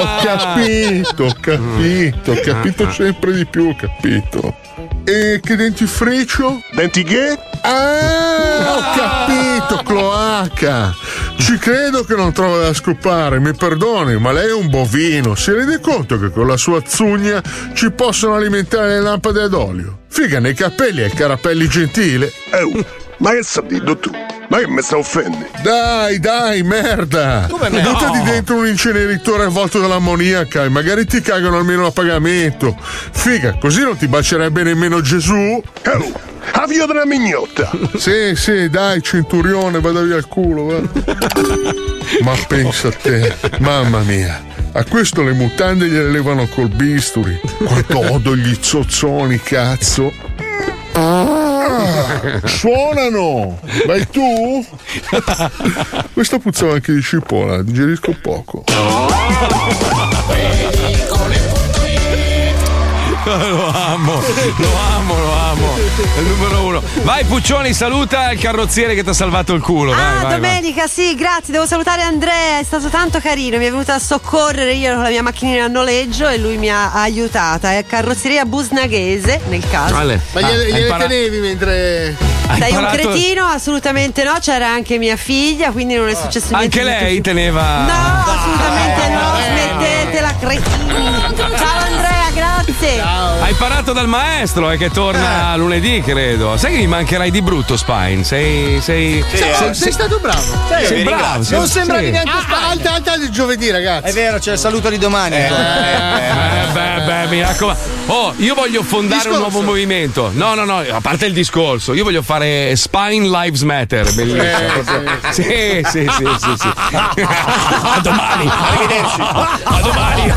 ho capito, ho capito, ho capito sempre di più, ho capito. E che dentifricio?
Denti che?
Ah, ho capito, cloaca. Ci credo che non trova da scopare, mi perdoni, ma lei è un bovino. Si rende conto che con la sua zugna ci possono alimentare le lampade ad olio? Figa nei capelli e carapelli gentile.
Eh, uh, Ma che stai dicendo tu? Ma che mi stai offendi?
Dai, dai, merda!
Come merda?
Buttati
No.
dentro un inceneritore avvolto dall'ammoniaca e magari ti cagano almeno a pagamento. Figa, così non ti bacerebbe nemmeno Gesù. Avvio della mignotta! Sì, sì, dai, centurione, vada via al culo, va. Ma pensa a te, mamma mia. A questo le mutande gliele levano col bisturi. Quanto odo gli zozzoni, cazzo. Ah, suonano! Vai tu? Questo puzzava anche di cipolla, digerisco poco.
Lo amo, lo amo, lo amo. È il numero uno. Vai, Puccioni, saluta il carrozziere che ti ha salvato il culo. Vai,
Ah,
vai, vai.
domenica, sì, grazie. Devo salutare Andrea, è stato tanto carino. Mi è venuto a soccorrere io ero con la mia macchinina a noleggio e lui mi ha aiutata. È carrozzeria busnaghese, nel caso.
Ale, Ma
ah,
gliele-
hai
gliele
imparato-
tenevi mentre.
Sei un
imparato-
cretino? Assolutamente no. C'era anche mia figlia, quindi
Oh.
non è successo niente.
Anche
di
lei teneva.
No, assolutamente
Eh.
no, smettetela, cretini. Ciao Andrea, grazie.
Hai imparato dal maestro eh, che torna lunedì, credo. Sai che mi mancherai di brutto, Spine? Sei. Sei,
Sì,
sei-
eh.
sei, sei
sei-
stato bravo.
Sei Sì, bravo,
Non
sì.
sembravi
Sì.
neanche ah, alta, alta il giovedì, ragazzi. È vero, c'è il saluto di domani.
Eh, beh, beh, mi raccomando. Oh, io voglio fondare un nuovo movimento. No, no, no, a parte il discorso, io voglio fare Spine Lives Matter. Bellissimo. proprio. sì, sì, sì, sì, sì.
A domani. Arrivederci. A domani.